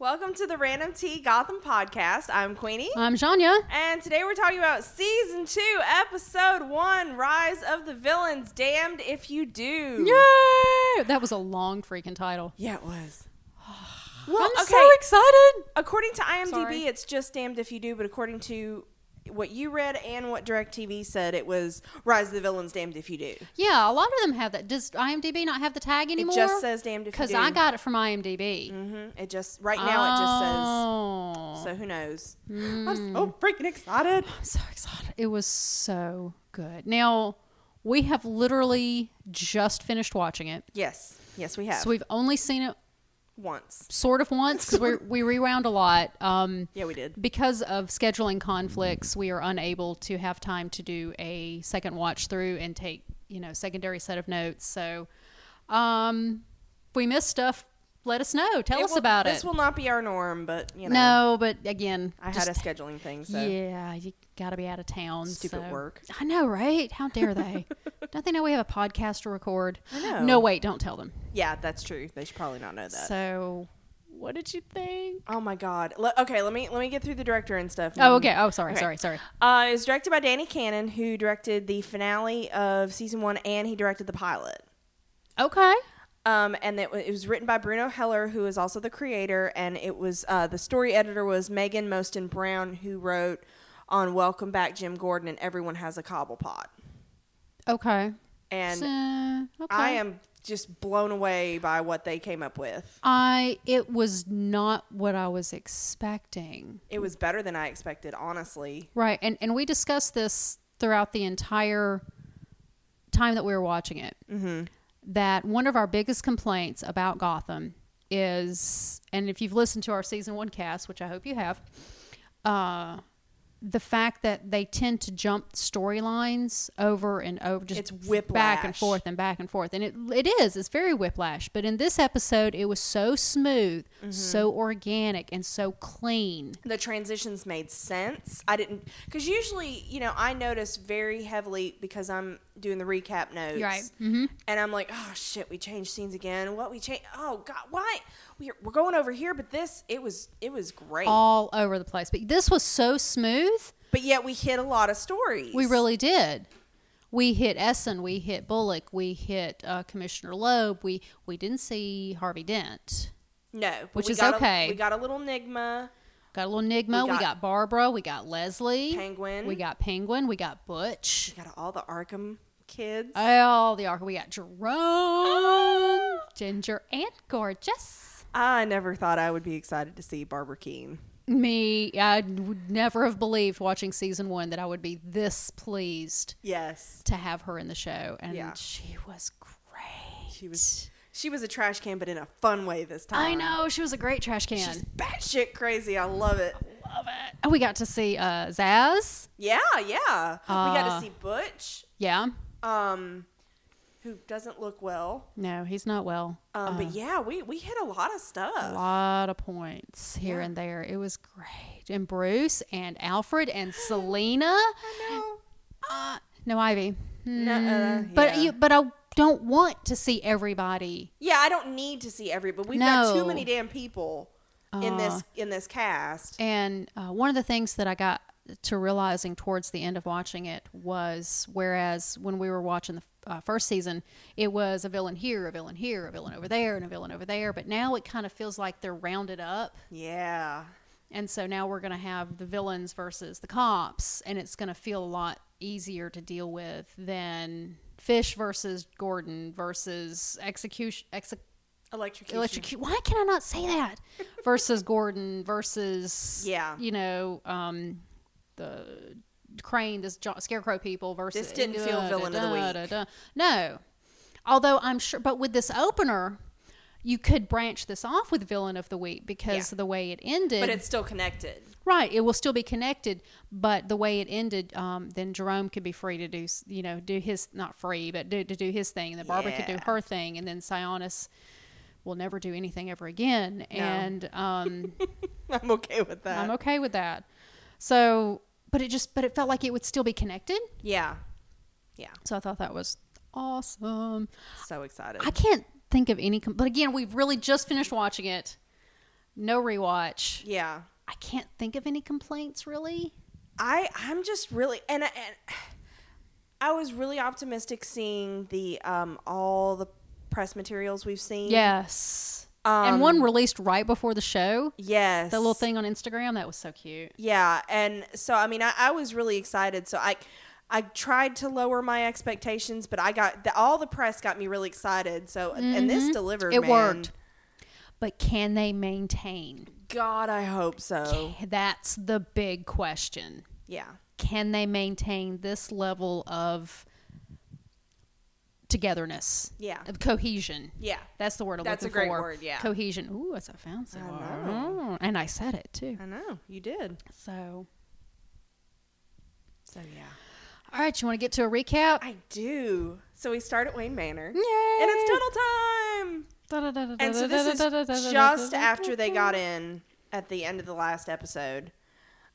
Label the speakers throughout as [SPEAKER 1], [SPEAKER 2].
[SPEAKER 1] Welcome to the Random Tea Gotham podcast. I'm Queenie.
[SPEAKER 2] I'm Janya.
[SPEAKER 1] And today we're talking about season two, episode one Rise of the Villains. Damned if you do.
[SPEAKER 2] Yay! That was a long freaking title.
[SPEAKER 1] Yeah, it was.
[SPEAKER 2] I'm
[SPEAKER 1] okay.
[SPEAKER 2] so excited.
[SPEAKER 1] According to IMDb,
[SPEAKER 2] Sorry.
[SPEAKER 1] it's just Damned if you do, but according to what you read and what DirecTV said, it was Rise of the Villains, Damned if you do.
[SPEAKER 2] Yeah, a lot of them have that. Does IMDb not have the tag anymore?
[SPEAKER 1] It just says Damned if you do.
[SPEAKER 2] because I got it from IMDb.
[SPEAKER 1] Mhm. It just, right now, it just says.
[SPEAKER 2] oh, Hmm.
[SPEAKER 1] So who knows? I'm so freaking excited.
[SPEAKER 2] I'm so excited. It was so good. Now we have literally just finished watching it,
[SPEAKER 1] Yes. Yes, we have.
[SPEAKER 2] so we've only seen it
[SPEAKER 1] Once.
[SPEAKER 2] sort of once because we rewound a lot. Um,
[SPEAKER 1] Yeah, we did.
[SPEAKER 2] because of scheduling conflicts, we are unable to have time to do a second watch through and take, you know, secondary set of notes. So, um, if we miss stuff, let us know. Tell us
[SPEAKER 1] will-
[SPEAKER 2] about
[SPEAKER 1] this
[SPEAKER 2] it.
[SPEAKER 1] will not be our norm, but you know,
[SPEAKER 2] no, but again,
[SPEAKER 1] I
[SPEAKER 2] just-
[SPEAKER 1] had a scheduling thing, so
[SPEAKER 2] yeah, you got to be out of town.
[SPEAKER 1] Stupid
[SPEAKER 2] so-
[SPEAKER 1] work.
[SPEAKER 2] I know, right? How dare they? don't they know we have a podcast to record?
[SPEAKER 1] know.
[SPEAKER 2] No, wait, don't tell them.
[SPEAKER 1] yeah, that's true. They should probably not know that.
[SPEAKER 2] So, what did you think?
[SPEAKER 1] oh my god. Le- okay, let me let me get through the director and stuff.
[SPEAKER 2] Oh, okay. Oh, sorry,
[SPEAKER 1] Okay.
[SPEAKER 2] sorry, sorry.
[SPEAKER 1] Uh, it was directed by Danny Cannon, who directed the finale of season one, and he directed the pilot.
[SPEAKER 2] Okay.
[SPEAKER 1] Um, and it, wa- it was written by Bruno Heller, who is also the creator, and it was uh, the story editor was Megan Mostyn Brown, who wrote on Welcome Back Jim Gordon and Everyone Has a Cobblepot.
[SPEAKER 2] Okay.
[SPEAKER 1] And
[SPEAKER 2] So, okay.
[SPEAKER 1] I am just blown away by what they came up with.
[SPEAKER 2] I it was not what I was expecting.
[SPEAKER 1] It was better than I expected, honestly.
[SPEAKER 2] Right. And and we discussed this throughout the entire time that we were watching it. Mm-hmm. That one of our biggest complaints about Gotham is, and if you've listened to our season one cast, which I hope you have, uh, the fact that they tend to jump storylines over and over, just
[SPEAKER 1] It's whiplash.
[SPEAKER 2] back and forth and back and forth, and it it is it's very whiplash. But in this episode, it was so smooth,
[SPEAKER 1] Mm-hmm.
[SPEAKER 2] so organic, and so clean.
[SPEAKER 1] The transitions made sense. I didn't, because usually, you know, I notice very heavily because I'm doing the recap notes.
[SPEAKER 2] Right. Mhm.
[SPEAKER 1] And I'm like, oh shit, we changed scenes again. What we changed? Oh god, why? We're, we're going over here, but this, it was, it was great.
[SPEAKER 2] all over the place. But this was so smooth.
[SPEAKER 1] but yet we hit a lot of stories.
[SPEAKER 2] We really did. We hit Essen. We hit Bullock. We hit uh, Commissioner Loeb. We we didn't see Harvey Dent.
[SPEAKER 1] no, but
[SPEAKER 2] Which
[SPEAKER 1] we
[SPEAKER 2] is
[SPEAKER 1] got a-
[SPEAKER 2] okay.
[SPEAKER 1] we got a little enigma.
[SPEAKER 2] Got a little Nigma.
[SPEAKER 1] We
[SPEAKER 2] We
[SPEAKER 1] got-
[SPEAKER 2] got, Barbara. We got Leslie.
[SPEAKER 1] Penguin.
[SPEAKER 2] We got Penguin. We got Butch.
[SPEAKER 1] We got all the Arkham kids.
[SPEAKER 2] Oh, the arc. We got Jerome, Ginger, and Gorgeous.
[SPEAKER 1] I never thought I would be excited to see Barbara Keene.
[SPEAKER 2] Me, I would never have believed watching season one that I would be this pleased
[SPEAKER 1] Yes,
[SPEAKER 2] to have her in the show, and
[SPEAKER 1] Yeah.
[SPEAKER 2] she was great.
[SPEAKER 1] she was. She was a trash can, but in a fun way this time.
[SPEAKER 2] I know she was a great trash can.
[SPEAKER 1] She's batshit crazy. I love it.
[SPEAKER 2] Love it. Oh, we got to see uh, Zaz.
[SPEAKER 1] Yeah, yeah. we got
[SPEAKER 2] Uh,
[SPEAKER 1] to see Butch,
[SPEAKER 2] Yeah.
[SPEAKER 1] um, who doesn't look well.
[SPEAKER 2] No, he's not well.
[SPEAKER 1] Um, but yeah, we we hit a lot of
[SPEAKER 2] A
[SPEAKER 1] stuff.
[SPEAKER 2] Uh. lot of points here and there. It was great. And Bruce and Alfred and Selena.
[SPEAKER 1] No,
[SPEAKER 2] Uh, no Ivy. Hmm.
[SPEAKER 1] no, uh,
[SPEAKER 2] But
[SPEAKER 1] yeah.
[SPEAKER 2] you. But I don't want to see everybody.
[SPEAKER 1] yeah, I don't need to see every, but we've got too
[SPEAKER 2] No. Uh.
[SPEAKER 1] many damn people in this in this cast.
[SPEAKER 2] And uh, one of the things that I got to realizing towards the end of watching it was whereas when we were watching the uh, first season, it was a villain here, a villain here, a villain over there, and a villain over there. But now it kind of feels like they're rounded up.
[SPEAKER 1] Yeah,
[SPEAKER 2] And so now we're going to have the villains versus the cops, and it's going to feel a lot easier to deal with than Fish versus Gordon versus execution. Exe-
[SPEAKER 1] electrocution.
[SPEAKER 2] electrocute. Why can I not say that? Versus Gordon versus
[SPEAKER 1] Yeah.
[SPEAKER 2] you know, um, the crane, this jo- scarecrow people versus.
[SPEAKER 1] This didn't feel villain of the week.
[SPEAKER 2] No, although I'm sure, but with this opener. You could branch this off with villain of the week because
[SPEAKER 1] Yeah.
[SPEAKER 2] of the way it ended.
[SPEAKER 1] but it's still connected.
[SPEAKER 2] Right. It will still be connected, but the way it ended, um, then Jerome could be free to do, s- you know, do his not free, but do, to do his thing, and then Barbara could do
[SPEAKER 1] Yeah.
[SPEAKER 2] her thing, and then Sionis will never do anything ever again, and um,
[SPEAKER 1] I'm okay with that.
[SPEAKER 2] I'm okay with that. So, but it just, but it felt like it would still be connected.
[SPEAKER 1] Yeah. Yeah.
[SPEAKER 2] So I thought that was awesome.
[SPEAKER 1] So excited.
[SPEAKER 2] I can't think of any, com- but again, we've really just finished watching it. no rewatch.
[SPEAKER 1] Yeah.
[SPEAKER 2] I can't think of any complaints really.
[SPEAKER 1] I I'm just really and I- and I was really optimistic seeing the um all the press materials we've seen.
[SPEAKER 2] Yes.
[SPEAKER 1] Um,
[SPEAKER 2] and one released right before the show.
[SPEAKER 1] Yes.
[SPEAKER 2] That little thing on Instagram, that was so cute.
[SPEAKER 1] Yeah, and so I mean, I, I was really excited. So I, I tried to lower my expectations, but I got the, all the press got me really excited. So and this delivered.
[SPEAKER 2] Mm-hmm. It
[SPEAKER 1] man.
[SPEAKER 2] worked. But can they maintain?
[SPEAKER 1] God, I hope so.
[SPEAKER 2] That's the big question.
[SPEAKER 1] Yeah,
[SPEAKER 2] Can they maintain this level of togetherness?
[SPEAKER 1] Yeah.
[SPEAKER 2] Of cohesion.
[SPEAKER 1] yeah,
[SPEAKER 2] That's the word I'm
[SPEAKER 1] That's a
[SPEAKER 2] looking
[SPEAKER 1] great
[SPEAKER 2] for.
[SPEAKER 1] word, yeah.
[SPEAKER 2] Cohesion. Ooh, that's what I found so
[SPEAKER 1] I
[SPEAKER 2] hard.
[SPEAKER 1] know.
[SPEAKER 2] Oh, And I said it too.
[SPEAKER 1] I know you did.
[SPEAKER 2] So,
[SPEAKER 1] So yeah,
[SPEAKER 2] all right, you want to get to a recap?
[SPEAKER 1] I do. So we start at Wayne Manor,
[SPEAKER 2] Yay!
[SPEAKER 1] and it's tunnel time. And so this is just after they got in at the end of the last episode.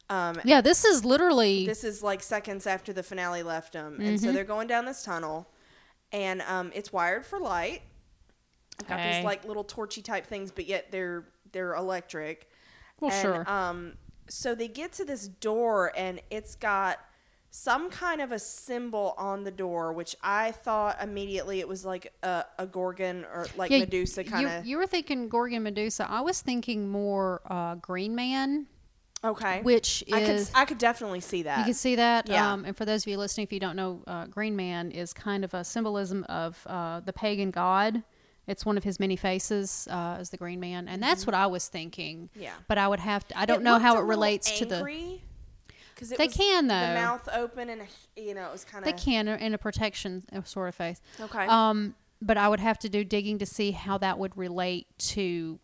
[SPEAKER 1] Um,
[SPEAKER 2] Yeah, this is literally
[SPEAKER 1] this is like seconds after the finale left them and
[SPEAKER 2] Mm-hmm.
[SPEAKER 1] so they're going down this tunnel and um, it's wired for light i've got
[SPEAKER 2] Okay.
[SPEAKER 1] these like little torchy type things but yet they're they're electric
[SPEAKER 2] well,
[SPEAKER 1] and,
[SPEAKER 2] sure.
[SPEAKER 1] um, so they get to this door and it's got some kind of a symbol on the door which i thought immediately it was like a, a gorgon or like
[SPEAKER 2] Yeah,
[SPEAKER 1] medusa
[SPEAKER 2] you-
[SPEAKER 1] kind of
[SPEAKER 2] You were thinking Gorgon Medusa. I was thinking more uh, Green Man,
[SPEAKER 1] okay
[SPEAKER 2] which is
[SPEAKER 1] I could, I could definitely see that
[SPEAKER 2] you can see that.
[SPEAKER 1] Yeah.
[SPEAKER 2] Um, and for those of you listening, if you don't know, uh, Green Man is kind of a symbolism of uh, the pagan god. It's one of his many faces uh, is the Green Man, and that's what I was thinking.
[SPEAKER 1] Mm-hmm. Yeah.
[SPEAKER 2] but I would have to. I don't know how it relates to the.
[SPEAKER 1] Because it
[SPEAKER 2] They
[SPEAKER 1] was
[SPEAKER 2] can,
[SPEAKER 1] The
[SPEAKER 2] though.
[SPEAKER 1] mouth open and you know it was kind
[SPEAKER 2] They
[SPEAKER 1] of
[SPEAKER 2] can in a protection uh, sort of face.
[SPEAKER 1] okay.
[SPEAKER 2] Um, but I would have to do digging to see how that would relate to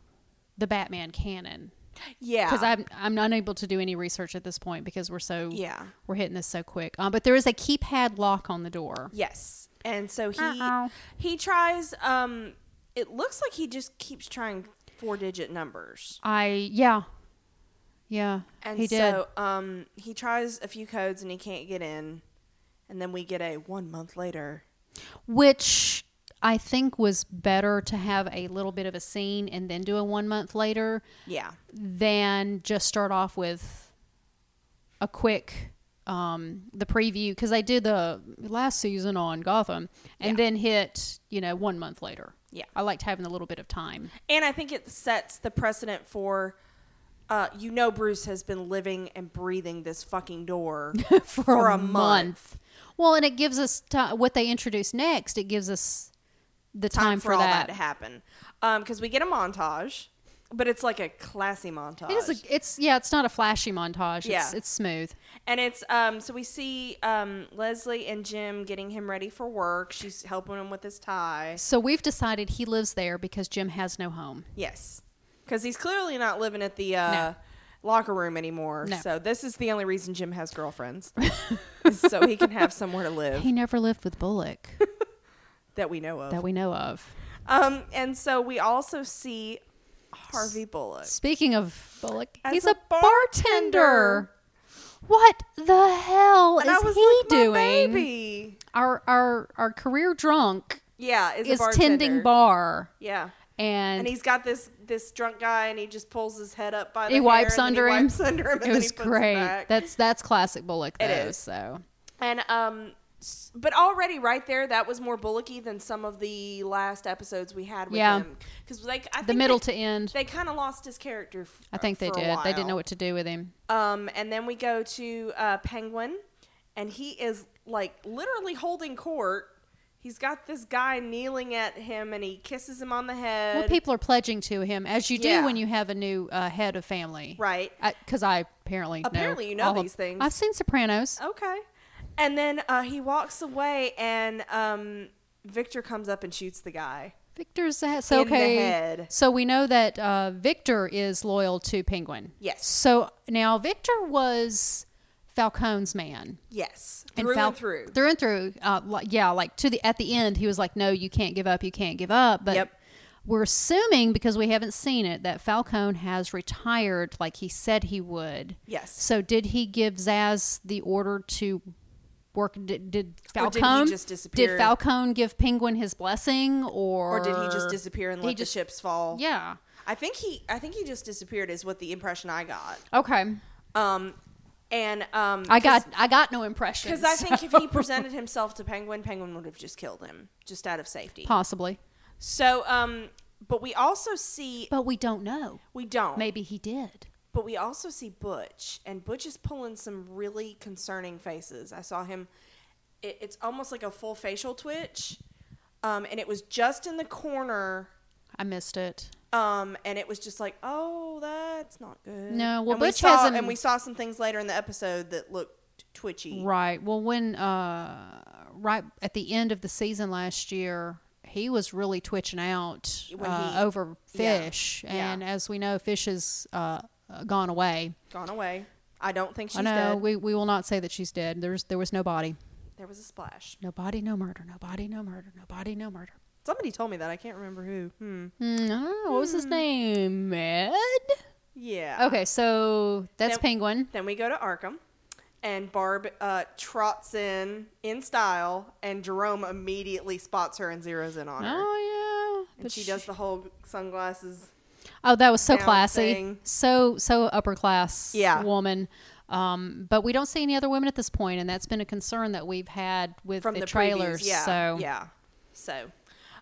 [SPEAKER 2] the Batman canon.
[SPEAKER 1] yeah,
[SPEAKER 2] because I'm I'm unable to do any research at this point because we're so
[SPEAKER 1] yeah
[SPEAKER 2] we're hitting this so quick. Um, but there is a keypad lock on the door.
[SPEAKER 1] yes, and so he
[SPEAKER 2] Uh-oh.
[SPEAKER 1] he tries. Um, it looks like he just keeps trying four digit numbers,
[SPEAKER 2] I yeah, yeah.
[SPEAKER 1] and
[SPEAKER 2] he did.
[SPEAKER 1] so um he tries a few codes and he can't get in, and then we get a one month later.
[SPEAKER 2] which I think was better to have a little bit of a scene and then do a one month later
[SPEAKER 1] Yeah,
[SPEAKER 2] than just start off with a quick um the preview because they did the last season on Gotham and then hit you know one month later.
[SPEAKER 1] Yeah.
[SPEAKER 2] I liked having a little bit of time.
[SPEAKER 1] and I think it sets the precedent for. Uh, you know, Bruce has been living and breathing this fucking door
[SPEAKER 2] for,
[SPEAKER 1] For
[SPEAKER 2] a,
[SPEAKER 1] a
[SPEAKER 2] month.
[SPEAKER 1] month.
[SPEAKER 2] Well, and it gives us ti what they introduce next. It gives us the time,
[SPEAKER 1] time
[SPEAKER 2] for,
[SPEAKER 1] for, all that.
[SPEAKER 2] that.
[SPEAKER 1] to happen. Because we get a montage, but it's like a classy montage.
[SPEAKER 2] It is. A, it's yeah. It's not a flashy montage. It's,
[SPEAKER 1] Yeah.
[SPEAKER 2] it's smooth.
[SPEAKER 1] and it's um, so we see um, Leslie and Jim getting him ready for work. She's helping him with his tie.
[SPEAKER 2] So we've decided he lives there because Jim has no home.
[SPEAKER 1] Yes, because he's clearly not living at the uh,
[SPEAKER 2] No.
[SPEAKER 1] locker room anymore.
[SPEAKER 2] No.
[SPEAKER 1] So this is the only reason Jim has girlfriends, is so he can have somewhere to live
[SPEAKER 2] He never lived with Bullock
[SPEAKER 1] that we know of.
[SPEAKER 2] that we know of.
[SPEAKER 1] um, and so we also see Harvey Bullock.
[SPEAKER 2] Speaking of Bullock,
[SPEAKER 1] As
[SPEAKER 2] he's a,
[SPEAKER 1] a
[SPEAKER 2] bartender. What the hell
[SPEAKER 1] And
[SPEAKER 2] is
[SPEAKER 1] I was
[SPEAKER 2] he
[SPEAKER 1] like,
[SPEAKER 2] doing?
[SPEAKER 1] My baby.
[SPEAKER 2] Our our our career drunk
[SPEAKER 1] Yeah, is, a
[SPEAKER 2] is
[SPEAKER 1] bartender.
[SPEAKER 2] tending bar,
[SPEAKER 1] Yeah.
[SPEAKER 2] and,
[SPEAKER 1] And he's got this this drunk guy, and he just pulls his head up by the
[SPEAKER 2] He wipes
[SPEAKER 1] hair, and then
[SPEAKER 2] under
[SPEAKER 1] he
[SPEAKER 2] him.
[SPEAKER 1] Wipes under him. And
[SPEAKER 2] it was
[SPEAKER 1] then he puts
[SPEAKER 2] great.
[SPEAKER 1] It back.
[SPEAKER 2] That's that's classic Bullock. Though,
[SPEAKER 1] It is.
[SPEAKER 2] So
[SPEAKER 1] and um, s- but already right there, that was more bullocky than some of the last episodes we had with
[SPEAKER 2] Yeah.
[SPEAKER 1] him. Because like I think
[SPEAKER 2] the middle
[SPEAKER 1] they,
[SPEAKER 2] to end,
[SPEAKER 1] they kind of lost his character. f-
[SPEAKER 2] I think they
[SPEAKER 1] for a
[SPEAKER 2] did. They
[SPEAKER 1] while.
[SPEAKER 2] didn't know what to do with him.
[SPEAKER 1] Um, and then we go to uh, Penguin, and he is like literally holding court. He's got this guy kneeling at him, and he kisses him on the head.
[SPEAKER 2] Well, people are pledging to him as you do
[SPEAKER 1] Yeah.
[SPEAKER 2] when you have a new uh, head of family,
[SPEAKER 1] right.
[SPEAKER 2] Because I apparently know
[SPEAKER 1] Apparently you know
[SPEAKER 2] all of-
[SPEAKER 1] these things.
[SPEAKER 2] I've seen Sopranos.
[SPEAKER 1] Okay. And then uh, he walks away, and um, Victor comes up and shoots the guy.
[SPEAKER 2] Victor's that
[SPEAKER 1] In
[SPEAKER 2] so
[SPEAKER 1] the
[SPEAKER 2] okay.
[SPEAKER 1] head.
[SPEAKER 2] So we know that uh, Victor is loyal to Penguin.
[SPEAKER 1] Yes.
[SPEAKER 2] So now Victor was Falcone's man.
[SPEAKER 1] Yes, through and,
[SPEAKER 2] Fal-
[SPEAKER 1] through.
[SPEAKER 2] and through. Uh, li- yeah, like to the at the end, he was like, "No, you can't give up. You can't give up." But
[SPEAKER 1] Yep.
[SPEAKER 2] we're assuming because we haven't seen it that Falcone has retired, like he said he would.
[SPEAKER 1] Yes,
[SPEAKER 2] So did he give Zaz the order to work? Did, did
[SPEAKER 1] Or did he
[SPEAKER 2] Falcone
[SPEAKER 1] just disappear?
[SPEAKER 2] Did Falcone give Penguin his blessing, or
[SPEAKER 1] or did he just disappear and
[SPEAKER 2] He
[SPEAKER 1] let
[SPEAKER 2] just-
[SPEAKER 1] the ships fall?
[SPEAKER 2] Yeah.
[SPEAKER 1] I think he I think he just disappeared is what the impression I got.
[SPEAKER 2] Okay.
[SPEAKER 1] Um, and um,
[SPEAKER 2] I got I got no impression.
[SPEAKER 1] because I think if
[SPEAKER 2] so-
[SPEAKER 1] he presented himself to Penguin, Penguin would have just killed him just out of safety.
[SPEAKER 2] possibly,
[SPEAKER 1] So um, but we also see
[SPEAKER 2] but we don't know.
[SPEAKER 1] we don't
[SPEAKER 2] Maybe he did.
[SPEAKER 1] But we also see Butch, and Butch is pulling some really concerning faces. I saw him, it, it's almost like a full facial twitch. Um, and it was just in the corner.
[SPEAKER 2] I missed it.
[SPEAKER 1] Um, and it was just like, oh, that's not good.
[SPEAKER 2] No, well,
[SPEAKER 1] and we
[SPEAKER 2] Butch
[SPEAKER 1] saw,
[SPEAKER 2] has an-
[SPEAKER 1] And we saw some things later in the episode that looked twitchy.
[SPEAKER 2] Right. Well, when uh, right at the end of the season last year, he was really twitching out
[SPEAKER 1] When
[SPEAKER 2] uh,
[SPEAKER 1] he-
[SPEAKER 2] over
[SPEAKER 1] yeah,
[SPEAKER 2] fish,
[SPEAKER 1] yeah.
[SPEAKER 2] and as we know, fish has uh, gone away.
[SPEAKER 1] Gone away. I don't think she's
[SPEAKER 2] I know
[SPEAKER 1] dead.
[SPEAKER 2] we we will not say that she's dead. There's there was no body,
[SPEAKER 1] there was a splash.
[SPEAKER 2] no body, no murder, no body, no murder, no body, no murder.
[SPEAKER 1] Somebody told me that. I can't remember who. Hmm.
[SPEAKER 2] Mm, I don't know. What was his name? Ed.
[SPEAKER 1] Yeah.
[SPEAKER 2] Okay, so that's
[SPEAKER 1] Now-
[SPEAKER 2] Penguin.
[SPEAKER 1] Then we go to Arkham, and Barb uh, trots in in style, and Jerome immediately spots her and zeroes in on her.
[SPEAKER 2] Oh yeah,
[SPEAKER 1] And she does the whole sunglasses.
[SPEAKER 2] Oh, that was so
[SPEAKER 1] down
[SPEAKER 2] classy.
[SPEAKER 1] thing.
[SPEAKER 2] So so upper class
[SPEAKER 1] Yeah.
[SPEAKER 2] woman. Um, but we don't see any other women at this point, and that's been a concern that we've had with
[SPEAKER 1] from
[SPEAKER 2] the,
[SPEAKER 1] the,
[SPEAKER 2] trailers.
[SPEAKER 1] previews. Yeah,
[SPEAKER 2] so
[SPEAKER 1] yeah. So,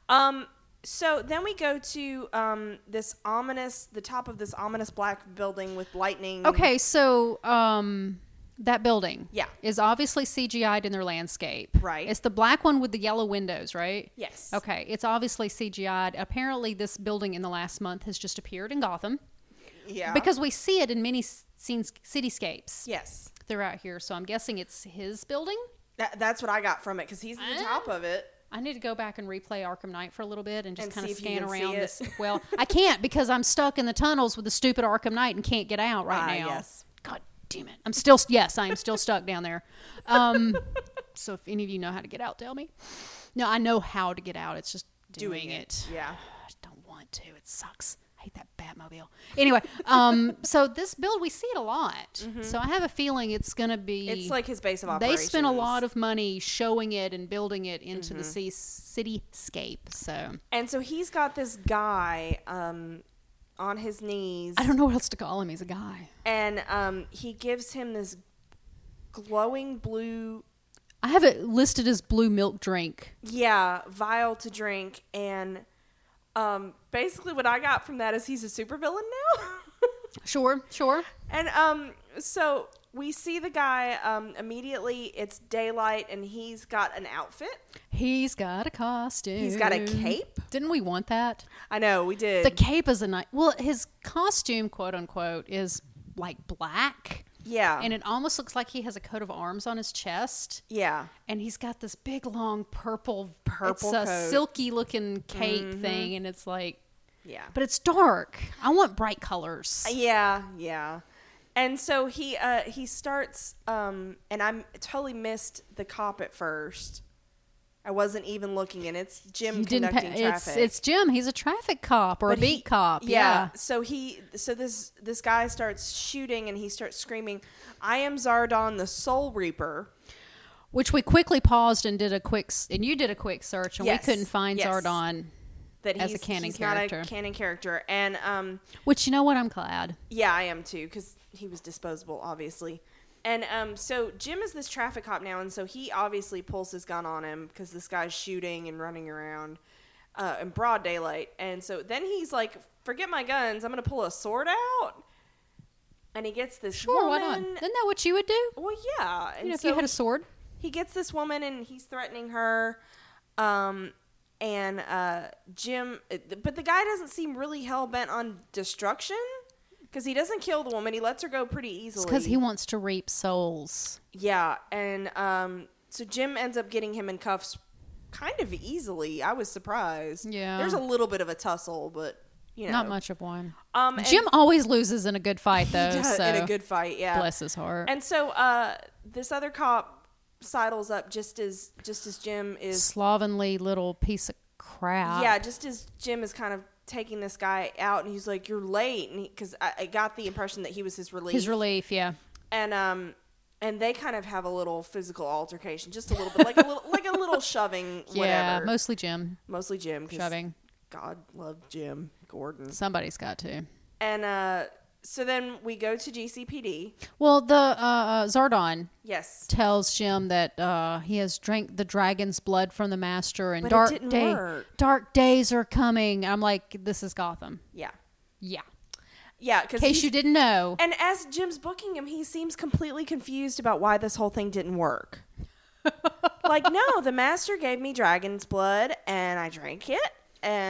[SPEAKER 1] um, so then we go to um this ominous, the top of this ominous black building with lightning.
[SPEAKER 2] okay, so um, that building
[SPEAKER 1] Mm-hmm. Yeah.
[SPEAKER 2] is obviously CGI'd in their landscape.
[SPEAKER 1] Right.
[SPEAKER 2] It's the black one with the yellow windows, right?
[SPEAKER 1] Yes.
[SPEAKER 2] Okay, it's obviously CGI'd. Apparently, this building in the last month has just appeared in Gotham
[SPEAKER 1] Yeah.
[SPEAKER 2] because we see it in many s- scenes, cityscapes
[SPEAKER 1] yes,
[SPEAKER 2] throughout here. So I'm guessing it's his building.
[SPEAKER 1] that, that's what I got from it because he's at the
[SPEAKER 2] Ah.
[SPEAKER 1] top of it.
[SPEAKER 2] I need to go back and replay Arkham Knight for a little bit and just
[SPEAKER 1] And
[SPEAKER 2] kind
[SPEAKER 1] see
[SPEAKER 2] of
[SPEAKER 1] if you
[SPEAKER 2] scan
[SPEAKER 1] can see
[SPEAKER 2] around
[SPEAKER 1] it.
[SPEAKER 2] this. Well, I can't because I'm stuck in the tunnels with the stupid Arkham Knight and can't get out right
[SPEAKER 1] Ah,
[SPEAKER 2] now.
[SPEAKER 1] yes.
[SPEAKER 2] God damn it. I'm still, yes, I am still stuck down there. Um, so if any of you know how to get out, tell me. No, I know how to get out. It's just doing, it.
[SPEAKER 1] Yeah.
[SPEAKER 2] I just don't want to. It sucks. I hate that Batmobile. Anyway, um, so this build, we see it a lot. So I have a feeling it's going to be.
[SPEAKER 1] Mm-hmm. It's like his base of
[SPEAKER 2] They
[SPEAKER 1] operations. Mm-hmm.
[SPEAKER 2] spent a lot of money showing it and building it into the the cityscape. So
[SPEAKER 1] And so he's got this guy um, on his knees,
[SPEAKER 2] I don't know what else to call him. He's a guy.
[SPEAKER 1] and um, he gives him this glowing blue,
[SPEAKER 2] I have it listed as blue milk drink.
[SPEAKER 1] yeah, vial to drink. And um, basically, what I got from that is he's a supervillain now.
[SPEAKER 2] Sure, sure.
[SPEAKER 1] and um, so we see the guy um, immediately. It's daylight, and he's got an outfit.
[SPEAKER 2] He's got a costume.
[SPEAKER 1] He's got a cape.
[SPEAKER 2] Didn't we want that?
[SPEAKER 1] I know we did.
[SPEAKER 2] The cape is a nice. Well, his costume, quote unquote, is like black,
[SPEAKER 1] yeah,
[SPEAKER 2] and it almost looks like he has a coat of arms on his chest.
[SPEAKER 1] yeah.
[SPEAKER 2] and he's got this big long purple
[SPEAKER 1] Purple
[SPEAKER 2] it's a
[SPEAKER 1] coat. Mm-hmm.
[SPEAKER 2] silky looking cape thing and it's like
[SPEAKER 1] Yeah.
[SPEAKER 2] but it's dark i want bright colors
[SPEAKER 1] Uh, Yeah, yeah. And so he uh he starts um and I'm totally missed the cop at first. I wasn't even looking and it's Jim
[SPEAKER 2] You didn't
[SPEAKER 1] conducting
[SPEAKER 2] pa-
[SPEAKER 1] traffic.
[SPEAKER 2] it's it's jim he's a traffic cop or
[SPEAKER 1] But
[SPEAKER 2] a
[SPEAKER 1] he-
[SPEAKER 2] beat cop yeah,
[SPEAKER 1] So he so this this guy starts shooting and he starts screaming, "I am Zardon the Soul Reaper."
[SPEAKER 2] which we quickly paused and did a quick s- and you did a quick search and
[SPEAKER 1] Yes,
[SPEAKER 2] we couldn't find
[SPEAKER 1] yes.
[SPEAKER 2] zardon
[SPEAKER 1] That
[SPEAKER 2] As a
[SPEAKER 1] he's,
[SPEAKER 2] canon
[SPEAKER 1] he's not
[SPEAKER 2] character.
[SPEAKER 1] a canon character. And um
[SPEAKER 2] which you know what i'm glad
[SPEAKER 1] Yeah, I am too, because he was disposable, obviously. And um, so Jim is this traffic cop now, and so he obviously pulls his gun on him because this guy's shooting and running around uh, in broad daylight. And so then he's like, "Forget my guns! I'm gonna pull a sword out." And he gets this
[SPEAKER 2] sure why
[SPEAKER 1] woman.
[SPEAKER 2] not isn't that what you would do
[SPEAKER 1] Well, yeah. And
[SPEAKER 2] you know, if
[SPEAKER 1] so
[SPEAKER 2] you had a sword
[SPEAKER 1] he gets this woman and he's threatening her um and uh jim but the guy doesn't seem really hell-bent on destruction because he doesn't kill the woman he lets her go pretty easily
[SPEAKER 2] because he wants to reap souls
[SPEAKER 1] yeah and um so jim ends up getting him in cuffs kind of easily i was surprised
[SPEAKER 2] Yeah.
[SPEAKER 1] there's a little bit of a tussle but you know
[SPEAKER 2] not much of one
[SPEAKER 1] um and
[SPEAKER 2] jim always loses in a good fight
[SPEAKER 1] he
[SPEAKER 2] though
[SPEAKER 1] does-
[SPEAKER 2] so
[SPEAKER 1] in a good fight yeah
[SPEAKER 2] bless his heart
[SPEAKER 1] and so uh this other cop sidles up just as just as jim is
[SPEAKER 2] slovenly little piece of crap.
[SPEAKER 1] yeah, just as Jim is kind of taking this guy out, and he's like, "You're late," and because I, I got the impression that he was his relief,
[SPEAKER 2] His relief, yeah.
[SPEAKER 1] and um, and they kind of have a little physical altercation, just a little bit, like a little, like a little shoving,
[SPEAKER 2] Yeah,
[SPEAKER 1] whatever.
[SPEAKER 2] mostly Jim
[SPEAKER 1] Mostly Jim 'cause
[SPEAKER 2] shoving.
[SPEAKER 1] God love Jim Gordon.
[SPEAKER 2] Somebody's got to.
[SPEAKER 1] And uh, so then we go to GCPD.
[SPEAKER 2] Well, the uh, uh, Zardon
[SPEAKER 1] Yes.
[SPEAKER 2] tells Jim that uh, he has drank the dragon's blood from the master, and
[SPEAKER 1] But it
[SPEAKER 2] dark
[SPEAKER 1] didn't
[SPEAKER 2] day,
[SPEAKER 1] work.
[SPEAKER 2] dark days are coming. I'm like, this is Gotham.
[SPEAKER 1] Yeah.
[SPEAKER 2] Yeah.
[SPEAKER 1] Yeah. Because
[SPEAKER 2] In case you didn't know,
[SPEAKER 1] And as Jim's booking him, he seems completely confused about why this whole thing didn't work. like, no, the master gave me dragon's blood and I drank it,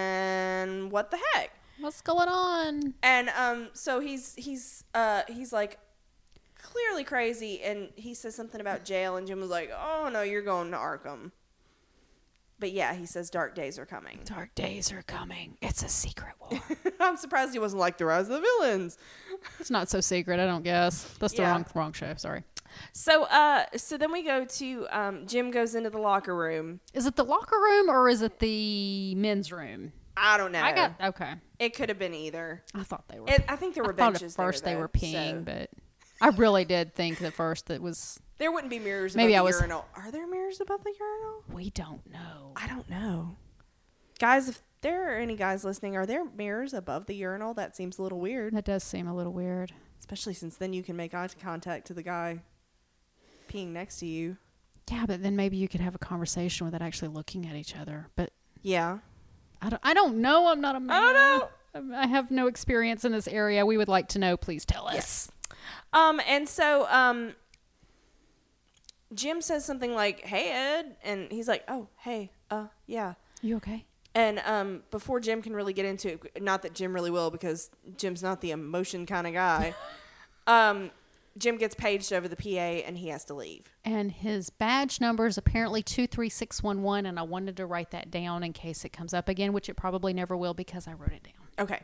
[SPEAKER 1] and what the heck?
[SPEAKER 2] what's going on?
[SPEAKER 1] And um, so he's he's uh he's like clearly crazy, and he says something about jail, and Jim was like, "Oh no, you're going to Arkham." But yeah, he says dark days are coming.
[SPEAKER 2] Dark days are coming. It's a secret war.
[SPEAKER 1] I'm surprised he wasn't like the rest of the villains.
[SPEAKER 2] it's not so secret, I don't guess. That's the
[SPEAKER 1] Yeah.
[SPEAKER 2] wrong wrong show. Sorry.
[SPEAKER 1] So uh, so then we go to um, Jim goes into the locker room.
[SPEAKER 2] Is it the locker room or is it the men's room?
[SPEAKER 1] I don't know.
[SPEAKER 2] I got okay.
[SPEAKER 1] It could have been either.
[SPEAKER 2] I thought they were.
[SPEAKER 1] It, I think there were
[SPEAKER 2] I thought at
[SPEAKER 1] benches.
[SPEAKER 2] first
[SPEAKER 1] there,
[SPEAKER 2] they
[SPEAKER 1] though,
[SPEAKER 2] were
[SPEAKER 1] so
[SPEAKER 2] peeing, but I really did think at first that was
[SPEAKER 1] there wouldn't be mirrors.
[SPEAKER 2] Maybe
[SPEAKER 1] above
[SPEAKER 2] I
[SPEAKER 1] the
[SPEAKER 2] was-
[SPEAKER 1] urinal. Are there mirrors above the urinal?
[SPEAKER 2] we don't know.
[SPEAKER 1] I don't know, guys. If there are any guys listening, are there mirrors above the urinal? That seems a little weird,
[SPEAKER 2] That does seem a little weird.
[SPEAKER 1] especially since then you can make eye contact to the guy peeing next to you.
[SPEAKER 2] Yeah, but then maybe you could have a conversation without actually looking at each other. But
[SPEAKER 1] Yeah,
[SPEAKER 2] I don't, I don't know. I'm not a man.
[SPEAKER 1] don't know.
[SPEAKER 2] I'm- I have no experience in this area. We would like to know. Please tell us.
[SPEAKER 1] Yes. Um, and so um, Jim says something like, "Hey Ed," and he's like, "Oh, hey, uh, yeah."
[SPEAKER 2] You okay?
[SPEAKER 1] And um, before Jim can really get into it, not that Jim really will because Jim's not the emotion kind of guy, um, Jim gets paged over the PA and he has to leave.
[SPEAKER 2] And his badge number is apparently 23611. And I wanted to write that down in case it comes up again, which it probably never will because I wrote it down.
[SPEAKER 1] Okay.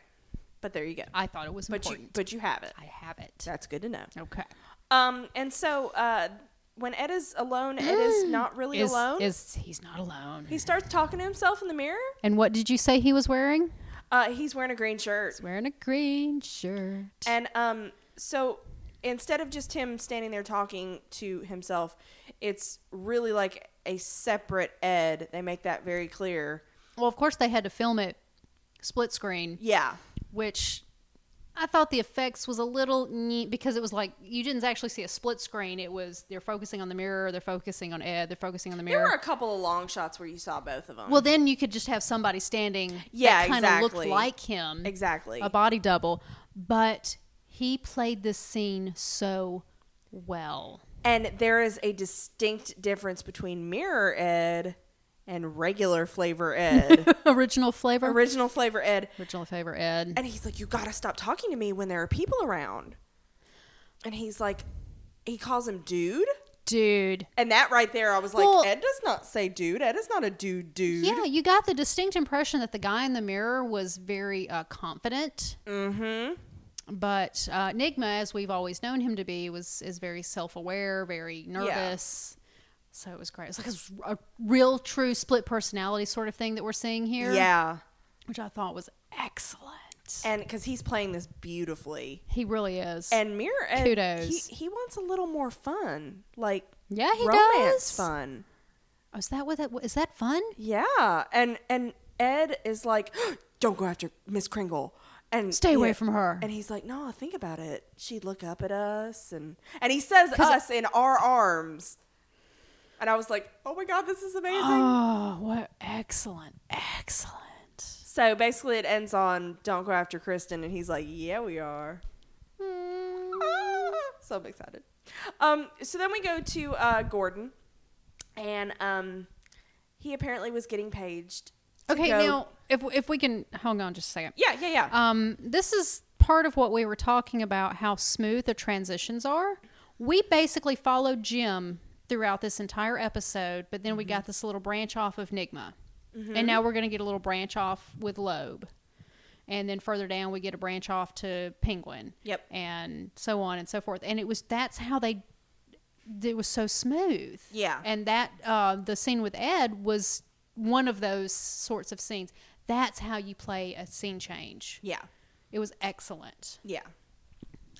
[SPEAKER 1] But there you go.
[SPEAKER 2] I thought it was
[SPEAKER 1] But you,
[SPEAKER 2] important.
[SPEAKER 1] but you have it.
[SPEAKER 2] I have it.
[SPEAKER 1] That's good to know.
[SPEAKER 2] Okay.
[SPEAKER 1] Um, and so uh, when Ed is alone, Ed is not really
[SPEAKER 2] Is,
[SPEAKER 1] alone.
[SPEAKER 2] is he's not alone.
[SPEAKER 1] he starts talking to himself in the mirror.
[SPEAKER 2] and what did you say he was wearing?
[SPEAKER 1] Uh, he's wearing a green shirt.
[SPEAKER 2] He's wearing a green shirt.
[SPEAKER 1] And um, so instead of just him standing there talking to himself, it's really like a separate Ed. They make that very clear.
[SPEAKER 2] Well, of course they had to film it split screen.
[SPEAKER 1] Yeah.
[SPEAKER 2] which I thought the effects was a little neat because it was like you didn't actually see a split screen. It was they're focusing on the mirror, they're focusing on Ed, they're focusing on the
[SPEAKER 1] There were
[SPEAKER 2] mirror.
[SPEAKER 1] a couple of long shots where you saw both of them.
[SPEAKER 2] Well, then you could just have somebody standing
[SPEAKER 1] Yeah,
[SPEAKER 2] that kind of looked
[SPEAKER 1] exactly.
[SPEAKER 2] like him,
[SPEAKER 1] exactly.
[SPEAKER 2] a body double. But he played this scene so well.
[SPEAKER 1] and there is a distinct difference between mirror Ed and regular flavor Ed,
[SPEAKER 2] Original flavor,
[SPEAKER 1] original flavor Ed.
[SPEAKER 2] original flavor Ed.
[SPEAKER 1] And he's like, You gotta stop talking to me when there are people around. And he's like, He calls him dude.
[SPEAKER 2] Dude,
[SPEAKER 1] And that right there, I was like,
[SPEAKER 2] Well-
[SPEAKER 1] Ed does not say dude. Ed is not a dude, dude.
[SPEAKER 2] yeah, you got the distinct impression that the guy in the mirror was very uh, confident.
[SPEAKER 1] Mm-hmm.
[SPEAKER 2] but uh, Enigma, as we've always known him to be, was is very self aware, very nervous. So it was great. It's like a s- a, real, true split personality sort of thing that we're seeing here.
[SPEAKER 1] Yeah.
[SPEAKER 2] which I thought was excellent.
[SPEAKER 1] And because he's playing this beautifully.
[SPEAKER 2] He really is.
[SPEAKER 1] And Mirror Ed,
[SPEAKER 2] Kudos.
[SPEAKER 1] He, he wants a little more fun. Like,
[SPEAKER 2] yeah, he
[SPEAKER 1] romance
[SPEAKER 2] does.
[SPEAKER 1] fun.
[SPEAKER 2] Oh, is that what that is that fun?
[SPEAKER 1] Yeah. And and Ed is like, don't go after Miss Kringle. And
[SPEAKER 2] Stay away
[SPEAKER 1] yeah.
[SPEAKER 2] from her.
[SPEAKER 1] And he's like, no, think about it. She'd look up at us. And, and he says
[SPEAKER 2] 'Cause-
[SPEAKER 1] us in our arms. And I was like, oh my God, this is amazing.
[SPEAKER 2] Oh, what excellent, excellent.
[SPEAKER 1] So basically, it ends on "Don't go after Kristen," and he's like, "Yeah, we are." Ah, so I'm excited. Um, so then we go to uh, Gordon, and um, he apparently was getting paged. to
[SPEAKER 2] Okay,
[SPEAKER 1] go-
[SPEAKER 2] now if if we can hang on just a second.
[SPEAKER 1] Yeah, yeah, yeah.
[SPEAKER 2] Um, this is part of what we were talking about how smooth the transitions are. We basically followed Jim throughout this entire episode, but then we
[SPEAKER 1] Mm-hmm.
[SPEAKER 2] got this little branch off of Nigma. And now we're going to get a little branch off with Loeb. And then further down, we get a branch off to Penguin.
[SPEAKER 1] Yep.
[SPEAKER 2] And so on and so forth. And it was that's how they, it was so smooth.
[SPEAKER 1] Yeah.
[SPEAKER 2] And that, uh, the scene with Ed was one of those sorts of scenes. That's how you play a scene change.
[SPEAKER 1] yeah,
[SPEAKER 2] It was excellent.
[SPEAKER 1] yeah.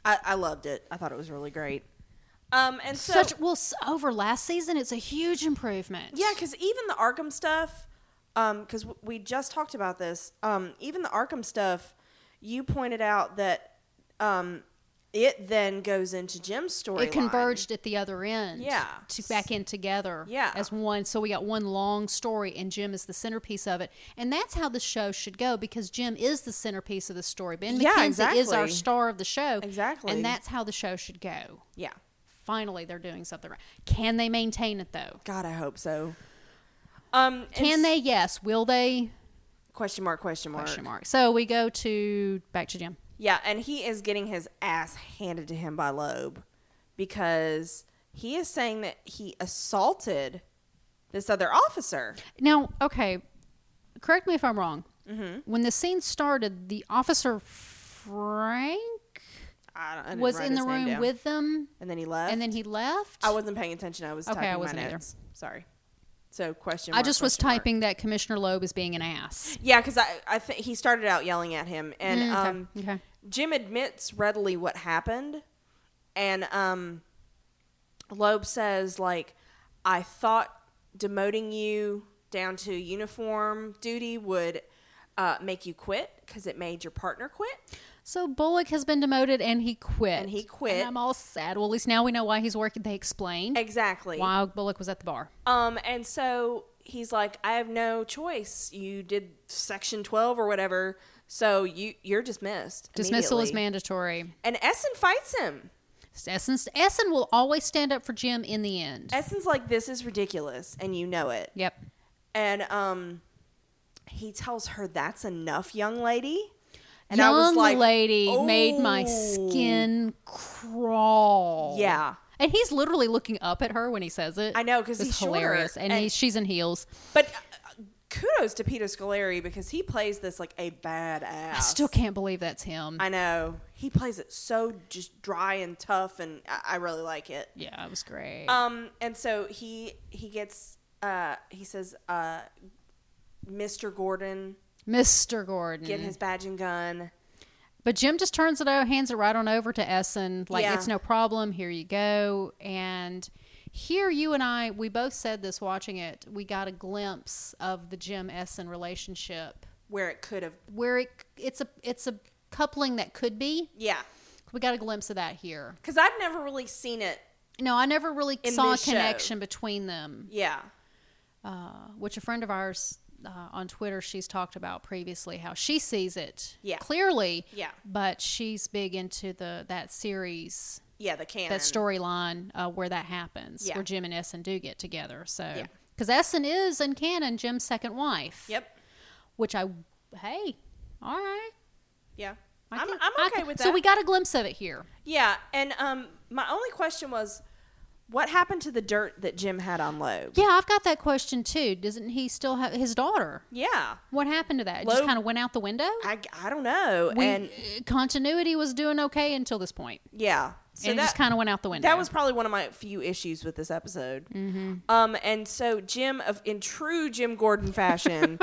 [SPEAKER 1] I, I loved it. I thought it was really great. Um, and so
[SPEAKER 2] Such well s- over last season, it's a huge improvement.
[SPEAKER 1] yeah, because even the Arkham stuff because w we just talked about this. Um, even the Arkham stuff, you pointed out that um, it then goes into Jim's story.
[SPEAKER 2] It converged at the other end.
[SPEAKER 1] Yeah.
[SPEAKER 2] To back in together.
[SPEAKER 1] Yeah.
[SPEAKER 2] As one. So we got one long story, and Jim is the centerpiece of it. And that's how the show should go because Jim is the centerpiece of the story. Ben
[SPEAKER 1] Yeah,
[SPEAKER 2] McKenzie is our
[SPEAKER 1] exactly.
[SPEAKER 2] star of the show.
[SPEAKER 1] Exactly.
[SPEAKER 2] And that's how the show should go.
[SPEAKER 1] Yeah.
[SPEAKER 2] Finally, they're doing something right. Can they maintain it, though?
[SPEAKER 1] God, I hope so. Um, and
[SPEAKER 2] Can
[SPEAKER 1] s-
[SPEAKER 2] they? Yes. Will they?
[SPEAKER 1] Question mark? Question mark?
[SPEAKER 2] Question mark. So we go to back to Jim.
[SPEAKER 1] Yeah, and he is getting his ass handed to him by Loeb because he is saying that he assaulted this other officer.
[SPEAKER 2] Now, okay, correct me if I'm wrong.
[SPEAKER 1] Mm-hmm.
[SPEAKER 2] When the scene started, the officer Frank
[SPEAKER 1] I don't, I didn't
[SPEAKER 2] was
[SPEAKER 1] write
[SPEAKER 2] in the
[SPEAKER 1] his name
[SPEAKER 2] room
[SPEAKER 1] down.
[SPEAKER 2] with them,
[SPEAKER 1] and then he left.
[SPEAKER 2] and then he left.
[SPEAKER 1] I wasn't paying attention. I was
[SPEAKER 2] Okay, I
[SPEAKER 1] typing
[SPEAKER 2] wasn't
[SPEAKER 1] my
[SPEAKER 2] either.
[SPEAKER 1] notes. Sorry. So question.
[SPEAKER 2] I
[SPEAKER 1] mark,
[SPEAKER 2] just was
[SPEAKER 1] question mark.
[SPEAKER 2] typing that Commissioner Loeb is being an ass.
[SPEAKER 1] Yeah, because I I think he started out yelling at him, and
[SPEAKER 2] Mm, okay,
[SPEAKER 1] um,
[SPEAKER 2] okay.
[SPEAKER 1] Jim admits readily what happened, and um, Loeb says like, "I thought demoting you down to uniform duty would uh, make you quit because it made your partner quit."
[SPEAKER 2] So Bullock has been demoted, and he quit.
[SPEAKER 1] And he quit.
[SPEAKER 2] And I'm all sad. Well, at least now we know why he's working. They explained
[SPEAKER 1] Exactly.
[SPEAKER 2] why Bullock was at the bar.
[SPEAKER 1] Um, and so he's like, "I have no choice. You did Section Twelve or whatever, so you you're dismissed.
[SPEAKER 2] Dismissal is
[SPEAKER 1] immediately."
[SPEAKER 2] mandatory.
[SPEAKER 1] And Essen fights him.
[SPEAKER 2] Essen, Essen will always stand up for Jim in the end.
[SPEAKER 1] Essen's like, this is ridiculous, and you know it.
[SPEAKER 2] yep.
[SPEAKER 1] And um, he tells her, that's enough, young lady. And
[SPEAKER 2] Young
[SPEAKER 1] I was like,
[SPEAKER 2] lady made my
[SPEAKER 1] "Oh."
[SPEAKER 2] skin crawl.
[SPEAKER 1] Yeah.
[SPEAKER 2] And he's literally looking up at her when he says it.
[SPEAKER 1] I know, 'cause he's
[SPEAKER 2] It's
[SPEAKER 1] shorter,
[SPEAKER 2] And,
[SPEAKER 1] and-
[SPEAKER 2] he, she's in heels.
[SPEAKER 1] But uh, kudos to Peter Scolari because he plays this like a badass.
[SPEAKER 2] I still can't believe that's him.
[SPEAKER 1] I know. He plays it so just dry and tough, and I, I really like it.
[SPEAKER 2] yeah, it was great.
[SPEAKER 1] Um, and so he he gets uh he says uh, Mr. Gordon
[SPEAKER 2] Mr. Gordon.
[SPEAKER 1] get his badge and gun.
[SPEAKER 2] but Jim just turns it over, hands it right on over to Essen. Like,
[SPEAKER 1] Yeah.
[SPEAKER 2] it's no problem. Here you go. And here you and I, we both said this watching it. We got a glimpse of the Jim Essen relationship
[SPEAKER 1] Where it could have,
[SPEAKER 2] where it, it's a it's a coupling that could be.
[SPEAKER 1] yeah.
[SPEAKER 2] We got a glimpse of that here.
[SPEAKER 1] Because I've never really seen it.
[SPEAKER 2] No, I never really
[SPEAKER 1] In
[SPEAKER 2] saw a
[SPEAKER 1] this show.
[SPEAKER 2] connection between them,
[SPEAKER 1] Yeah.
[SPEAKER 2] uh, which a friend of ours uh, on Twitter, she's talked about previously how she sees it
[SPEAKER 1] Yeah.
[SPEAKER 2] clearly.
[SPEAKER 1] Yeah.
[SPEAKER 2] But she's big into the that series,
[SPEAKER 1] Yeah, the canon.
[SPEAKER 2] that storyline uh, where that happens,
[SPEAKER 1] Yeah.
[SPEAKER 2] where Jim and Essen do get together. So,
[SPEAKER 1] Yeah.
[SPEAKER 2] because Essen is in canon Jim's second wife.
[SPEAKER 1] Yep.
[SPEAKER 2] Which I, hey, all right.
[SPEAKER 1] Yeah.
[SPEAKER 2] I
[SPEAKER 1] I'm,
[SPEAKER 2] can-
[SPEAKER 1] I'm
[SPEAKER 2] I
[SPEAKER 1] okay
[SPEAKER 2] can-
[SPEAKER 1] with that.
[SPEAKER 2] So we got a glimpse of it here.
[SPEAKER 1] yeah. And um, my only question was what happened to the dirt that Jim had on Loeb?
[SPEAKER 2] Yeah, I've got that question too. Doesn't he still have his daughter?
[SPEAKER 1] Yeah.
[SPEAKER 2] What happened to that? It just
[SPEAKER 1] Loeb-
[SPEAKER 2] kind of went out the window.
[SPEAKER 1] I, I don't know.
[SPEAKER 2] We- uh,
[SPEAKER 1] and
[SPEAKER 2] continuity was doing okay until this point,
[SPEAKER 1] yeah. So
[SPEAKER 2] and it just
[SPEAKER 1] that,
[SPEAKER 2] kind of went Mm-hmm. out the window.
[SPEAKER 1] that was probably one of my few issues with this episode. Um, and so Jim, of in true Jim Gordon fashion,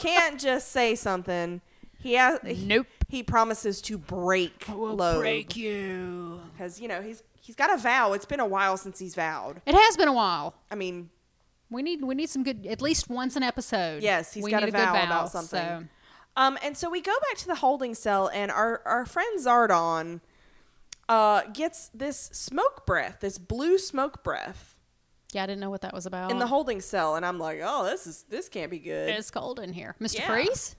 [SPEAKER 1] can't just say something. He has,
[SPEAKER 2] Nope.
[SPEAKER 1] He promises to break Loeb.
[SPEAKER 2] you.
[SPEAKER 1] because you know he's he's got a vow. It's been a while since he's vowed.
[SPEAKER 2] It has been a while.
[SPEAKER 1] I mean,
[SPEAKER 2] We need we need some good at least once an episode.
[SPEAKER 1] yes, he's
[SPEAKER 2] we
[SPEAKER 1] got
[SPEAKER 2] need
[SPEAKER 1] a vow,
[SPEAKER 2] good
[SPEAKER 1] about
[SPEAKER 2] so-
[SPEAKER 1] something. Um, and so we go back to the holding cell, and our our friend Zardon, uh, gets this smoke breath, this blue smoke breath
[SPEAKER 2] yeah, I didn't know what that was about.
[SPEAKER 1] in the holding cell, and I'm like, oh, this is this can't be good.
[SPEAKER 2] it's cold in here, Mr.
[SPEAKER 1] Yeah.
[SPEAKER 2] Freeze.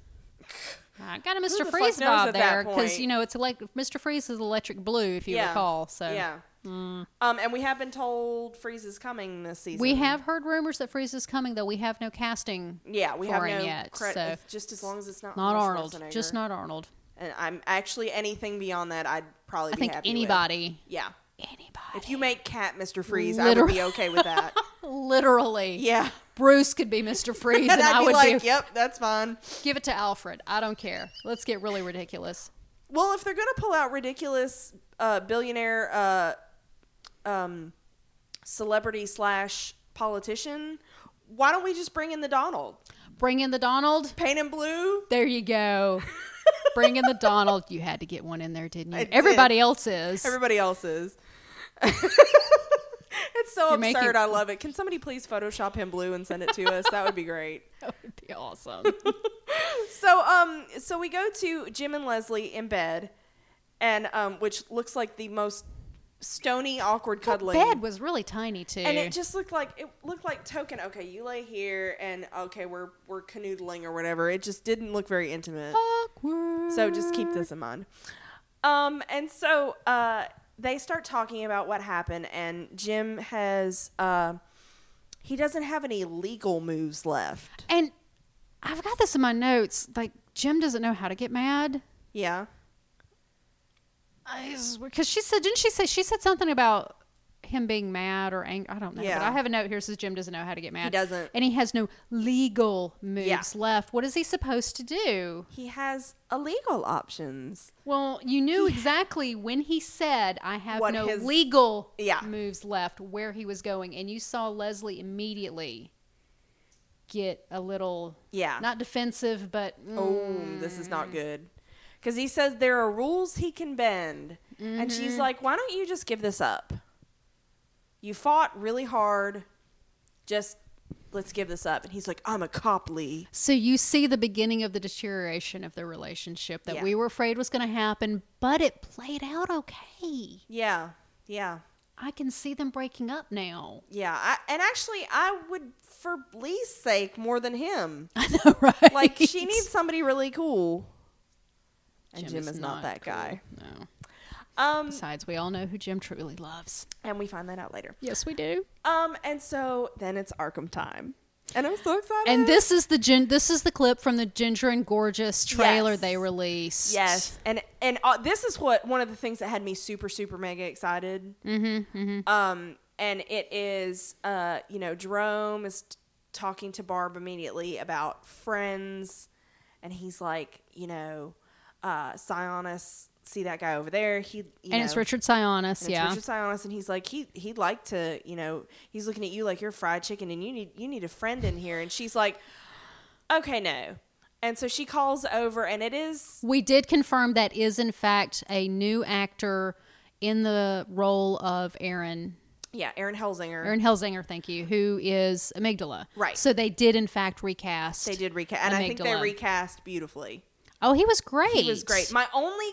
[SPEAKER 2] I got a
[SPEAKER 1] the
[SPEAKER 2] Mr.
[SPEAKER 1] fuck
[SPEAKER 2] Freeze
[SPEAKER 1] knows
[SPEAKER 2] vibe
[SPEAKER 1] at that
[SPEAKER 2] there because
[SPEAKER 1] point?
[SPEAKER 2] you know it's like Mr. Freeze is electric blue if you recall. So mm.
[SPEAKER 1] yeah. Um, and we have been told Freeze is coming this season.
[SPEAKER 2] we have heard rumors that Freeze is coming, though we have no casting.
[SPEAKER 1] yeah, we
[SPEAKER 2] for
[SPEAKER 1] have
[SPEAKER 2] him
[SPEAKER 1] no
[SPEAKER 2] yet,
[SPEAKER 1] cred-
[SPEAKER 2] so-
[SPEAKER 1] if- just as long as it's not
[SPEAKER 2] Not Arnold,
[SPEAKER 1] Schwarzenegger.
[SPEAKER 2] just not Arnold.
[SPEAKER 1] And I'm actually anything beyond that, I'd probably
[SPEAKER 2] I
[SPEAKER 1] be
[SPEAKER 2] think
[SPEAKER 1] happy with.
[SPEAKER 2] anybody,
[SPEAKER 1] Yeah.
[SPEAKER 2] anybody,
[SPEAKER 1] If you make Cat Mr. Freeze, I would
[SPEAKER 2] Literally.
[SPEAKER 1] be okay with that.
[SPEAKER 2] literally,
[SPEAKER 1] Yeah.
[SPEAKER 2] Bruce could be Mr. Freeze, and,
[SPEAKER 1] I'd
[SPEAKER 2] I
[SPEAKER 1] be
[SPEAKER 2] would
[SPEAKER 1] like,
[SPEAKER 2] be,
[SPEAKER 1] yep, that's fine.
[SPEAKER 2] give it to Alfred. I don't care. Let's get really ridiculous.
[SPEAKER 1] Well, if they're going to pull out ridiculous uh, billionaire uh, um, celebrity slash politician, why don't we just bring in the Donald?
[SPEAKER 2] Bring in the Donald.
[SPEAKER 1] Paint him blue?
[SPEAKER 2] There you go. Bring in the Donald. You had to get one in there, didn't you?
[SPEAKER 1] I did.
[SPEAKER 2] Everybody else is.
[SPEAKER 1] Everybody else is. it's It's so
[SPEAKER 2] You're
[SPEAKER 1] absurd.
[SPEAKER 2] making-
[SPEAKER 1] I love it. Can somebody please Photoshop him blue and send it to us? That would be great.
[SPEAKER 2] That would be awesome.
[SPEAKER 1] So um, so we go to Jim and Leslie in bed, and um, which looks like the most stony, awkward
[SPEAKER 2] That
[SPEAKER 1] cuddling.
[SPEAKER 2] bed was really tiny too.
[SPEAKER 1] and it just looked like it looked like token. Okay, you lay here, and okay, we're we're canoodling or whatever. It just didn't look very intimate.
[SPEAKER 2] awkward.
[SPEAKER 1] So just keep this in mind. Um, and so uh, they start talking about what happened, and Jim has uh, he doesn't have any legal moves left.
[SPEAKER 2] And I've got this in my notes. Like Jim doesn't know how to get mad.
[SPEAKER 1] Yeah,
[SPEAKER 2] because she said didn't she say she said something about him being mad or angry i don't know but
[SPEAKER 1] Yeah.
[SPEAKER 2] i have a note here that says jim doesn't know how to get mad
[SPEAKER 1] doesn't.
[SPEAKER 2] and he has no legal moves
[SPEAKER 1] Yeah.
[SPEAKER 2] left what is he supposed to do
[SPEAKER 1] he has illegal options.
[SPEAKER 2] well you knew exactly when he said i have
[SPEAKER 1] What
[SPEAKER 2] no
[SPEAKER 1] his-
[SPEAKER 2] legal
[SPEAKER 1] Yeah.
[SPEAKER 2] moves left where he was going and you saw leslie immediately get a little
[SPEAKER 1] Yeah.
[SPEAKER 2] not defensive but
[SPEAKER 1] oh,
[SPEAKER 2] mm,
[SPEAKER 1] this is not good. Because he says there are rules he can bend, and she's like, "Why don't you just give this up? You fought really hard. Just let's give this up." And he's like, "I'm a cop, Lee."
[SPEAKER 2] So you see the beginning of the deterioration of the relationship that
[SPEAKER 1] Yeah.
[SPEAKER 2] we were afraid was going to happen, but it played out okay.
[SPEAKER 1] Yeah, yeah.
[SPEAKER 2] I can see them breaking up now.
[SPEAKER 1] Yeah, I, and actually, I would, for Lee's sake, more than him.
[SPEAKER 2] I know, right?
[SPEAKER 1] Like, she needs somebody really cool. And Jim, is, not, that
[SPEAKER 2] cool.
[SPEAKER 1] guy.
[SPEAKER 2] No.
[SPEAKER 1] Um,
[SPEAKER 2] Besides, we all know who Jim truly loves.
[SPEAKER 1] and we find that out later.
[SPEAKER 2] Yes, we do.
[SPEAKER 1] Um, and so then it's Arkham time, and I'm so excited.
[SPEAKER 2] And this is the gin- this is the clip from the Ginger and Gorgeous trailer
[SPEAKER 1] Yes.
[SPEAKER 2] they released.
[SPEAKER 1] yes, and and uh, this is what one of the things that had me super super mega excited. Mm-hmm, Um, and it is, uh, you know, Jerome is t- talking to Barb immediately about friends, and he's like, you know, uh, Sionis, see that guy over there? He you
[SPEAKER 2] and it's
[SPEAKER 1] know,
[SPEAKER 2] Richard Sionis.
[SPEAKER 1] and it's
[SPEAKER 2] yeah,
[SPEAKER 1] Richard Sionis, and he's like, he he'd like to, you know, he's looking at you like you're fried chicken, and you need you need a friend in here. And she's like, okay, no. And so she calls over, and it is
[SPEAKER 2] we did confirm that is in fact a new actor in the role of Aaron
[SPEAKER 1] yeah, Aaron Helsinger.
[SPEAKER 2] Erin Helsinger, thank you, who is Amygdala.
[SPEAKER 1] Right.
[SPEAKER 2] So they did in fact recast.
[SPEAKER 1] they did recast, and I think they
[SPEAKER 2] Amygdala.
[SPEAKER 1] recast beautifully.
[SPEAKER 2] Oh, he was great.
[SPEAKER 1] He was great. My only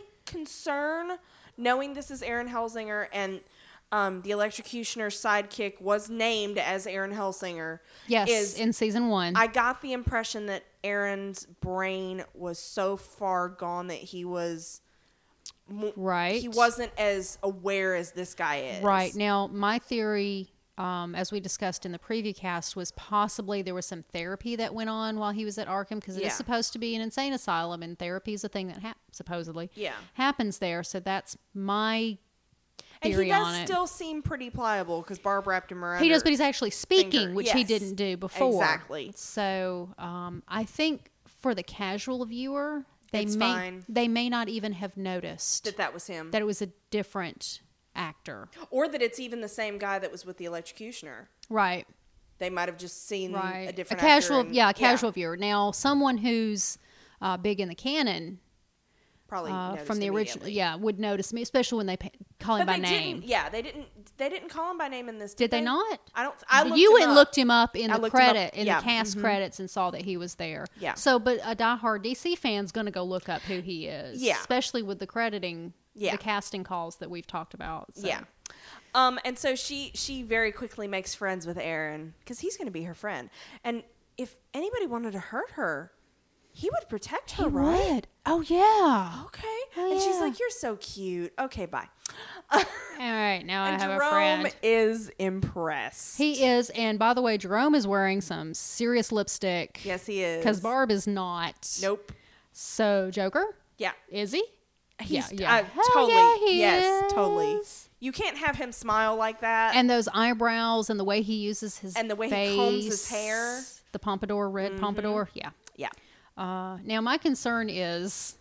[SPEAKER 1] concern, knowing this is Aaron Helsinger and um, the electrocutioner's sidekick was named as Aaron Helsinger.
[SPEAKER 2] yes,
[SPEAKER 1] is
[SPEAKER 2] in season one.
[SPEAKER 1] I got the impression that Aaron's brain was so far gone that he was mo-
[SPEAKER 2] Right.
[SPEAKER 1] He wasn't as aware as this guy is.
[SPEAKER 2] right now, my theory, um, as we discussed in the preview cast, was possibly there was some therapy that went on while he was at Arkham because it is
[SPEAKER 1] Yeah.
[SPEAKER 2] supposed to be an insane asylum, and therapy is a thing that hap supposedly
[SPEAKER 1] Yeah.
[SPEAKER 2] happens there. So that's my
[SPEAKER 1] And
[SPEAKER 2] theory
[SPEAKER 1] he does
[SPEAKER 2] on it.
[SPEAKER 1] still seem pretty pliable because Barb wrapped him around.
[SPEAKER 2] he does,
[SPEAKER 1] her.
[SPEAKER 2] but he's actually speaking, which he
[SPEAKER 1] Yes.
[SPEAKER 2] didn't do before.
[SPEAKER 1] Exactly.
[SPEAKER 2] So um, I think for the casual viewer, they
[SPEAKER 1] It's
[SPEAKER 2] may
[SPEAKER 1] fine.
[SPEAKER 2] they may not even have noticed
[SPEAKER 1] that Mm, that was him,
[SPEAKER 2] that it was a different actor.
[SPEAKER 1] or that it's even the same guy that was with the electrocutioner.
[SPEAKER 2] Right.
[SPEAKER 1] They might have just seen
[SPEAKER 2] Right.
[SPEAKER 1] a different actor
[SPEAKER 2] casual,
[SPEAKER 1] and-
[SPEAKER 2] yeah, a casual viewer. Now, someone who's uh, big in the canon
[SPEAKER 1] probably
[SPEAKER 2] uh,
[SPEAKER 1] noticed
[SPEAKER 2] from the original,
[SPEAKER 1] immediately.
[SPEAKER 2] yeah, would notice me, especially when they pa- call him
[SPEAKER 1] But
[SPEAKER 2] by
[SPEAKER 1] they
[SPEAKER 2] name.
[SPEAKER 1] didn't. Yeah, they didn't. They didn't call him by name in this.
[SPEAKER 2] Did they not?
[SPEAKER 1] I don't. I looked
[SPEAKER 2] you
[SPEAKER 1] him
[SPEAKER 2] went
[SPEAKER 1] up.
[SPEAKER 2] and looked him up in
[SPEAKER 1] I
[SPEAKER 2] the
[SPEAKER 1] looked him up.
[SPEAKER 2] credit in
[SPEAKER 1] Yeah. Mm-hmm.
[SPEAKER 2] the cast credits and saw that he was there.
[SPEAKER 1] Yeah.
[SPEAKER 2] So, but a diehard DC fan's going to go look up who he is.
[SPEAKER 1] Yeah.
[SPEAKER 2] Especially with the crediting,
[SPEAKER 1] Yeah.
[SPEAKER 2] the casting calls that we've talked about. So.
[SPEAKER 1] Yeah. Um, and so she she very quickly makes friends with Aaron because he's going to be her friend. And if anybody wanted to hurt her, he would protect her,
[SPEAKER 2] He
[SPEAKER 1] right?
[SPEAKER 2] would. Oh yeah. Oh,
[SPEAKER 1] Okay. and she's
[SPEAKER 2] yeah.
[SPEAKER 1] like, "You're so cute." Okay, bye.
[SPEAKER 2] All right. Now
[SPEAKER 1] and
[SPEAKER 2] I have a
[SPEAKER 1] Jerome
[SPEAKER 2] friend.
[SPEAKER 1] is impressed.
[SPEAKER 2] He is, and by the way, Jerome is wearing some serious lipstick.
[SPEAKER 1] yes, he is.
[SPEAKER 2] Because Barb is not.
[SPEAKER 1] Nope.
[SPEAKER 2] So Joker
[SPEAKER 1] Yeah.
[SPEAKER 2] is he?
[SPEAKER 1] He's
[SPEAKER 2] yeah. Yeah.
[SPEAKER 1] I
[SPEAKER 2] Hell
[SPEAKER 1] totally.
[SPEAKER 2] yeah, he
[SPEAKER 1] yes, totally.
[SPEAKER 2] is.
[SPEAKER 1] You can't have him smile like that.
[SPEAKER 2] and those eyebrows and the way he uses his
[SPEAKER 1] And the way he combs his
[SPEAKER 2] face,
[SPEAKER 1] hair. Mm-hmm.
[SPEAKER 2] the pompadour red pompadour yeah
[SPEAKER 1] yeah.
[SPEAKER 2] uh, now my concern is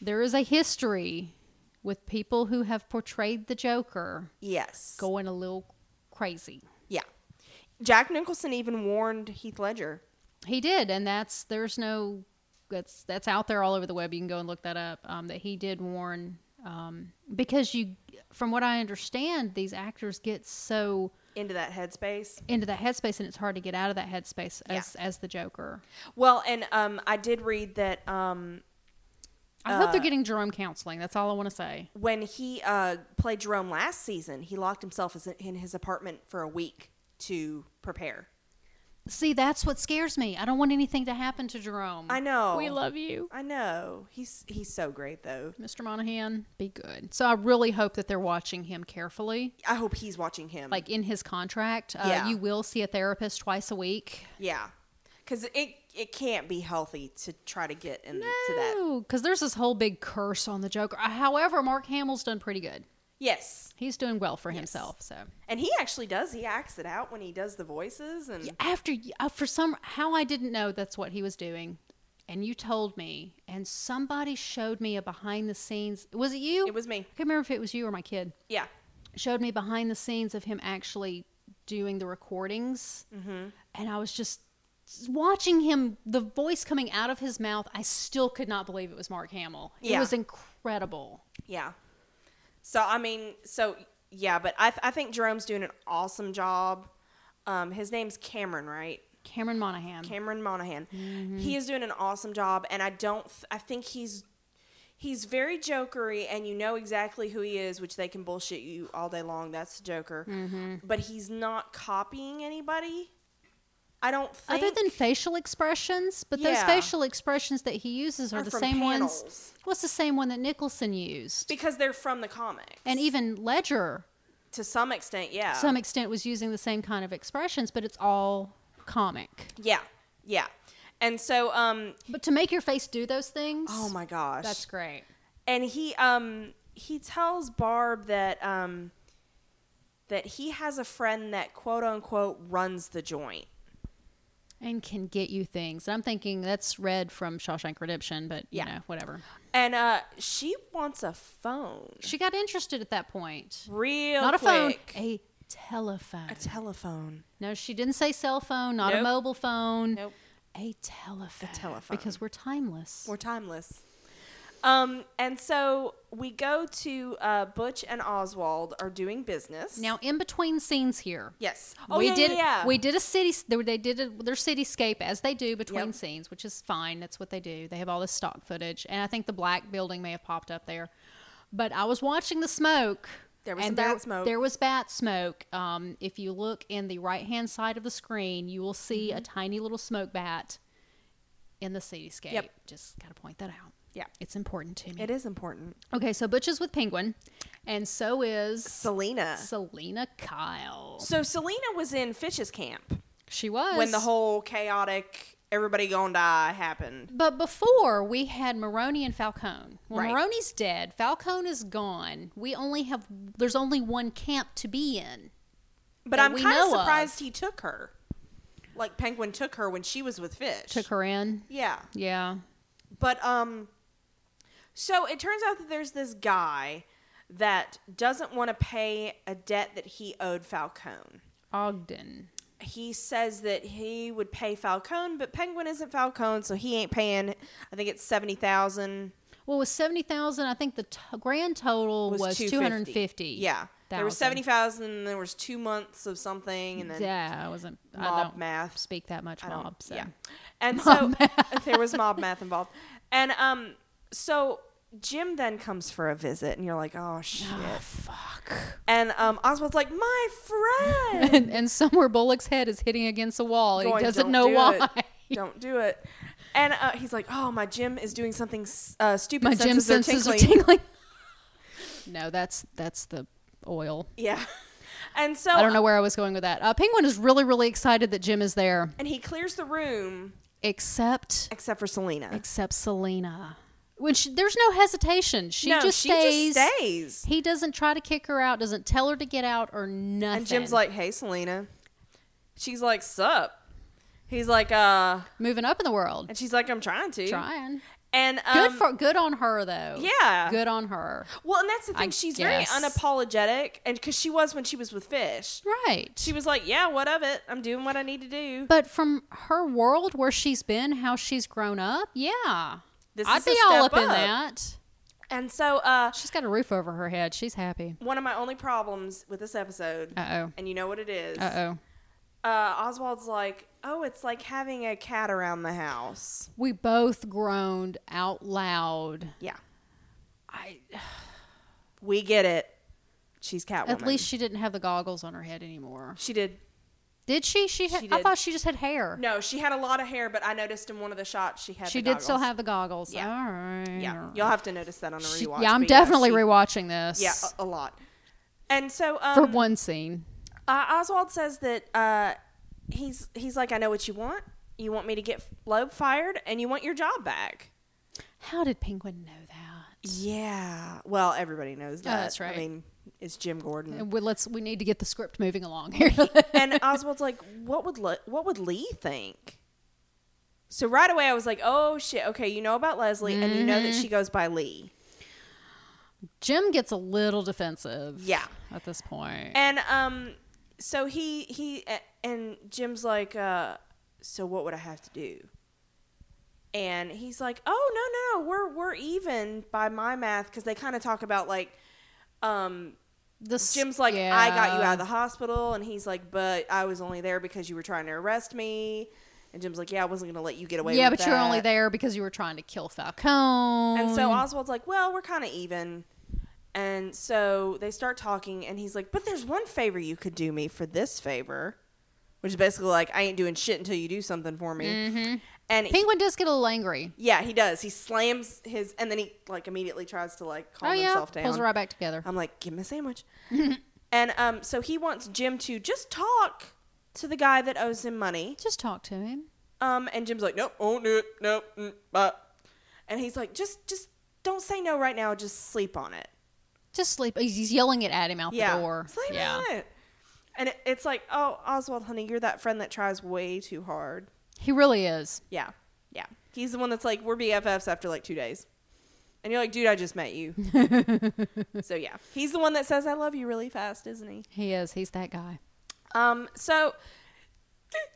[SPEAKER 2] there is a history with people who have portrayed the joker
[SPEAKER 1] Yes.
[SPEAKER 2] going a little crazy
[SPEAKER 1] Yeah. Jack Nicholson even warned Heath Ledger.
[SPEAKER 2] he did and that's there's no that's that's out there all over the web you can go and look that up um, that he did warn um, because you from what i understand these actors get so
[SPEAKER 1] into that headspace.
[SPEAKER 2] into that headspace and it's hard to get out of that headspace
[SPEAKER 1] Yeah.
[SPEAKER 2] as as the Joker.
[SPEAKER 1] Well, and um, I did read that um,
[SPEAKER 2] I hope they're getting Jerome counseling. That's all I want to say.
[SPEAKER 1] when he uh, played Jerome last season, he locked himself as- in his apartment for a week to prepare.
[SPEAKER 2] See, that's what scares me. I don't want anything to happen to Jerome.
[SPEAKER 1] I know.
[SPEAKER 2] We love you.
[SPEAKER 1] I know. He's he's so great though.
[SPEAKER 2] Mr. Monahan, be good. So I really hope that they're watching him carefully.
[SPEAKER 1] I hope he's watching him.
[SPEAKER 2] Like in his contract, uh,
[SPEAKER 1] Yeah.
[SPEAKER 2] you will see a therapist twice a week.
[SPEAKER 1] yeah, because it it can't be healthy to try to get into that.
[SPEAKER 2] No, because there's this whole big curse on the Joker. Uh, However, Mark Hamill's done pretty good.
[SPEAKER 1] Yes,
[SPEAKER 2] He's doing well for himself. So
[SPEAKER 1] and he actually does. He acts it out when he does the voices, and
[SPEAKER 2] after uh, for some how I didn't know that's what he was doing, and you told me, and somebody showed me a behind the scenes. Was it you?
[SPEAKER 1] it was me.
[SPEAKER 2] I can't remember if it was you or my kid.
[SPEAKER 1] Yeah,
[SPEAKER 2] showed me behind the scenes of him actually doing the recordings
[SPEAKER 1] Mm-hmm.
[SPEAKER 2] and i was just watching him the voice coming out of his mouth i still could not believe it was mark hamill it
[SPEAKER 1] Yeah.
[SPEAKER 2] was incredible
[SPEAKER 1] yeah. So I mean, so yeah, but I I think Jerome's doing an awesome job. Um, his name's Cameron, right?
[SPEAKER 2] cameron monahan
[SPEAKER 1] Cameron Monahan.
[SPEAKER 2] Mm-hmm.
[SPEAKER 1] He is doing an awesome job, and I don't. Th- I think he's he's very jokery, and you know exactly who he is, which they can bullshit you all day long. That's the Joker,
[SPEAKER 2] Mm-hmm.
[SPEAKER 1] but he's not copying anybody. I don't think.
[SPEAKER 2] other than facial expressions but those
[SPEAKER 1] Yeah.
[SPEAKER 2] facial expressions that he uses are,
[SPEAKER 1] Are
[SPEAKER 2] the
[SPEAKER 1] from
[SPEAKER 2] same ones
[SPEAKER 1] panels.
[SPEAKER 2] what's the same one that nicholson used
[SPEAKER 1] because they're from the comics,
[SPEAKER 2] and even ledger
[SPEAKER 1] to some extent, yeah,
[SPEAKER 2] to some extent was using the same kind of expressions but it's all comic
[SPEAKER 1] yeah, yeah. And so, um,
[SPEAKER 2] but to make your face do those things
[SPEAKER 1] oh my gosh,
[SPEAKER 2] that's great
[SPEAKER 1] and he um he tells Barb that um that he has a friend that quote unquote runs the joint.
[SPEAKER 2] and can get you things. I'm thinking that's red from Shawshank Redemption, but you know, whatever.
[SPEAKER 1] And uh she wants a phone.
[SPEAKER 2] She got interested at that point.
[SPEAKER 1] Real
[SPEAKER 2] not a phone,
[SPEAKER 1] quick.
[SPEAKER 2] a telephone.
[SPEAKER 1] A telephone.
[SPEAKER 2] no, she didn't say cell phone, not a
[SPEAKER 1] Nope.
[SPEAKER 2] mobile phone.
[SPEAKER 1] Nope.
[SPEAKER 2] A telephone.
[SPEAKER 1] A telephone.
[SPEAKER 2] Because we're timeless.
[SPEAKER 1] We're timeless. Um and so we go to uh Butch and Oswald are doing business.
[SPEAKER 2] now in between scenes here.
[SPEAKER 1] Yes. Oh
[SPEAKER 2] we
[SPEAKER 1] yeah,
[SPEAKER 2] did
[SPEAKER 1] yeah, yeah.
[SPEAKER 2] we did a city they were- they did a, their cityscape as they do between
[SPEAKER 1] Yep.
[SPEAKER 2] scenes which is fine that's what they do they have all this stock footage and i think the black building may have popped up there but i was watching the smoke
[SPEAKER 1] There was
[SPEAKER 2] and
[SPEAKER 1] some
[SPEAKER 2] there,
[SPEAKER 1] bat smoke.
[SPEAKER 2] there was bat smoke um, if you look in the right hand side of the screen you will see
[SPEAKER 1] Mm-hmm.
[SPEAKER 2] a tiny little smoke bat in the cityscape
[SPEAKER 1] Yep.
[SPEAKER 2] just gotta point that out
[SPEAKER 1] Yeah.
[SPEAKER 2] it's important to me
[SPEAKER 1] It is important.
[SPEAKER 2] okay so butch is with penguin and so is
[SPEAKER 1] Selena.
[SPEAKER 2] selena kyle
[SPEAKER 1] So Selena was in Fish's camp
[SPEAKER 2] she was
[SPEAKER 1] when the whole chaotic everybody gonna die happened.
[SPEAKER 2] But before we had Maroney and Falcone. Well,
[SPEAKER 1] Right.
[SPEAKER 2] Maroney's dead. Falcone is gone. We only have there's only one camp to be in.
[SPEAKER 1] But
[SPEAKER 2] that
[SPEAKER 1] I'm
[SPEAKER 2] we
[SPEAKER 1] kind of
[SPEAKER 2] know of.
[SPEAKER 1] surprised he took her. Like Penguin took her when she was with Fish.
[SPEAKER 2] Took her in.
[SPEAKER 1] Yeah.
[SPEAKER 2] Yeah.
[SPEAKER 1] But um so it turns out that there's this guy that doesn't want to pay a debt that he owed Falcone.
[SPEAKER 2] Ogden.
[SPEAKER 1] He says that he would pay Falcone, but Penguin isn't Falcone, so he ain't paying. I think it's 70,000
[SPEAKER 2] Well, with seventy thousand, I think the t- grand total was, two hundred fifty.
[SPEAKER 1] Yeah. There was 70,000, and there was 2 months of something and then
[SPEAKER 2] Yeah, I wasn't. I
[SPEAKER 1] Mob
[SPEAKER 2] don't
[SPEAKER 1] math.
[SPEAKER 2] Speak that much
[SPEAKER 1] I don't-
[SPEAKER 2] mob. So.
[SPEAKER 1] Yeah. And so there was mob math involved. And um so Jim then comes for a visit and you're like, "Oh shit."
[SPEAKER 2] Oh, fuck.
[SPEAKER 1] And um Oswald's like, "My friend."
[SPEAKER 2] And, and somewhere Bullock's head is hitting against a wall. and
[SPEAKER 1] Going,
[SPEAKER 2] he doesn't
[SPEAKER 1] "Don't
[SPEAKER 2] know
[SPEAKER 1] do
[SPEAKER 2] why.
[SPEAKER 1] It. Don't do it. And uh, he's like, "Oh, my Jim is doing something s- uh, stupid.
[SPEAKER 2] My gym
[SPEAKER 1] senses
[SPEAKER 2] senses
[SPEAKER 1] are
[SPEAKER 2] are
[SPEAKER 1] tingling."
[SPEAKER 2] tingling. no, that's that's the oil.
[SPEAKER 1] yeah. And so
[SPEAKER 2] I don't know where I was going with that. Uh, Penguin is really, really excited that Jim is there,
[SPEAKER 1] And he clears the room
[SPEAKER 2] except
[SPEAKER 1] except for Selena.
[SPEAKER 2] except Selena. When she, there's no hesitation, she
[SPEAKER 1] no,
[SPEAKER 2] just
[SPEAKER 1] she
[SPEAKER 2] stays.
[SPEAKER 1] just stays.
[SPEAKER 2] He doesn't try to kick her out, doesn't tell her to get out or nothing.
[SPEAKER 1] And Jim's like, "Hey, Selena." She's like, "Sup?" He's like, "Uh."
[SPEAKER 2] moving up in the world,
[SPEAKER 1] And she's like, I'm trying to.
[SPEAKER 2] trying.
[SPEAKER 1] And um,
[SPEAKER 2] Good for good on her though.
[SPEAKER 1] Yeah.
[SPEAKER 2] good on her.
[SPEAKER 1] Well, and that's the
[SPEAKER 2] I
[SPEAKER 1] thing. she's
[SPEAKER 2] guess.
[SPEAKER 1] very unapologetic, and because she was when she was with Fish,
[SPEAKER 2] Right.
[SPEAKER 1] she was like, "Yeah, what of it? I'm doing what I need to do."
[SPEAKER 2] but from her world where she's been, how she's grown up, yeah,
[SPEAKER 1] This
[SPEAKER 2] I'd
[SPEAKER 1] is a
[SPEAKER 2] be all up,
[SPEAKER 1] step
[SPEAKER 2] in
[SPEAKER 1] up.
[SPEAKER 2] that.
[SPEAKER 1] And so uh,
[SPEAKER 2] She's got a roof over her head. She's happy.
[SPEAKER 1] one of my only problems with this episode,
[SPEAKER 2] Uh
[SPEAKER 1] and you know what it is,
[SPEAKER 2] oh. Uh oh.
[SPEAKER 1] uh, Oswald's like, oh, it's like having a cat around the house.
[SPEAKER 2] We both groaned out loud.
[SPEAKER 1] Yeah,
[SPEAKER 2] I
[SPEAKER 1] we get it. She's Catwoman.
[SPEAKER 2] at least she didn't have the goggles on her head anymore.
[SPEAKER 1] she did.
[SPEAKER 2] Did she? She, had,
[SPEAKER 1] She
[SPEAKER 2] I
[SPEAKER 1] did.
[SPEAKER 2] thought she just had hair.
[SPEAKER 1] No, she had a lot of hair, but I noticed in one of the shots she had.
[SPEAKER 2] she
[SPEAKER 1] the
[SPEAKER 2] did still
[SPEAKER 1] goggles.
[SPEAKER 2] have the goggles.
[SPEAKER 1] Yeah.
[SPEAKER 2] All right.
[SPEAKER 1] Yeah, you'll have to notice that on a
[SPEAKER 2] She-
[SPEAKER 1] rewatch.
[SPEAKER 2] yeah, I'm
[SPEAKER 1] but
[SPEAKER 2] definitely
[SPEAKER 1] she-
[SPEAKER 2] rewatching this.
[SPEAKER 1] Yeah, a, a lot. And so um,
[SPEAKER 2] for one scene.
[SPEAKER 1] Uh, Oswald says that uh, he's he's like, I know what you want. You want me to get Loeb fired, and you want your job back.
[SPEAKER 2] How did Penguin know that?
[SPEAKER 1] Yeah. Well, everybody knows that.
[SPEAKER 2] that's right.
[SPEAKER 1] I mean, it's Jim Gordon.
[SPEAKER 2] We, let's. We need to get the script moving along here.
[SPEAKER 1] and Oswald's like, "What would Le- what would Lee think?" So right away, I was like, "Oh shit! Okay, you know about Leslie, and you know that she goes by Lee."
[SPEAKER 2] Jim gets a little defensive.
[SPEAKER 1] Yeah.
[SPEAKER 2] At this point,
[SPEAKER 1] And um, so he he a- and Jim's like, uh, so what would I have to do? And he's like, oh no no no, we're we're even by my math because they kind of talk about like, um,
[SPEAKER 2] this
[SPEAKER 1] Jim's like, I got you
[SPEAKER 2] yeah.
[SPEAKER 1] out of the hospital, and he's like, but I was only there because you were trying to arrest me. And Jim's like, yeah, I wasn't gonna let you get away.
[SPEAKER 2] Yeah,
[SPEAKER 1] with
[SPEAKER 2] but you're
[SPEAKER 1] that."
[SPEAKER 2] only there because you were trying to kill Falcone.
[SPEAKER 1] And so Oswald's like, well, we're kind of even. And so they start talking, and he's like, but there's one favor you could do me for this favor, which is basically like, I ain't doing shit until you do something for me.
[SPEAKER 2] Mm-hmm.
[SPEAKER 1] And he-
[SPEAKER 2] Penguin does get a little angry.
[SPEAKER 1] yeah, he does. He slams his, and then he like immediately tries to like calm
[SPEAKER 2] oh yeah,
[SPEAKER 1] himself
[SPEAKER 2] pulls
[SPEAKER 1] down. Um,
[SPEAKER 2] it right back together.
[SPEAKER 1] I'm like, give him a sandwich. and um, so he wants Jim to just talk to the guy that owes him money.
[SPEAKER 2] Just talk to him.
[SPEAKER 1] Um, and Jim's like, nope, won't do it. Nope, mm, bye. And he's like, just, just don't say no right now. Just sleep on it.
[SPEAKER 2] Just sleep. He's he's yelling it at him out
[SPEAKER 1] yeah.
[SPEAKER 2] the door.
[SPEAKER 1] Sleep
[SPEAKER 2] yeah.
[SPEAKER 1] on it. And it, it's like, oh, Oswald, honey, you're that friend that tries way too hard.
[SPEAKER 2] He really is.
[SPEAKER 1] Yeah. Yeah. He's the one that's like, we're BFFs after like two days. And you're like, dude, I just met you. so yeah, he's the one that says I love you really fast, isn't he?
[SPEAKER 2] He is. He's that guy.
[SPEAKER 1] Um, so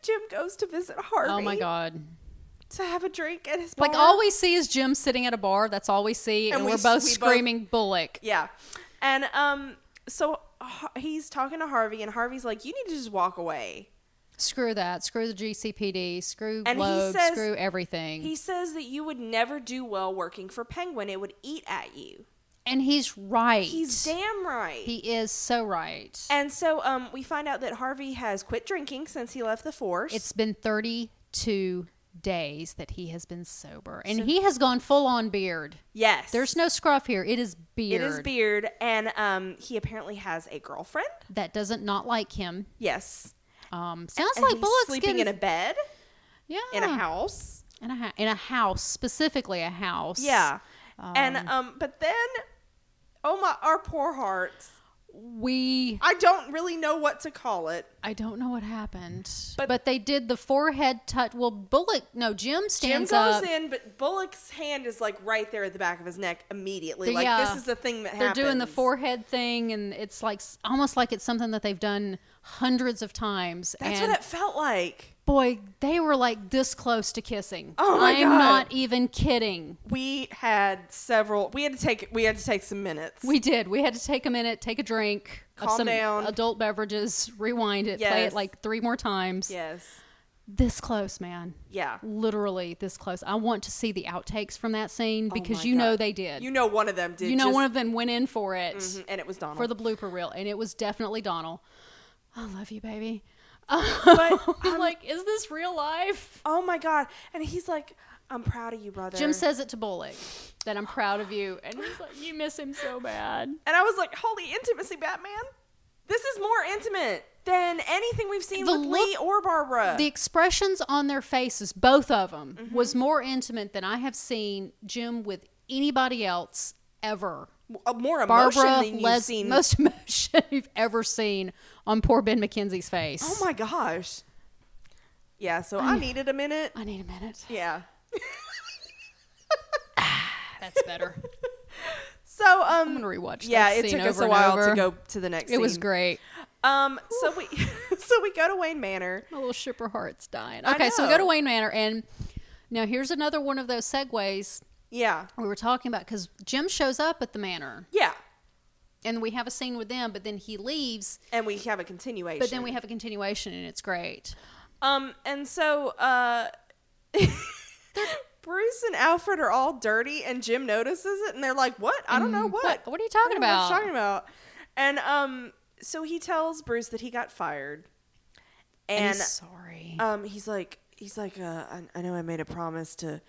[SPEAKER 1] Jim goes to visit Harvey.
[SPEAKER 2] Oh my god.
[SPEAKER 1] To have a drink at his
[SPEAKER 2] Like
[SPEAKER 1] bar.
[SPEAKER 2] all we see is Jim sitting at a bar. That's all we see, and,
[SPEAKER 1] And we
[SPEAKER 2] we, are
[SPEAKER 1] s-
[SPEAKER 2] both
[SPEAKER 1] we both-
[SPEAKER 2] screaming Bullock.
[SPEAKER 1] Yeah. And um so Har- he's talking to Harvey and Harvey's like you need to just walk away.
[SPEAKER 2] Screw that. Screw the GCPD. Screw
[SPEAKER 1] And he
[SPEAKER 2] Globe.
[SPEAKER 1] says-
[SPEAKER 2] screw everything.
[SPEAKER 1] He says that you would never do well working for Penguin. It would eat at you.
[SPEAKER 2] and he's right.
[SPEAKER 1] He's damn right.
[SPEAKER 2] He is so right.
[SPEAKER 1] and so um we find out that Harvey has quit drinking since he left the force.
[SPEAKER 2] It's been 32 days that he has been sober, and he has gone full on beard.
[SPEAKER 1] yes.
[SPEAKER 2] There's no scruff here. It is
[SPEAKER 1] it
[SPEAKER 2] beard.
[SPEAKER 1] is beard and um he apparently has a girlfriend.
[SPEAKER 2] That doesn't not like him.
[SPEAKER 1] Yes.
[SPEAKER 2] Um, sounds
[SPEAKER 1] and
[SPEAKER 2] like
[SPEAKER 1] he's
[SPEAKER 2] Bullock's
[SPEAKER 1] sleeping
[SPEAKER 2] getting,
[SPEAKER 1] in a bed
[SPEAKER 2] yeah
[SPEAKER 1] in a house.
[SPEAKER 2] in a, hou- in a house specifically a house.
[SPEAKER 1] Yeah. and um but then oh my our poor hearts.
[SPEAKER 2] we
[SPEAKER 1] I don't really know what to call it.
[SPEAKER 2] I don't know what happened, but,
[SPEAKER 1] But-
[SPEAKER 2] they did the forehead touch. Well, Bullock, no, Jim
[SPEAKER 1] Jim
[SPEAKER 2] stands
[SPEAKER 1] goes
[SPEAKER 2] up.
[SPEAKER 1] in, but Bullock's hand is like right there at the back of his neck immediately.
[SPEAKER 2] The-
[SPEAKER 1] like
[SPEAKER 2] yeah.
[SPEAKER 1] this is the thing that
[SPEAKER 2] They're
[SPEAKER 1] happens.
[SPEAKER 2] doing the forehead thing, and it's like s- almost like it's something that they've done hundreds of times.
[SPEAKER 1] That's
[SPEAKER 2] and
[SPEAKER 1] what it felt like.
[SPEAKER 2] boy, they were like this close to kissing.
[SPEAKER 1] Oh my
[SPEAKER 2] I'm
[SPEAKER 1] God.
[SPEAKER 2] not even kidding.
[SPEAKER 1] We had several. We had to take. We had to take some minutes.
[SPEAKER 2] We did. We had to take a minute, take a drink of
[SPEAKER 1] Calm
[SPEAKER 2] some
[SPEAKER 1] down.
[SPEAKER 2] adult beverages, rewind it, play it
[SPEAKER 1] Yes.
[SPEAKER 2] like three more times.
[SPEAKER 1] yes.
[SPEAKER 2] This close, man.
[SPEAKER 1] Yeah.
[SPEAKER 2] Literally this close. I want to see the outtakes from that scene because
[SPEAKER 1] Oh my
[SPEAKER 2] you know
[SPEAKER 1] God.
[SPEAKER 2] they did.
[SPEAKER 1] You know, one of them did.
[SPEAKER 2] You know,
[SPEAKER 1] just-
[SPEAKER 2] one of them went in for it
[SPEAKER 1] Mhm, and it was Donald.
[SPEAKER 2] for the blooper reel, and it was definitely Donald. I love you, baby.
[SPEAKER 1] But
[SPEAKER 2] I'm like, is this real life?
[SPEAKER 1] oh my god! And he's like, "I'm proud of you, brother."
[SPEAKER 2] Jim says it to Bullock that I'm proud of you, and he's like, you miss him so bad.
[SPEAKER 1] and I was like, "Holy intimacy, Batman! This is more intimate than anything we've seen
[SPEAKER 2] The
[SPEAKER 1] with Lee or Barbara."
[SPEAKER 2] The expressions on their faces, both of them,
[SPEAKER 1] Mm-hmm.
[SPEAKER 2] was more intimate than I have seen Jim with anybody else ever.
[SPEAKER 1] Uh, more emotion
[SPEAKER 2] Barbara,
[SPEAKER 1] than you've
[SPEAKER 2] Les-
[SPEAKER 1] seen.
[SPEAKER 2] most emotion you've ever seen on poor Ben McKenzie's face.
[SPEAKER 1] Oh my gosh. Yeah, so I needed a minute.
[SPEAKER 2] I need a minute.
[SPEAKER 1] Yeah.
[SPEAKER 2] That's better.
[SPEAKER 1] So um
[SPEAKER 2] I'm gonna rewatch.
[SPEAKER 1] yeah,
[SPEAKER 2] that
[SPEAKER 1] it
[SPEAKER 2] scene
[SPEAKER 1] took us
[SPEAKER 2] over
[SPEAKER 1] a
[SPEAKER 2] and
[SPEAKER 1] while
[SPEAKER 2] over.
[SPEAKER 1] to go to the next
[SPEAKER 2] It was
[SPEAKER 1] scene.
[SPEAKER 2] great.
[SPEAKER 1] Um so we so we go to Wayne Manor.
[SPEAKER 2] My little shipper heart's dying.
[SPEAKER 1] I
[SPEAKER 2] Okay, so we go
[SPEAKER 1] know.
[SPEAKER 2] to Wayne Manor, and now here's another one of those segues
[SPEAKER 1] Yeah.
[SPEAKER 2] We were talking about because Jim shows up at the manor
[SPEAKER 1] Yeah.
[SPEAKER 2] and we have a scene with them, but then he leaves,
[SPEAKER 1] And we have a continuation.
[SPEAKER 2] but then we have a continuation and it's great.
[SPEAKER 1] Um, and so uh, Bruce and Alfred are all dirty, and Jim notices it, and they're like, "What? I don't know what.
[SPEAKER 2] Mm, what- what are you talking
[SPEAKER 1] I don't know what
[SPEAKER 2] about?"
[SPEAKER 1] you're talking about?" And um, so he tells Bruce that he got fired,
[SPEAKER 2] And,
[SPEAKER 1] and uh,
[SPEAKER 2] he's sorry.
[SPEAKER 1] um, he's like, he's like, uh, I, I know I made a promise to.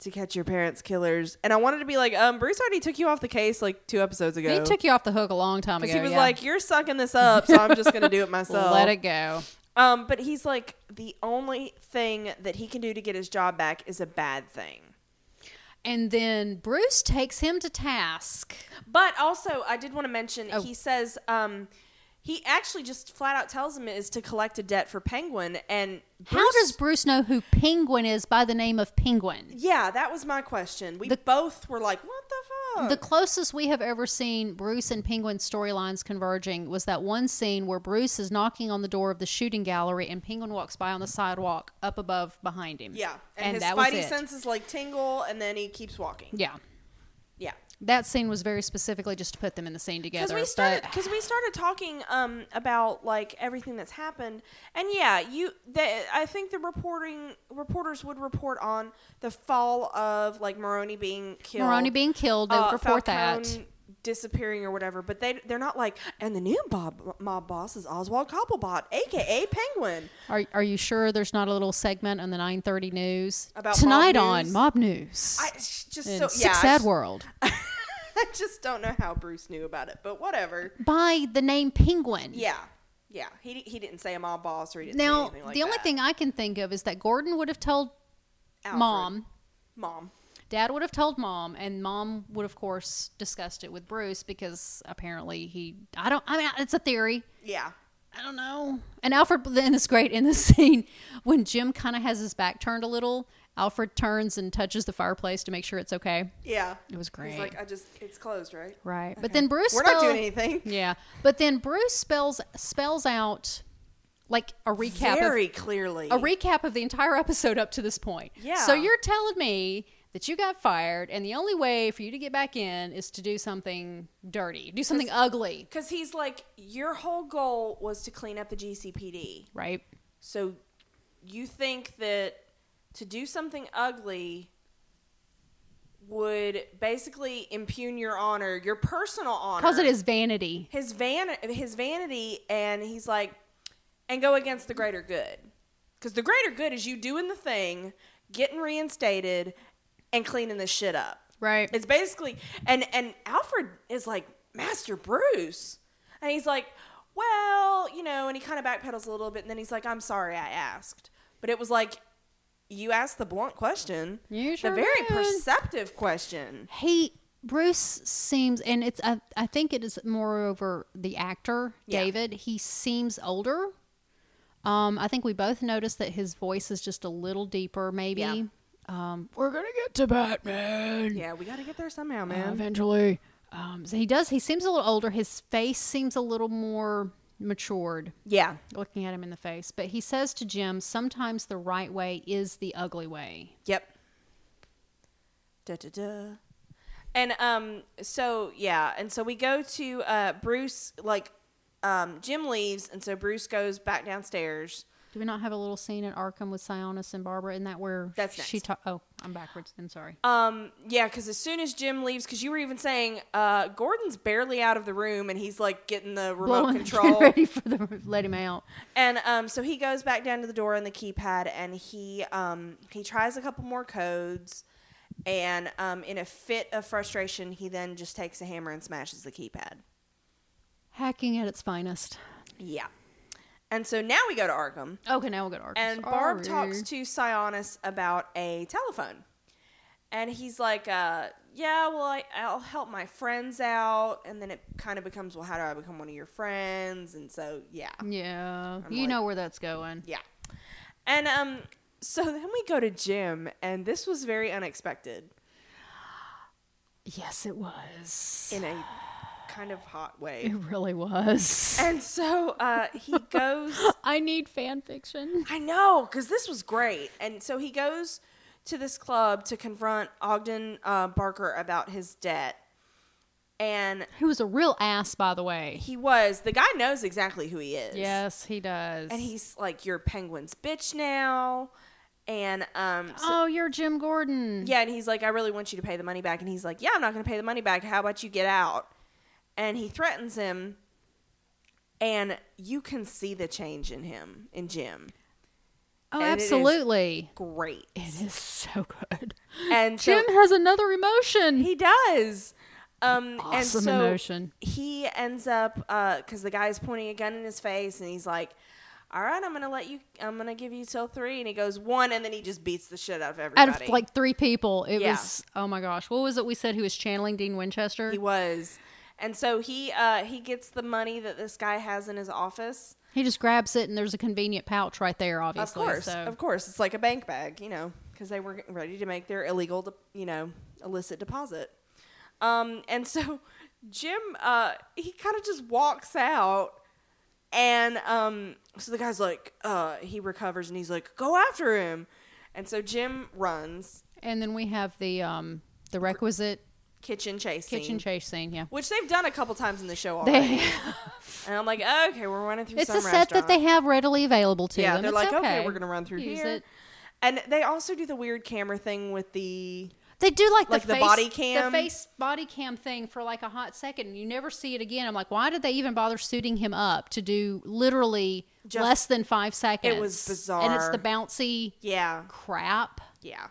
[SPEAKER 1] To catch your parents' killers, and I wanted to be like, um, Bruce already took you off the case like two episodes ago.
[SPEAKER 2] he took you off the hook a long time ago.
[SPEAKER 1] because he was
[SPEAKER 2] yeah.
[SPEAKER 1] like, "You're sucking this up, so I'm just gonna do it myself."
[SPEAKER 2] let it go.
[SPEAKER 1] Um, but he's like the only thing that he can do to get his job back is a bad thing.
[SPEAKER 2] And then Bruce takes him to task.
[SPEAKER 1] But also, I did want to mention
[SPEAKER 2] Oh.
[SPEAKER 1] he says um, he actually just flat out tells him it is to collect a debt for Penguin and
[SPEAKER 2] How does Bruce know who Penguin is by the name of Penguin?
[SPEAKER 1] yeah, that was my question. We
[SPEAKER 2] The-
[SPEAKER 1] both were like, "What the fuck?"
[SPEAKER 2] The closest we have ever seen Bruce and Penguin storylines converging was that one scene where Bruce is knocking on the door of the shooting gallery and Penguin walks by on the sidewalk up above behind him.
[SPEAKER 1] yeah, and, his
[SPEAKER 2] that was
[SPEAKER 1] spidey
[SPEAKER 2] it.
[SPEAKER 1] senses like tingle, and then he keeps walking.
[SPEAKER 2] Yeah.
[SPEAKER 1] Yeah,
[SPEAKER 2] That scene was very specifically just to put them in the scene together.
[SPEAKER 1] because we started
[SPEAKER 2] but
[SPEAKER 1] because we started talking um, about like everything that's happened, and yeah, you. The, I think the reporting reporters would report on the fall of like Maroney being killed, Uh,
[SPEAKER 2] Maroney being killed, they would report that.
[SPEAKER 1] Falcone disappearing or whatever. But they they're not like, and the new mob mob boss is Oswald Cobblepot, aka Penguin.
[SPEAKER 2] Are, are you sure there's not a little segment on the 9:30 news
[SPEAKER 1] About mob
[SPEAKER 2] tonight on
[SPEAKER 1] news?
[SPEAKER 2] Mob News?
[SPEAKER 1] I it's just
[SPEAKER 2] in
[SPEAKER 1] so yeah,
[SPEAKER 2] Six
[SPEAKER 1] I
[SPEAKER 2] Sad
[SPEAKER 1] just-
[SPEAKER 2] World
[SPEAKER 1] I just don't know how Bruce knew about it, but whatever.
[SPEAKER 2] by the name Penguin.
[SPEAKER 1] Yeah, yeah. He he didn't say a mob boss or he didn't say
[SPEAKER 2] Now,
[SPEAKER 1] anything like
[SPEAKER 2] the only
[SPEAKER 1] that.
[SPEAKER 2] thing I can think of is that Gordon would have told
[SPEAKER 1] Alfred.
[SPEAKER 2] mom,
[SPEAKER 1] mom.
[SPEAKER 2] dad would have told mom, and mom would, of course, discussed it with Bruce because apparently he, I don't, I mean, it's a theory.
[SPEAKER 1] Yeah.
[SPEAKER 2] I don't know. And Alfred, then it's great in the scene when Jim kind of has his back turned a little. Alfred turns and touches the fireplace to make sure it's okay.
[SPEAKER 1] Yeah.
[SPEAKER 2] It was
[SPEAKER 1] He's
[SPEAKER 2] great.
[SPEAKER 1] like, I just, it's closed, right?
[SPEAKER 2] right. But then Bruce,
[SPEAKER 1] We're not
[SPEAKER 2] spell-
[SPEAKER 1] doing anything.
[SPEAKER 2] Yeah. But then Bruce spells spells out like a recap of
[SPEAKER 1] Very clearly.
[SPEAKER 2] a recap of the entire episode up to this point.
[SPEAKER 1] Yeah.
[SPEAKER 2] So you're telling me that you got fired, and the only way for you to get back in is to do something dirty, do something ugly,
[SPEAKER 1] Because he's like, your whole goal was to clean up the GCPD.
[SPEAKER 2] right?
[SPEAKER 1] So you think that to do something ugly would basically impugn your honor, your personal honor.
[SPEAKER 2] Because it is vanity.
[SPEAKER 1] His, van- his vanity, and he's like, and go against the greater good. Because the greater good is you doing the thing, getting reinstated, and cleaning this shit up.
[SPEAKER 2] Right.
[SPEAKER 1] It's basically and and Alfred is like Master Bruce, and he's like, well, you know, and he kind of backpedals a little bit, and then he's like, I'm sorry, I asked, but it was like, you asked the blunt question,
[SPEAKER 2] You sure
[SPEAKER 1] the very
[SPEAKER 2] did.
[SPEAKER 1] perceptive question.
[SPEAKER 2] he Bruce seems, and it's I, I think it is moreover the actor
[SPEAKER 1] Yeah.
[SPEAKER 2] David. He seems older. Um, I think we both noticed that his voice is just a little deeper, maybe.
[SPEAKER 1] Yeah.
[SPEAKER 2] Um, we're gonna get to Batman.
[SPEAKER 1] Yeah, we got to get there somehow,
[SPEAKER 2] uh,
[SPEAKER 1] man.
[SPEAKER 2] eventually. Um, so he does. He seems a little older. His face seems a little more matured,
[SPEAKER 1] yeah,
[SPEAKER 2] looking at him in the face. But he says to Jim, "Sometimes the right way is the ugly way."
[SPEAKER 1] yep. Da da da. And um, so yeah, and so we go to uh, Bruce. Like, um, Jim leaves, and so Bruce goes back downstairs.
[SPEAKER 2] Do we not have a little scene at Arkham with Sionis and Barbara? Isn't that where
[SPEAKER 1] That's
[SPEAKER 2] she?
[SPEAKER 1] next.
[SPEAKER 2] Ta- oh, I'm backwards. Then sorry.
[SPEAKER 1] Um, yeah, because as soon as Jim leaves, because you were even saying, uh, Gordon's barely out of the room and he's like getting the remote
[SPEAKER 2] Blowing-
[SPEAKER 1] control.
[SPEAKER 2] ready for the let him out.
[SPEAKER 1] and um, so he goes back down to the door and the keypad and he um, he tries a couple more codes. And um, in a fit of frustration, he then just takes a hammer and smashes the keypad.
[SPEAKER 2] Hacking at its finest.
[SPEAKER 1] Yeah. And so now we go to Arkham.
[SPEAKER 2] Okay, now we'll go to Arkham.
[SPEAKER 1] And Barb
[SPEAKER 2] Sorry.
[SPEAKER 1] talks to Sionis about a telephone. And he's like, uh, yeah, well, I, I'll help my friends out. And then it kind of becomes, well, how do I become one of your friends? And so, yeah.
[SPEAKER 2] Yeah,
[SPEAKER 1] I'm
[SPEAKER 2] you
[SPEAKER 1] like-
[SPEAKER 2] know where that's going.
[SPEAKER 1] Yeah. And um, so then we go to Jim, and this was very unexpected
[SPEAKER 2] Yes, it was.
[SPEAKER 1] in a kind of hot way.
[SPEAKER 2] It really was.
[SPEAKER 1] And so uh, he goes
[SPEAKER 2] I need fan fiction.
[SPEAKER 1] I know, because this was great. And so he goes to this club to confront Ogden uh, Barker about his debt. And
[SPEAKER 2] He was a real ass, by the way.
[SPEAKER 1] he was, the guy knows exactly who he is.
[SPEAKER 2] Yes, he does.
[SPEAKER 1] And he's like, You're Penguin's bitch now. And um, so-
[SPEAKER 2] oh, you're Jim Gordon.
[SPEAKER 1] yeah, and he's like, I really want you to pay the money back. And he's like, Yeah, I'm not going to pay the money back. How about you get out? And he threatens him. And you can see the change in him, in Jim.
[SPEAKER 2] Oh,
[SPEAKER 1] and it is-
[SPEAKER 2] absolutely.
[SPEAKER 1] Great.
[SPEAKER 2] it is so good.
[SPEAKER 1] And so
[SPEAKER 2] Jim has another emotion.
[SPEAKER 1] he does. Um, and
[SPEAKER 2] awesome
[SPEAKER 1] so
[SPEAKER 2] emotion.
[SPEAKER 1] he ends up because the guy's pointing a gun in his face and he's like all right i'm gonna let you i'm gonna give you till three and he goes one and then he just beats the shit out of
[SPEAKER 2] Out
[SPEAKER 1] everybody
[SPEAKER 2] of like three people, it
[SPEAKER 1] Yeah.
[SPEAKER 2] was oh my gosh. What was it we said? Who was channeling Dean Winchester?
[SPEAKER 1] he
[SPEAKER 2] He,
[SPEAKER 1] was and so he uh he gets the money that this guy has in his office
[SPEAKER 2] just grabs it, and there's a convenient pouch right there. Obviously,
[SPEAKER 1] of course
[SPEAKER 2] So.
[SPEAKER 1] of course it's like a bank bag you know because they were ready to make their illegal de- you know illicit deposit um and so jim uh he kind of just walks out and um so the guy's like uh he recovers and he's like go after him and so jim runs
[SPEAKER 2] And then we have the um the requisite
[SPEAKER 1] kitchen chase
[SPEAKER 2] kitchen
[SPEAKER 1] scene,
[SPEAKER 2] chase scene. Yeah,
[SPEAKER 1] which they've done a couple times in the show already
[SPEAKER 2] they,
[SPEAKER 1] and i'm like okay we're running through
[SPEAKER 2] it's
[SPEAKER 1] some
[SPEAKER 2] a set that
[SPEAKER 1] restaurant.
[SPEAKER 2] they have readily available to
[SPEAKER 1] yeah
[SPEAKER 2] them.
[SPEAKER 1] they're
[SPEAKER 2] It's
[SPEAKER 1] like okay.
[SPEAKER 2] okay.
[SPEAKER 1] we're gonna run through
[SPEAKER 2] Use
[SPEAKER 1] here
[SPEAKER 2] it.
[SPEAKER 1] and they also do the weird camera thing with the
[SPEAKER 2] They do like,
[SPEAKER 1] Like the
[SPEAKER 2] face,
[SPEAKER 1] body cam?
[SPEAKER 2] the face body cam thing for like a hot second, and you never see it again. I'm like, why did they even bother suiting him up to do literally
[SPEAKER 1] Just-
[SPEAKER 2] less than five seconds?
[SPEAKER 1] bizarre.
[SPEAKER 2] and it's the bouncy
[SPEAKER 1] Yeah,
[SPEAKER 2] crap,
[SPEAKER 1] yeah,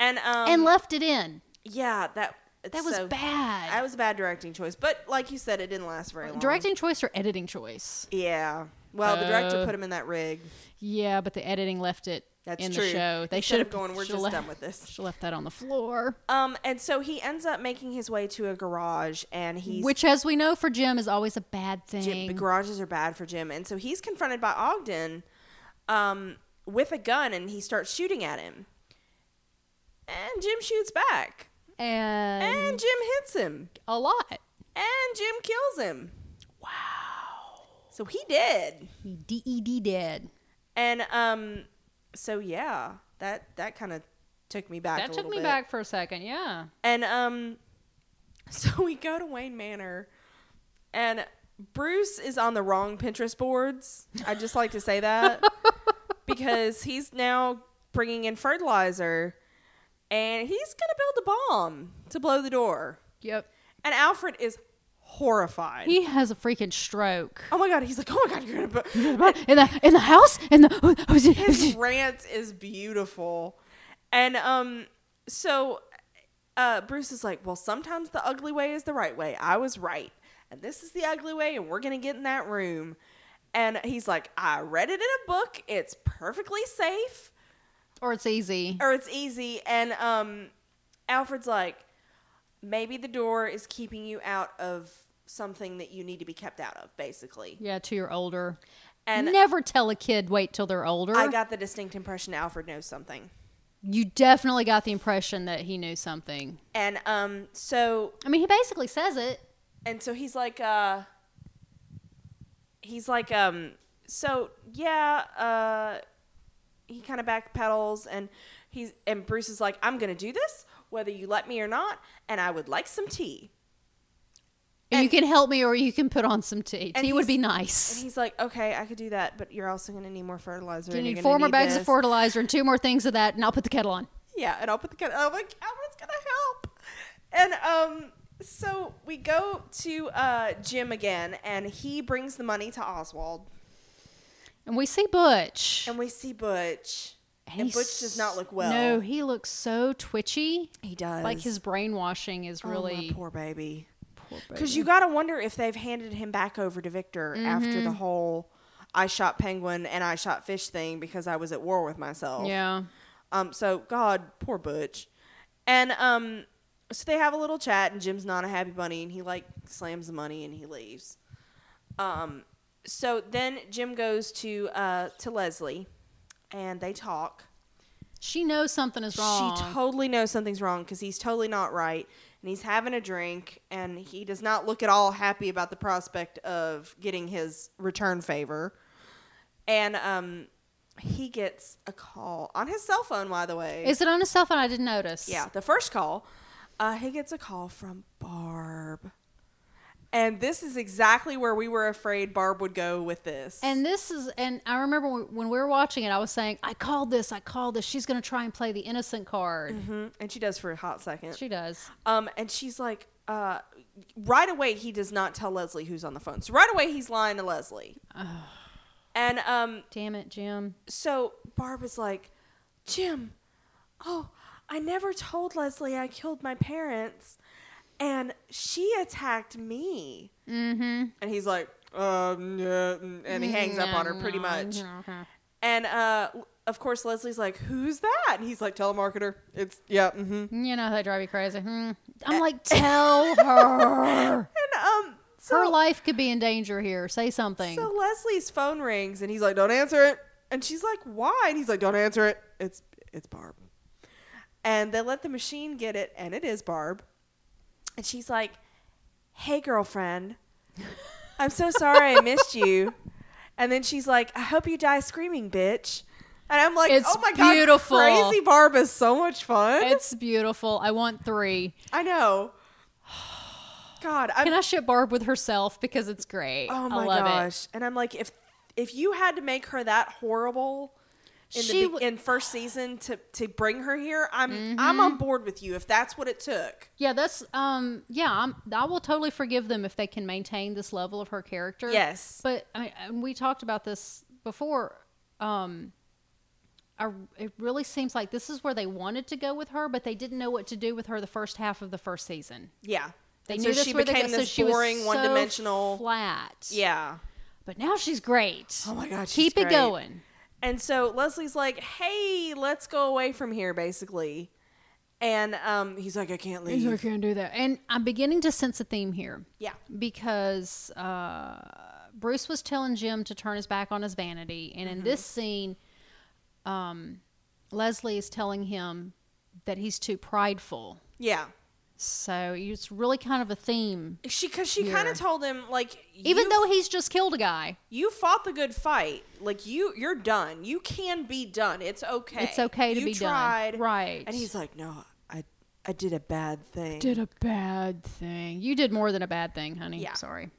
[SPEAKER 1] and um,
[SPEAKER 2] and left it in.
[SPEAKER 1] yeah, that it's
[SPEAKER 2] That was
[SPEAKER 1] so-
[SPEAKER 2] bad.
[SPEAKER 1] That was a bad directing choice, but like you said, it didn't last very long.
[SPEAKER 2] directing choice or editing choice?
[SPEAKER 1] yeah. Well, the director
[SPEAKER 2] Uh,
[SPEAKER 1] put him in that rig.
[SPEAKER 2] Yeah, but the editing left it
[SPEAKER 1] That's
[SPEAKER 2] in
[SPEAKER 1] true.
[SPEAKER 2] the show. They
[SPEAKER 1] Instead
[SPEAKER 2] should
[SPEAKER 1] of
[SPEAKER 2] have
[SPEAKER 1] going, we're just done with this.
[SPEAKER 2] Should left that on the floor,
[SPEAKER 1] Um, and so he ends up making his way to a garage, and he's
[SPEAKER 2] which, as we know, for Jim is always a bad thing.
[SPEAKER 1] Jim, the garages are bad for Jim, and so he's confronted by Ogden, um, with a gun, and he starts shooting at him, and Jim shoots back,
[SPEAKER 2] and,
[SPEAKER 1] and Jim hits him,
[SPEAKER 2] a lot.
[SPEAKER 1] and Jim kills him.
[SPEAKER 2] Wow,
[SPEAKER 1] So he did.
[SPEAKER 2] he
[SPEAKER 1] E
[SPEAKER 2] ded dead.
[SPEAKER 1] And um, so yeah, that that kind of took me back.
[SPEAKER 2] That
[SPEAKER 1] a
[SPEAKER 2] took
[SPEAKER 1] little
[SPEAKER 2] me
[SPEAKER 1] bit.
[SPEAKER 2] back for a second. Yeah.
[SPEAKER 1] And um, so we go to Wayne Manor, and Bruce is on the wrong Pinterest boards. I just like to say that because he's now bringing in fertilizer, and he's gonna build a bomb to blow the door.
[SPEAKER 2] Yep.
[SPEAKER 1] And Alfred is horrified.
[SPEAKER 2] He has a freaking stroke.
[SPEAKER 1] oh my god, he's like, oh my god, you're gonna. Bu-.
[SPEAKER 2] In the in the house in
[SPEAKER 1] his
[SPEAKER 2] the
[SPEAKER 1] rant is beautiful. And um so uh Bruce is like, "Well, sometimes the ugly way is the right way. I was right. And this is the ugly way and we're going to get in that room." And he's like, "I read it in a book. It's perfectly safe
[SPEAKER 2] or it's easy.
[SPEAKER 1] or it's easy." And um Alfred's like, "Maybe the door is keeping you out of something that you need to be kept out of, basically."
[SPEAKER 2] Yeah, to your older.
[SPEAKER 1] And-
[SPEAKER 2] And never tell a kid wait till they're older.
[SPEAKER 1] I got the distinct impression Alfred knows something.
[SPEAKER 2] you definitely got the impression that he knew something.
[SPEAKER 1] And um so
[SPEAKER 2] I mean, he basically says it.
[SPEAKER 1] and so he's like uh he's like um so yeah uh he kind of backpedals and he's and bruce is like i'm gonna do this whether you let me or not and i would like some tea
[SPEAKER 2] you can help me or you can put on some tea.
[SPEAKER 1] and
[SPEAKER 2] Tea would
[SPEAKER 1] he's-
[SPEAKER 2] be
[SPEAKER 1] and
[SPEAKER 2] nice.
[SPEAKER 1] he's like okay i could do that but you're also gonna need more fertilizer
[SPEAKER 2] You
[SPEAKER 1] and you're gonna
[SPEAKER 2] need four more
[SPEAKER 1] need
[SPEAKER 2] bags
[SPEAKER 1] this."
[SPEAKER 2] of fertilizer and two more things of that, and I'll put the kettle on.
[SPEAKER 1] yeah and i'll put the cat i'm like alfred's gonna help and um so we go to uh jim again and he brings the money to oswald
[SPEAKER 2] And we see Butch.
[SPEAKER 1] and we see butch
[SPEAKER 2] And
[SPEAKER 1] And
[SPEAKER 2] he's-
[SPEAKER 1] Butch does not look well.
[SPEAKER 2] No, he looks so twitchy.
[SPEAKER 1] He does.
[SPEAKER 2] Like his brainwashing is really
[SPEAKER 1] Oh, poor baby.
[SPEAKER 2] poor
[SPEAKER 1] Because
[SPEAKER 2] baby.
[SPEAKER 1] you gotta wonder if they've handed him back over to Victor after the whole "I shot penguin and I shot fish" thing because I was at war with myself.
[SPEAKER 2] Yeah.
[SPEAKER 1] Um. So God, poor Butch, and um. So they have a little chat, and Jim's not a happy bunny, and he like slams the money and he leaves. Um. So then Jim goes to uh to Leslie, and they talk.
[SPEAKER 2] She knows something is wrong.
[SPEAKER 1] She totally knows something's wrong because he's totally not right, and he's having a drink, and he does not look at all happy about the prospect of getting his return favor. And um, he gets a call on his cell phone, by the way.
[SPEAKER 2] Is it on his cell phone? I didn't notice.
[SPEAKER 1] yeah, the first call, uh, he gets a call from Barb. And this is exactly where we were afraid Barb would go with this.
[SPEAKER 2] And this is, and I remember when- when we were watching it, I was saying, I called this, I called this. She's going to try and play the innocent card.
[SPEAKER 1] Mhm. and she does for a hot second.
[SPEAKER 2] She does.
[SPEAKER 1] Um, and she's like, uh, right away, he does not tell Leslie who's on the phone. So right away, he's lying to Leslie. And um,
[SPEAKER 2] Damn it, Jim.
[SPEAKER 1] so Barb is like, Jim, oh, I never told Leslie I killed my parents. And she attacked me.
[SPEAKER 2] Mm-hmm.
[SPEAKER 1] And he's like, um, yeah, and he hangs up on her pretty
[SPEAKER 2] Mm-hmm.
[SPEAKER 1] much. And uh, of course, Leslie's like, who's that? And he's like, telemarketer. It's, yeah, mm-hmm.
[SPEAKER 2] You know, they drive you crazy. Hmm. I'm like, tell her.
[SPEAKER 1] And um, so,
[SPEAKER 2] her life could be in danger here. Say something.
[SPEAKER 1] So Leslie's phone rings and he's like, "Don't answer it." And she's like, "Why?" And he's like, "Don't answer it. It's it's Barb." And they let the machine get it and it is Barb. And she's like, "Hey girlfriend. I'm so sorry I missed you." And then she's like, "I hope you die screaming, bitch." And I'm like,
[SPEAKER 2] It's
[SPEAKER 1] "Oh my
[SPEAKER 2] beautiful.
[SPEAKER 1] god, crazy Barb is so much fun."
[SPEAKER 2] it's beautiful. I want three.
[SPEAKER 1] I know. God, I'm
[SPEAKER 2] Can I ship Barb with herself because it's great?
[SPEAKER 1] Oh
[SPEAKER 2] I
[SPEAKER 1] my
[SPEAKER 2] love it.
[SPEAKER 1] gosh! And I'm like, if if you had to make her that horrible in
[SPEAKER 2] She
[SPEAKER 1] the be-
[SPEAKER 2] w-
[SPEAKER 1] in first season to to bring her here, I'm I'm
[SPEAKER 2] Mm-hmm.
[SPEAKER 1] on board with you if that's what it took.
[SPEAKER 2] Yeah, that's um yeah, I'm I will totally forgive them if they can maintain this level of her character.
[SPEAKER 1] Yes.
[SPEAKER 2] But I mean and we talked about this before um I, it really seems like this is where they wanted to go with her, but they didn't know what to do with her the first half of the first season.
[SPEAKER 1] Yeah.
[SPEAKER 2] They
[SPEAKER 1] And
[SPEAKER 2] knew
[SPEAKER 1] so
[SPEAKER 2] this
[SPEAKER 1] she
[SPEAKER 2] where they
[SPEAKER 1] became
[SPEAKER 2] go- so
[SPEAKER 1] this
[SPEAKER 2] she was
[SPEAKER 1] boring,
[SPEAKER 2] so
[SPEAKER 1] one-dimensional.
[SPEAKER 2] flat.
[SPEAKER 1] Yeah.
[SPEAKER 2] but now she's great.
[SPEAKER 1] Oh my God, she's
[SPEAKER 2] keep
[SPEAKER 1] great.
[SPEAKER 2] it going.
[SPEAKER 1] And so Leslie's like, "Hey, let's go away from here," basically. And um, he's like, "I can't leave."
[SPEAKER 2] You're gonna do that, and I'm beginning to sense a theme here.
[SPEAKER 1] yeah.
[SPEAKER 2] because uh, Bruce was telling Jim to turn his back on his vanity, and in
[SPEAKER 1] Mm-hmm.
[SPEAKER 2] this scene, um, Leslie is telling him that he's too prideful.
[SPEAKER 1] Yeah.
[SPEAKER 2] So it's really kind of a theme,
[SPEAKER 1] She because she kind
[SPEAKER 2] Yeah.
[SPEAKER 1] of told him like,
[SPEAKER 2] even
[SPEAKER 1] "You
[SPEAKER 2] though he's just killed a guy.
[SPEAKER 1] you fought the good fight. Like you, you're done. You can be done. It's okay.
[SPEAKER 2] It's okay to
[SPEAKER 1] You
[SPEAKER 2] be
[SPEAKER 1] tried.
[SPEAKER 2] done, right?
[SPEAKER 1] And he's like, no, I, I did a bad thing.
[SPEAKER 2] did a bad thing. You did more than a bad thing, honey.
[SPEAKER 1] Yeah.
[SPEAKER 2] Sorry.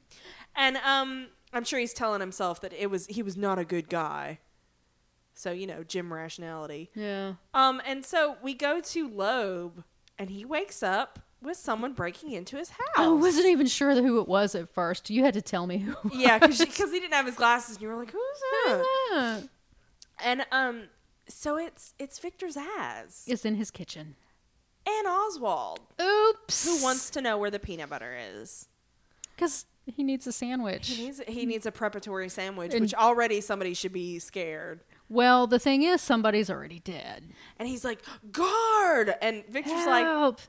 [SPEAKER 1] And um, I'm sure he's telling himself that it was he was not a good guy. So you know, Jim rationality.
[SPEAKER 2] Yeah.
[SPEAKER 1] Um, and so we go to Loeb, and he wakes up with someone breaking into his house.
[SPEAKER 2] I Oh, wasn't even sure who it was at first. You had to tell me who.
[SPEAKER 1] yeah, because he didn't have his glasses, and you were like, who's that?
[SPEAKER 2] it
[SPEAKER 1] and um, so it's it's Victor's ass
[SPEAKER 2] is in his kitchen.
[SPEAKER 1] and Oswald.
[SPEAKER 2] Oops.
[SPEAKER 1] who wants to know where the peanut butter is.
[SPEAKER 2] Because he needs a sandwich.
[SPEAKER 1] He needs, he needs a preparatory sandwich,
[SPEAKER 2] And-
[SPEAKER 1] which already somebody should be scared.
[SPEAKER 2] well, the thing is, somebody's already dead.
[SPEAKER 1] And he's like, guard! And Victor's like,
[SPEAKER 2] Help!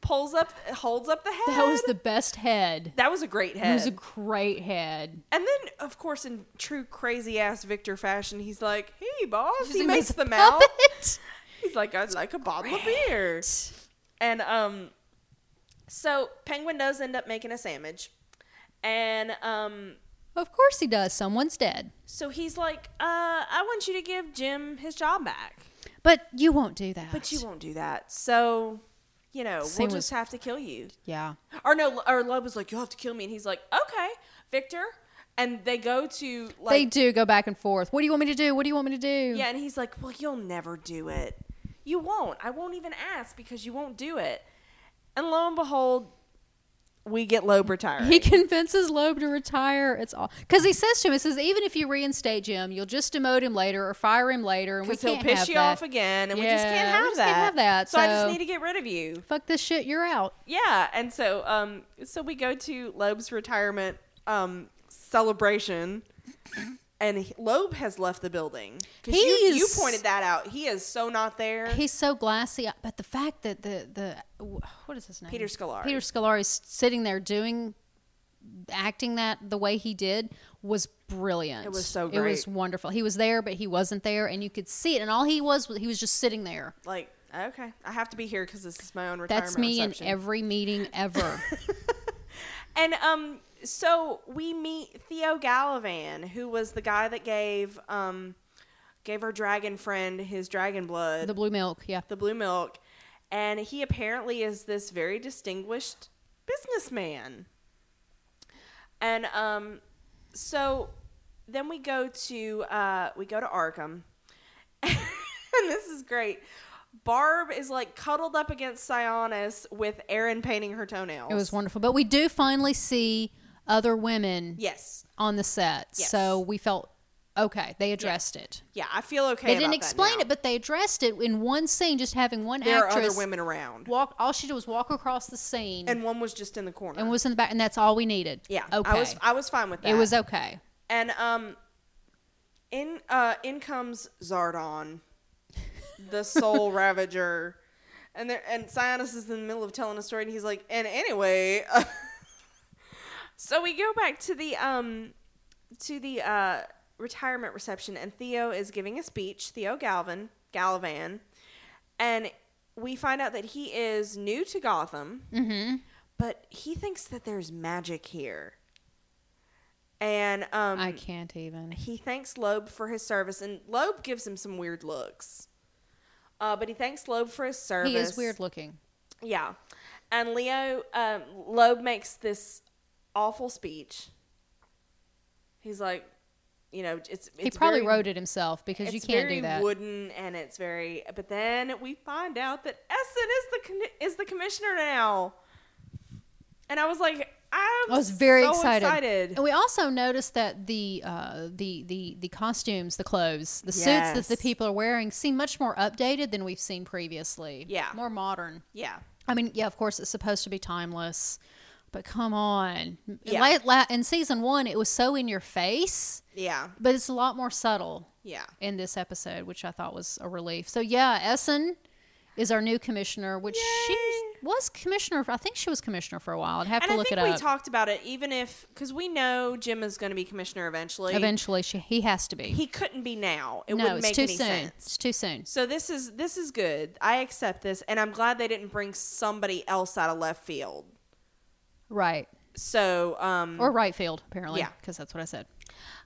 [SPEAKER 1] pulls up, holds up the head.
[SPEAKER 2] that was the best head.
[SPEAKER 1] That was a great
[SPEAKER 2] It
[SPEAKER 1] head.
[SPEAKER 2] was a great head.
[SPEAKER 1] and then, of course, in true crazy ass Victor fashion, he's like, hey, boss. He
[SPEAKER 2] Using
[SPEAKER 1] makes
[SPEAKER 2] his
[SPEAKER 1] the mouth.
[SPEAKER 2] puppet.
[SPEAKER 1] He's like, I'd like a bottle of beer. And um, so Penguin does end up making a sandwich. And um,
[SPEAKER 2] Of course he does. Someone's dead.
[SPEAKER 1] so he's like, uh, I want you to give Jim his job back.
[SPEAKER 2] But you won't do that.
[SPEAKER 1] But you won't do that. So, you know,
[SPEAKER 2] Same
[SPEAKER 1] we'll
[SPEAKER 2] with-
[SPEAKER 1] just have to kill you.
[SPEAKER 2] Yeah.
[SPEAKER 1] Or no, or Loeb was like, you'll have to kill me. And he's like, okay, Victor. And they go to
[SPEAKER 2] they
[SPEAKER 1] like,
[SPEAKER 2] do go back and forth. What do you want me to do? What do you want me to do?
[SPEAKER 1] yeah, and he's like, well, you'll never do it. You won't. I won't even ask because you won't do it. And lo and behold, we get Loeb retiring.
[SPEAKER 2] He convinces Loeb to retire. It's all because he says to him, "He says even if you reinstate Jim, you'll just demote him later or fire him later, and we
[SPEAKER 1] because
[SPEAKER 2] can't
[SPEAKER 1] he'll piss
[SPEAKER 2] have
[SPEAKER 1] you
[SPEAKER 2] that.
[SPEAKER 1] off again, and we just can't
[SPEAKER 2] Yeah,
[SPEAKER 1] have
[SPEAKER 2] we just
[SPEAKER 1] that.
[SPEAKER 2] can't have that,
[SPEAKER 1] so I just
[SPEAKER 2] so-
[SPEAKER 1] need to get rid of you.
[SPEAKER 2] Fuck this shit. You're out."
[SPEAKER 1] Yeah, and so um, so we go to Loeb's retirement um celebration, and he- Loeb has left the building. 'Cause you,
[SPEAKER 2] He
[SPEAKER 1] you
[SPEAKER 2] is-
[SPEAKER 1] pointed that out. He is so not there.
[SPEAKER 2] He's so glassy, uh, but the fact that the the what is his name?
[SPEAKER 1] Peter Scolari.
[SPEAKER 2] Peter Scolari is sitting there doing acting that the way he did was brilliant.
[SPEAKER 1] It was so
[SPEAKER 2] It was
[SPEAKER 1] great.
[SPEAKER 2] wonderful. He was there, but he wasn't there, and you could see it. And all he was was he was just sitting there.
[SPEAKER 1] like, okay, I have to be here because this is my own retirement.
[SPEAKER 2] That's me
[SPEAKER 1] reception.
[SPEAKER 2] in every meeting ever.
[SPEAKER 1] And um, so we meet Theo Gallivan, who was the guy that gave um, gave our dragon friend his dragon blood,
[SPEAKER 2] The
[SPEAKER 1] the,
[SPEAKER 2] blue milk, yeah.
[SPEAKER 1] blue milk, and he apparently is this very distinguished businessman. And um, so then we go to uh, we go to Arkham, and this is great. Barb is like cuddled up against Sionis with Erin painting her toenails.
[SPEAKER 2] It was wonderful. But we do finally see other women
[SPEAKER 1] yes,
[SPEAKER 2] on the set.
[SPEAKER 1] Yes.
[SPEAKER 2] So we felt okay, they addressed it.
[SPEAKER 1] yeah, I feel okay.
[SPEAKER 2] They didn't
[SPEAKER 1] about
[SPEAKER 2] explain
[SPEAKER 1] that now.
[SPEAKER 2] it, but they addressed it in one scene, just having one
[SPEAKER 1] there are
[SPEAKER 2] actress
[SPEAKER 1] other women around,
[SPEAKER 2] walk all she did was walk across the scene and,
[SPEAKER 1] and one was just in the corner.
[SPEAKER 2] was in the back and that's all we needed.
[SPEAKER 1] yeah,
[SPEAKER 2] Okay.
[SPEAKER 1] I was I was fine with that.
[SPEAKER 2] it was okay.
[SPEAKER 1] and um, in uh, in comes Zardon, the Soul Ravager, and there and Sionis is in the middle of telling a story, and he's like, and anyway, so we go back to the um to the uh retirement reception, and Theo is giving a speech. Theo Galvin Galvan, and we find out that he is new to Gotham
[SPEAKER 2] Mm-hmm.
[SPEAKER 1] but he thinks that there's magic here. And um,
[SPEAKER 2] I can't even.
[SPEAKER 1] he thanks Loeb for his service, and Loeb gives him some weird looks. Uh, but he thanks Loeb for his service.
[SPEAKER 2] He is weird looking.
[SPEAKER 1] Yeah. And Leo, um, Loeb makes this awful speech. He's like, you know, it's, it's
[SPEAKER 2] he probably
[SPEAKER 1] very,
[SPEAKER 2] wrote it himself because you
[SPEAKER 1] it's
[SPEAKER 2] can't
[SPEAKER 1] very
[SPEAKER 2] do that.
[SPEAKER 1] wooden, and it's very. But then we find out that Essen is the con- is the commissioner now, and I was like, I'm
[SPEAKER 2] I was very
[SPEAKER 1] so
[SPEAKER 2] excited.
[SPEAKER 1] excited.
[SPEAKER 2] And we also noticed that the uh, the the the costumes, the clothes, the suits that
[SPEAKER 1] Yes.
[SPEAKER 2] the people are wearing seem much more updated than we've seen previously.
[SPEAKER 1] Yeah.
[SPEAKER 2] more modern.
[SPEAKER 1] Yeah,
[SPEAKER 2] I mean, yeah, of course, it's supposed to be timeless, but come on.
[SPEAKER 1] Yeah.
[SPEAKER 2] La- la- in season one, it was so in your face,
[SPEAKER 1] yeah,
[SPEAKER 2] but it's a lot more subtle
[SPEAKER 1] yeah.
[SPEAKER 2] in this episode, which I thought was a relief. So yeah, Essen is our new commissioner, which she
[SPEAKER 1] Yay.
[SPEAKER 2] was commissioner. For, I think she was commissioner for a while. I'd have
[SPEAKER 1] And
[SPEAKER 2] to
[SPEAKER 1] I
[SPEAKER 2] look
[SPEAKER 1] think
[SPEAKER 2] it
[SPEAKER 1] we
[SPEAKER 2] up.
[SPEAKER 1] talked about it, even if because we know Jim is going to be commissioner eventually.
[SPEAKER 2] Eventually, she he has to be.
[SPEAKER 1] he couldn't be now. It
[SPEAKER 2] no,
[SPEAKER 1] wouldn't
[SPEAKER 2] it's
[SPEAKER 1] make
[SPEAKER 2] too
[SPEAKER 1] any
[SPEAKER 2] soon.
[SPEAKER 1] sense.
[SPEAKER 2] It's too soon.
[SPEAKER 1] So this is this is good. I accept this, and I'm glad they didn't bring somebody else out of left field.
[SPEAKER 2] Right
[SPEAKER 1] So um,
[SPEAKER 2] or right field apparently.
[SPEAKER 1] Yeah.
[SPEAKER 2] because that's what I said.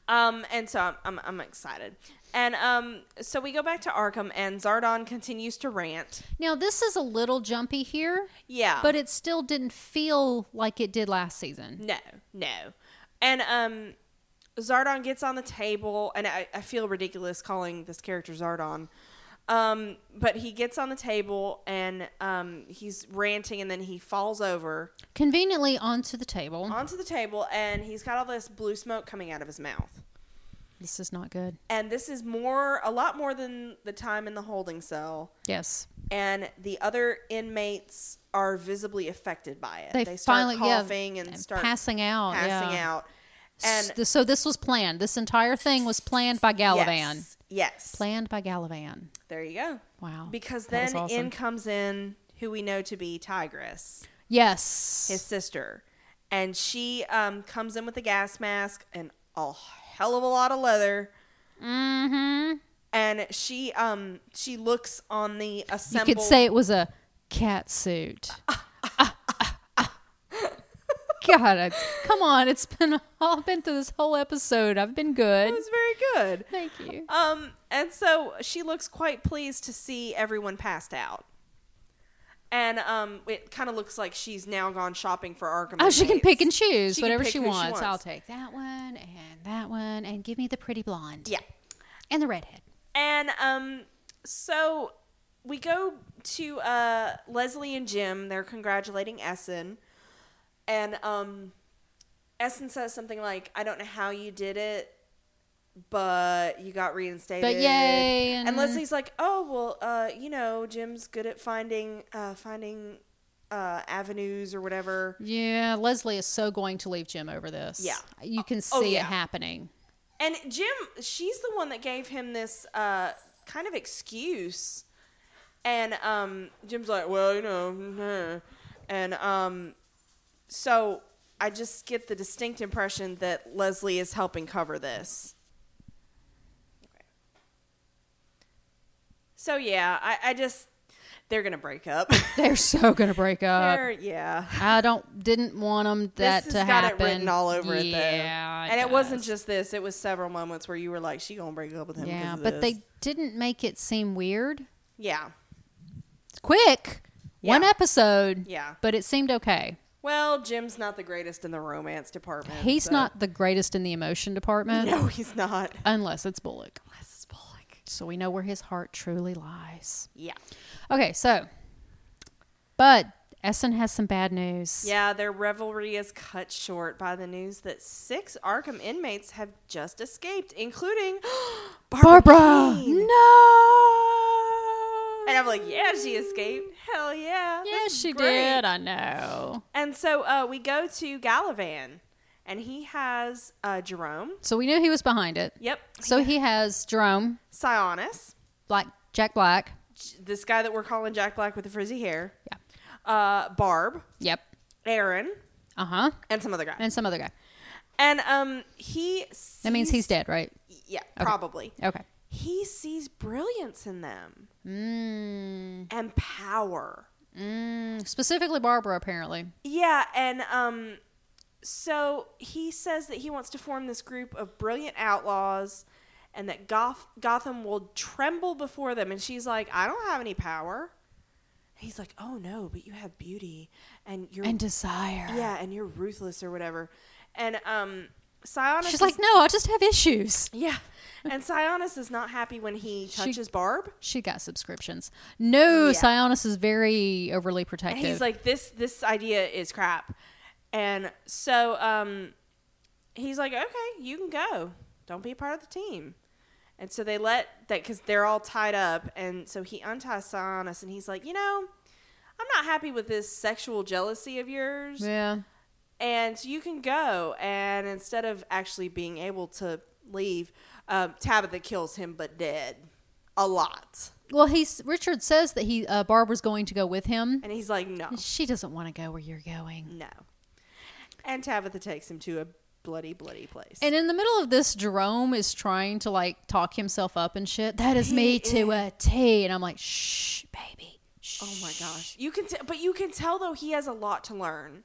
[SPEAKER 1] Um, and so I'm, I'm, I'm excited. And um, so we go back to Arkham, and Zardon continues to rant.
[SPEAKER 2] Now this is a little jumpy here,
[SPEAKER 1] Yeah,
[SPEAKER 2] but it still didn't feel like it did last season.
[SPEAKER 1] no, no. And um, Zardon gets on the table, and I, I feel ridiculous calling this character Zardon. Um, but he gets on the table and um, he's ranting, and then he falls over
[SPEAKER 2] Conveniently onto the table.
[SPEAKER 1] onto the table, and he's got all this blue smoke coming out of his mouth.
[SPEAKER 2] This is not good.
[SPEAKER 1] And this is more, a lot more than the time in the holding cell.
[SPEAKER 2] Yes,
[SPEAKER 1] and the other inmates are visibly affected by it.
[SPEAKER 2] they,
[SPEAKER 1] They, start
[SPEAKER 2] finally yeah,
[SPEAKER 1] coughing and start passing,
[SPEAKER 2] passing out. yeah.
[SPEAKER 1] out.
[SPEAKER 2] S-
[SPEAKER 1] And
[SPEAKER 2] th- so this was planned. This entire thing was planned by Gallivan.
[SPEAKER 1] yes, yes,
[SPEAKER 2] Planned by Gallivan.
[SPEAKER 1] there you go.
[SPEAKER 2] Wow.
[SPEAKER 1] Because
[SPEAKER 2] That was
[SPEAKER 1] then in
[SPEAKER 2] awesome.
[SPEAKER 1] comes in who we know to be Tigress,
[SPEAKER 2] yes,
[SPEAKER 1] his sister, and she um, comes in with a gas mask and a hell of a lot of leather.
[SPEAKER 2] mm-hmm.
[SPEAKER 1] And she um she looks on the
[SPEAKER 2] you
[SPEAKER 1] assembled.
[SPEAKER 2] could say it was a cat suit. God, I- come on! It's been I've been through this whole episode. I've been
[SPEAKER 1] it
[SPEAKER 2] good.
[SPEAKER 1] was very good.
[SPEAKER 2] Thank you.
[SPEAKER 1] Um, and so she looks quite pleased to see everyone passed out. And um, it kind of looks like she's now gone shopping for Arkham.
[SPEAKER 2] Oh, she can
[SPEAKER 1] inmates.
[SPEAKER 2] pick and choose
[SPEAKER 1] She can
[SPEAKER 2] whatever
[SPEAKER 1] pick
[SPEAKER 2] she
[SPEAKER 1] who she
[SPEAKER 2] wants. I'll
[SPEAKER 1] wants.
[SPEAKER 2] take that one and that one, and give me the pretty blonde
[SPEAKER 1] Yeah.
[SPEAKER 2] and the redhead.
[SPEAKER 1] And um, so we go to uh, Leslie and Jim. They're congratulating Essen. And um, Essen says something like, I don't know how you did it, but you got reinstated.
[SPEAKER 2] But yay!
[SPEAKER 1] And Leslie's like, "Oh well, uh, you know, Jim's good at finding uh, finding uh, avenues or whatever."
[SPEAKER 2] Yeah, Leslie is so going to leave Jim over this.
[SPEAKER 1] Yeah.
[SPEAKER 2] You can see
[SPEAKER 1] Oh, yeah.
[SPEAKER 2] it happening.
[SPEAKER 1] And Jim, she's the one that gave him this uh, kind of excuse. And um, Jim's like, "Well, you know," meh." and um, so I just get the distinct impression that Leslie is helping cover this. So yeah, I, I just they're gonna break up.
[SPEAKER 2] They're so gonna break up.
[SPEAKER 1] They're- yeah.
[SPEAKER 2] I don't didn't want them that
[SPEAKER 1] this
[SPEAKER 2] to
[SPEAKER 1] has got
[SPEAKER 2] happen.
[SPEAKER 1] it written all over it though.
[SPEAKER 2] yeah,
[SPEAKER 1] and it wasn't
[SPEAKER 2] does.
[SPEAKER 1] just this; it was several moments where you were like, "She gonna break up with him."
[SPEAKER 2] Yeah,
[SPEAKER 1] because of
[SPEAKER 2] but
[SPEAKER 1] this.
[SPEAKER 2] they didn't make it seem weird.
[SPEAKER 1] Yeah,
[SPEAKER 2] Quick, one
[SPEAKER 1] Yeah.
[SPEAKER 2] episode,
[SPEAKER 1] yeah.
[SPEAKER 2] but it seemed okay.
[SPEAKER 1] Well, Jim's not the greatest in the romance department.
[SPEAKER 2] He's
[SPEAKER 1] so-
[SPEAKER 2] not the greatest in the emotion department,
[SPEAKER 1] No, he's not.
[SPEAKER 2] unless it's Bullock.
[SPEAKER 1] Less is Bullock.
[SPEAKER 2] So we know where his heart truly lies.
[SPEAKER 1] Yeah.
[SPEAKER 2] Okay, so, but Essen has some bad news.
[SPEAKER 1] Yeah, their revelry is cut short by the news that six Arkham inmates have just escaped, including Barbara.
[SPEAKER 2] Barbara,
[SPEAKER 1] Keene.
[SPEAKER 2] no.
[SPEAKER 1] And I'm like, yeah, she escaped. Hell yeah.
[SPEAKER 2] Yes,
[SPEAKER 1] this is
[SPEAKER 2] she
[SPEAKER 1] great."
[SPEAKER 2] did. I know.
[SPEAKER 1] And so uh, we go to Gallivan, and he has uh, Jerome.
[SPEAKER 2] So we knew he was behind it.
[SPEAKER 1] Yep.
[SPEAKER 2] So he has Jerome,
[SPEAKER 1] Sionis,
[SPEAKER 2] Black Jack Black.
[SPEAKER 1] J- this guy that we're calling Jack Black with the frizzy hair.
[SPEAKER 2] Yeah.
[SPEAKER 1] Uh, Barb,
[SPEAKER 2] Yep.
[SPEAKER 1] Aaron,
[SPEAKER 2] Uh huh.
[SPEAKER 1] and some other guy.
[SPEAKER 2] And some other guy.
[SPEAKER 1] And um, he.
[SPEAKER 2] That means he's
[SPEAKER 1] sees-
[SPEAKER 2] dead, right?
[SPEAKER 1] Yeah, probably.
[SPEAKER 2] Okay.
[SPEAKER 1] He sees brilliance in them
[SPEAKER 2] Mm,
[SPEAKER 1] and power.
[SPEAKER 2] mm, specifically, Barbara apparently.
[SPEAKER 1] Yeah, and um, so he says that he wants to form this group of brilliant outlaws, and that Goth- Gotham will tremble before them. And she's like, "I don't have any power." He's like, "Oh no, but you have beauty, and you're
[SPEAKER 2] And desire.
[SPEAKER 1] yeah, and you're ruthless or whatever." And um, Sionis
[SPEAKER 2] She's
[SPEAKER 1] is-
[SPEAKER 2] like, no, I just have issues.
[SPEAKER 1] "Yeah," and Sionis is not happy when he touches Barb.
[SPEAKER 2] She got subscriptions. No,
[SPEAKER 1] Yeah.
[SPEAKER 2] Sionis is very overly
[SPEAKER 1] and
[SPEAKER 2] protective.
[SPEAKER 1] he's like this this idea is crap and so um he's like okay you can go don't be a part of the team and so they let that because they're all tied up and so he unties Sionis and he's like you know i'm not happy with this sexual jealousy of yours
[SPEAKER 2] yeah.
[SPEAKER 1] and you can go and instead of actually being able to leave um, tabitha kills him but dead a lot
[SPEAKER 2] Well, he's Richard says that he uh, Barbara's going to go with him.
[SPEAKER 1] and he's like no
[SPEAKER 2] She doesn't want to go where you're going.
[SPEAKER 1] No. And Tabitha takes him to a bloody, bloody place.
[SPEAKER 2] And in the middle of this, Jerome is trying to like talk himself up and shit. That is
[SPEAKER 1] He
[SPEAKER 2] me to a T. And I'm like, shh, baby. Shh.
[SPEAKER 1] oh my gosh, you can, t- but you can tell though he has a lot to learn.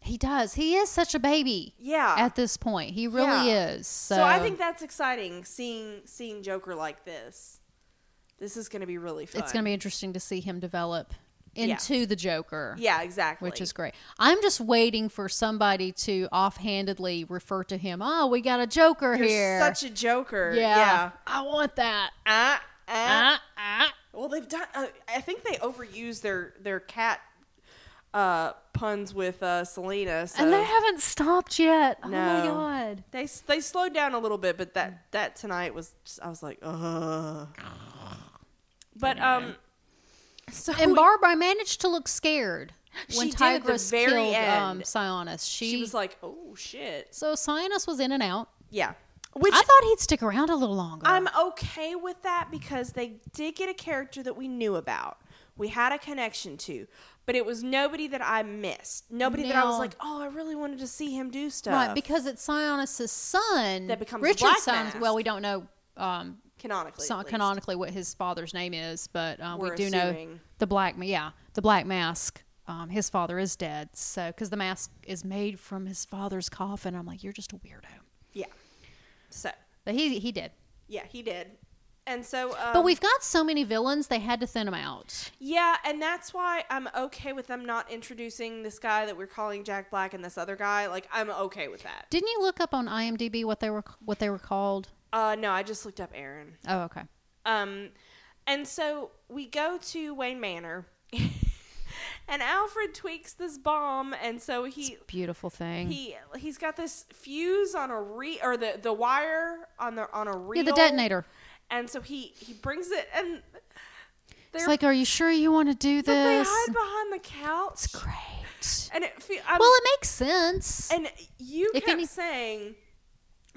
[SPEAKER 2] He does. He is such a baby
[SPEAKER 1] Yeah.
[SPEAKER 2] at this point. He really
[SPEAKER 1] Yeah.
[SPEAKER 2] is. So,
[SPEAKER 1] so. I think that's exciting seeing seeing Joker like this. This is going to be really fun.
[SPEAKER 2] it's going to be interesting to see him develop
[SPEAKER 1] Yeah.
[SPEAKER 2] into the Joker.
[SPEAKER 1] yeah, exactly.
[SPEAKER 2] Which is great. I'm just waiting for somebody to offhandedly refer to him. Oh, we got a Joker
[SPEAKER 1] you're
[SPEAKER 2] here.
[SPEAKER 1] such a Joker.
[SPEAKER 2] yeah.
[SPEAKER 1] Yeah.
[SPEAKER 2] I want that.
[SPEAKER 1] Ah, ah.
[SPEAKER 2] Ah, ah.
[SPEAKER 1] Well, they've done. Uh, I think they overuse their their cat uh, puns with uh, Selena. So
[SPEAKER 2] And they haven't stopped yet. Oh my
[SPEAKER 1] No.
[SPEAKER 2] god.
[SPEAKER 1] They they slowed down a little bit, but that that tonight was just, I was like, ugh. But um, so
[SPEAKER 2] And Barbara managed to look scared when
[SPEAKER 1] She did at the
[SPEAKER 2] Tigress
[SPEAKER 1] very
[SPEAKER 2] killed um,
[SPEAKER 1] end.
[SPEAKER 2] Sionis. She,
[SPEAKER 1] she was like, oh shit,
[SPEAKER 2] so Sionis was in and out.
[SPEAKER 1] yeah. Which
[SPEAKER 2] I uh, thought he'd stick around a little longer.
[SPEAKER 1] I'm okay with that because they did get a character that we knew about, we had a connection to, but it was nobody that I missed, nobody that I was
[SPEAKER 2] No.
[SPEAKER 1] like, oh, I really wanted to see him do stuff.
[SPEAKER 2] right because it's Sionis's son
[SPEAKER 1] That becomes
[SPEAKER 2] Richard
[SPEAKER 1] Black
[SPEAKER 2] Sionis.
[SPEAKER 1] Mask.
[SPEAKER 2] Well, we don't know um,
[SPEAKER 1] canonically,
[SPEAKER 2] so-
[SPEAKER 1] at least.
[SPEAKER 2] canonically what his father's name is, but um, we
[SPEAKER 1] We're
[SPEAKER 2] do know
[SPEAKER 1] assuming.
[SPEAKER 2] the black. Ma- Yeah, the Black Mask. Um, his father is dead, so because the mask is made from his father's coffin. I'm like, you're just a weirdo.
[SPEAKER 1] yeah. So
[SPEAKER 2] But he he did.
[SPEAKER 1] yeah, he did, and so um,
[SPEAKER 2] But we've got so many villains; they had to thin them out.
[SPEAKER 1] Yeah, and that's why I'm okay with them not introducing this guy that we're calling Jack Black and this other guy. Like I'm okay with that.
[SPEAKER 2] Didn't you look up on IMDb what they were what they were called?
[SPEAKER 1] Uh no, I just looked up Aaron.
[SPEAKER 2] Oh, okay.
[SPEAKER 1] Um and so we go to Wayne Manor. and Alfred tweaks this bomb and so he
[SPEAKER 2] Beautiful thing.
[SPEAKER 1] he he's got this fuse on a re or the the wire on the on a
[SPEAKER 2] yeah,
[SPEAKER 1] reel.
[SPEAKER 2] the detonator.
[SPEAKER 1] And so he he brings it and
[SPEAKER 2] It's
[SPEAKER 1] they're
[SPEAKER 2] like, are you sure you want to do
[SPEAKER 1] but they
[SPEAKER 2] this?
[SPEAKER 1] hide behind the couch.
[SPEAKER 2] It's great.
[SPEAKER 1] And it feel I'm,
[SPEAKER 2] well, it makes sense.
[SPEAKER 1] Um, And you
[SPEAKER 2] It can
[SPEAKER 1] kept
[SPEAKER 2] be-
[SPEAKER 1] saying,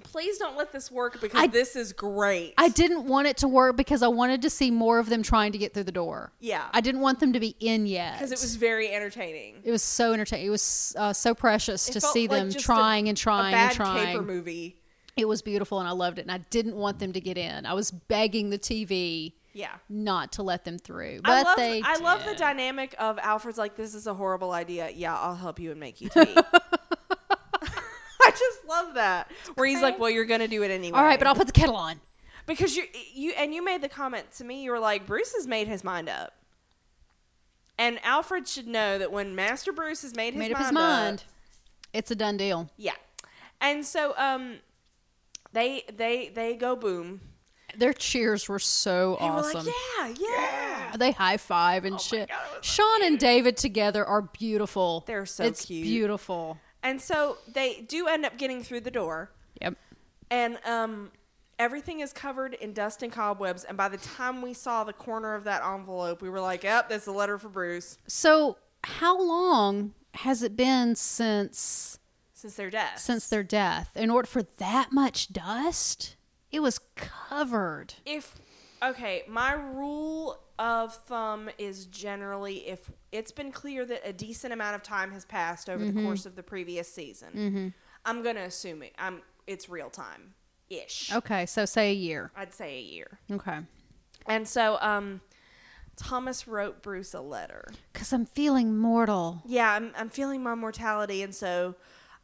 [SPEAKER 1] "Please don't let this work because
[SPEAKER 2] I-
[SPEAKER 1] this is great."
[SPEAKER 2] I didn't want it to work because I wanted to see more of them trying to get through the door.
[SPEAKER 1] yeah,
[SPEAKER 2] I didn't want them to be in yet
[SPEAKER 1] because it was very entertaining.
[SPEAKER 2] It was so entertaining. It was uh, so precious
[SPEAKER 1] It
[SPEAKER 2] to
[SPEAKER 1] felt
[SPEAKER 2] see
[SPEAKER 1] like
[SPEAKER 2] them
[SPEAKER 1] just a-
[SPEAKER 2] trying and
[SPEAKER 1] a
[SPEAKER 2] trying
[SPEAKER 1] bad
[SPEAKER 2] and
[SPEAKER 1] caper
[SPEAKER 2] trying.
[SPEAKER 1] movie.
[SPEAKER 2] It was beautiful and I loved it. And I didn't want them to get in. I was begging the TV
[SPEAKER 1] Yeah.
[SPEAKER 2] not to let them through. But
[SPEAKER 1] I love,
[SPEAKER 2] they
[SPEAKER 1] I love the
[SPEAKER 2] did.
[SPEAKER 1] dynamic of Alfred's like, this is a horrible idea. Yeah, I'll help you and make you tea. I just love that. Where he's like, well, you're going to do it anyway.
[SPEAKER 2] All right, but I'll put the kettle on.
[SPEAKER 1] Because you, you, and you made the comment to me, you were like, Bruce has made his mind up. And Alfred should know that when Master Bruce has made his
[SPEAKER 2] Made
[SPEAKER 1] mind
[SPEAKER 2] up his
[SPEAKER 1] up,
[SPEAKER 2] mind. It's a done deal.
[SPEAKER 1] Yeah. And so um they they they go boom.
[SPEAKER 2] Their cheers were so
[SPEAKER 1] They
[SPEAKER 2] awesome.
[SPEAKER 1] were like, yeah, yeah. Oh
[SPEAKER 2] They high five and shit.
[SPEAKER 1] God, it was
[SPEAKER 2] Sean and David together are beautiful.
[SPEAKER 1] They're so
[SPEAKER 2] it's
[SPEAKER 1] cute.
[SPEAKER 2] Beautiful.
[SPEAKER 1] And so they do end up getting through the door
[SPEAKER 2] Yep.
[SPEAKER 1] and um everything is covered in dust and cobwebs and by the time we saw the corner of that envelope we were like, "Yep, that's a letter for Bruce
[SPEAKER 2] So how long has it been since
[SPEAKER 1] since their death."
[SPEAKER 2] since their death? In order for that much dust, it was covered.
[SPEAKER 1] if okay, my rule of thumb is generally if it's been clear that a decent amount of time has passed over
[SPEAKER 2] Mm-hmm.
[SPEAKER 1] the course of the previous season, I'm gonna assume it. I'm it's real time ish.
[SPEAKER 2] Okay, so say a year.
[SPEAKER 1] I'd say a year.
[SPEAKER 2] Okay.
[SPEAKER 1] And so, um, Thomas wrote Bruce a letter.
[SPEAKER 2] Cuz I'm feeling mortal.
[SPEAKER 1] Yeah, I'm I'm feeling my mortality, and so.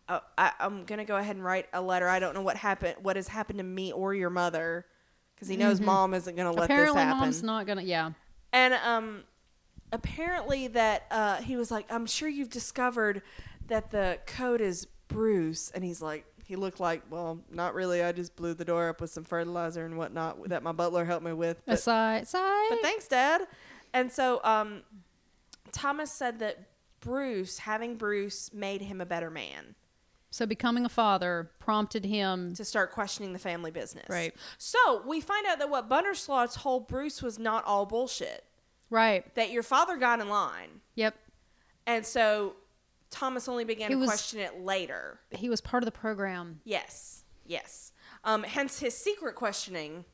[SPEAKER 1] Uh, I, I'm gonna go ahead and write a letter. I don't know what happened, what has happened to me or your mother, because he knows mom isn't gonna let
[SPEAKER 2] Mm-hmm. Apparently
[SPEAKER 1] this happen.
[SPEAKER 2] mom's not going to yeah.
[SPEAKER 1] And um, apparently that uh, he was like, I'm sure you've discovered that the code is Bruce. And he's like, he looked like, well, not really. I just blew the door up with some fertilizer and whatnot that my butler helped me with. But,
[SPEAKER 2] Aside, aside.
[SPEAKER 1] but thanks, Dad. And so um, Thomas said that Bruce, having Bruce, made him a better man
[SPEAKER 2] so becoming a father prompted him
[SPEAKER 1] to start questioning the family business.
[SPEAKER 2] Right.
[SPEAKER 1] So we find out that what Bunderslaw told Bruce was not all bullshit.
[SPEAKER 2] right.
[SPEAKER 1] That your father got in line.
[SPEAKER 2] Yep.
[SPEAKER 1] And so Thomas only began
[SPEAKER 2] He
[SPEAKER 1] to
[SPEAKER 2] was-
[SPEAKER 1] question it later.
[SPEAKER 2] He was part of the program.
[SPEAKER 1] Yes. Yes. Um, hence his secret questioning.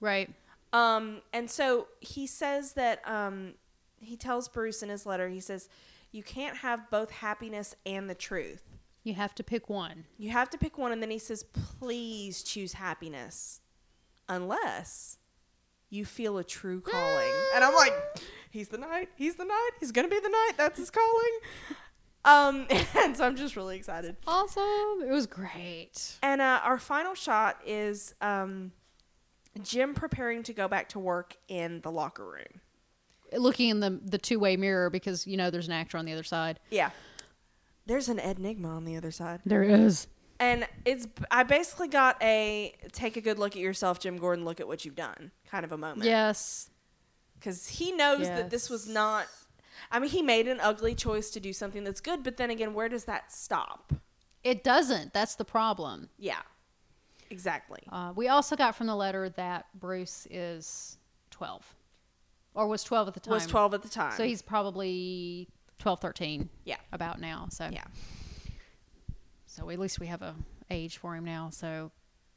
[SPEAKER 2] Right.
[SPEAKER 1] Um, and so he says that um, he tells Bruce in his letter, he says, You can't have both happiness and the truth.
[SPEAKER 2] You have to pick one.
[SPEAKER 1] You have to pick one. And then he says, Please choose happiness unless you feel a true calling. And I'm like, He's the knight. He's the knight. He's going to be the knight. That's his calling. Um, and so I'm just really excited.
[SPEAKER 2] Awesome. It was great.
[SPEAKER 1] And uh, our final shot is um, Jim preparing to go back to work in the locker room.
[SPEAKER 2] Looking in the the two way mirror because you know there's an actor on the other side.
[SPEAKER 1] Yeah. There's an Enigma on the other side.
[SPEAKER 2] There is.
[SPEAKER 1] And it's I basically got a take a good look at yourself, Jim Gordon, look at what you've done kind of a moment.
[SPEAKER 2] Yes.
[SPEAKER 1] Because he knows that this
[SPEAKER 2] Yes.
[SPEAKER 1] was not I mean, he made an ugly choice to do something that's good, but then again, where does that stop?
[SPEAKER 2] It doesn't. That's the problem.
[SPEAKER 1] Yeah. Exactly.
[SPEAKER 2] Uh, we also got from the letter that Bruce is 12 or was 12 at the time.
[SPEAKER 1] Was twelve at the time.
[SPEAKER 2] So he's probably 12, 13
[SPEAKER 1] Yeah.
[SPEAKER 2] about now. So
[SPEAKER 1] Yeah.
[SPEAKER 2] So at least we have a age for him now. So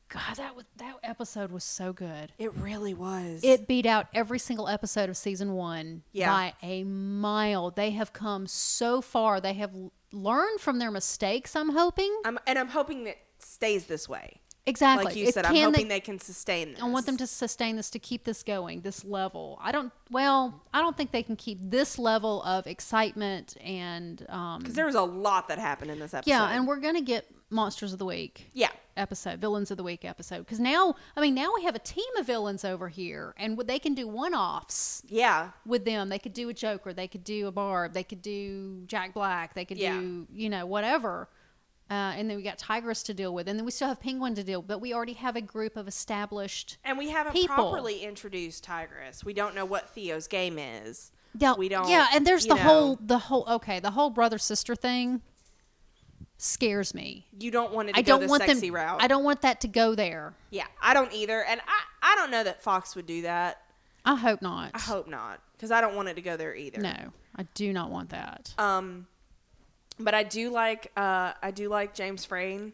[SPEAKER 2] God, that was, that episode was so good.
[SPEAKER 1] It really was.
[SPEAKER 2] It beat out every single episode of season one
[SPEAKER 1] Yeah.
[SPEAKER 2] by a mile. They have come so far. They have l- learned from their mistakes. I'm hoping
[SPEAKER 1] I'm, and I'm hoping that stays this way.
[SPEAKER 2] exactly.
[SPEAKER 1] like you
[SPEAKER 2] It
[SPEAKER 1] said, I'm
[SPEAKER 2] can-
[SPEAKER 1] hoping
[SPEAKER 2] they-
[SPEAKER 1] they, can sustain this.
[SPEAKER 2] I want them to sustain this to keep this going, this level. I don't. Well, I don't think they can keep this level of excitement and um,
[SPEAKER 1] because there was a lot that happened in this episode.
[SPEAKER 2] yeah. And we're gonna get monsters of the week.
[SPEAKER 1] yeah,
[SPEAKER 2] episode, villains of the week episode. Because now, I mean, now we have a team of villains over here, and what- they can do one offs
[SPEAKER 1] yeah,
[SPEAKER 2] with them. They could do a Joker, they could do a Barb, they could do Jack Black, they could
[SPEAKER 1] Yeah.
[SPEAKER 2] do you know whatever. Uh, and then we got Tigress to deal with, and then we still have Penguin to deal. But we already have a group of established.
[SPEAKER 1] and we haven't
[SPEAKER 2] People.
[SPEAKER 1] properly introduced Tigress. We don't know what Theo's game is.
[SPEAKER 2] Yeah,
[SPEAKER 1] We don't-
[SPEAKER 2] Yeah, and there's
[SPEAKER 1] you
[SPEAKER 2] the
[SPEAKER 1] know.
[SPEAKER 2] whole the whole okay the whole brother sister thing scares me.
[SPEAKER 1] You don't want it to
[SPEAKER 2] I
[SPEAKER 1] go
[SPEAKER 2] don't
[SPEAKER 1] the
[SPEAKER 2] want
[SPEAKER 1] sexy
[SPEAKER 2] them.
[SPEAKER 1] route.
[SPEAKER 2] I don't want that to go there.
[SPEAKER 1] Yeah, I don't either, and I I don't know that Fox would do that.
[SPEAKER 2] I hope not.
[SPEAKER 1] I hope not, because I don't want it to go there either.
[SPEAKER 2] no. I do not want that.
[SPEAKER 1] Um, but I do like uh I do like James Frayne.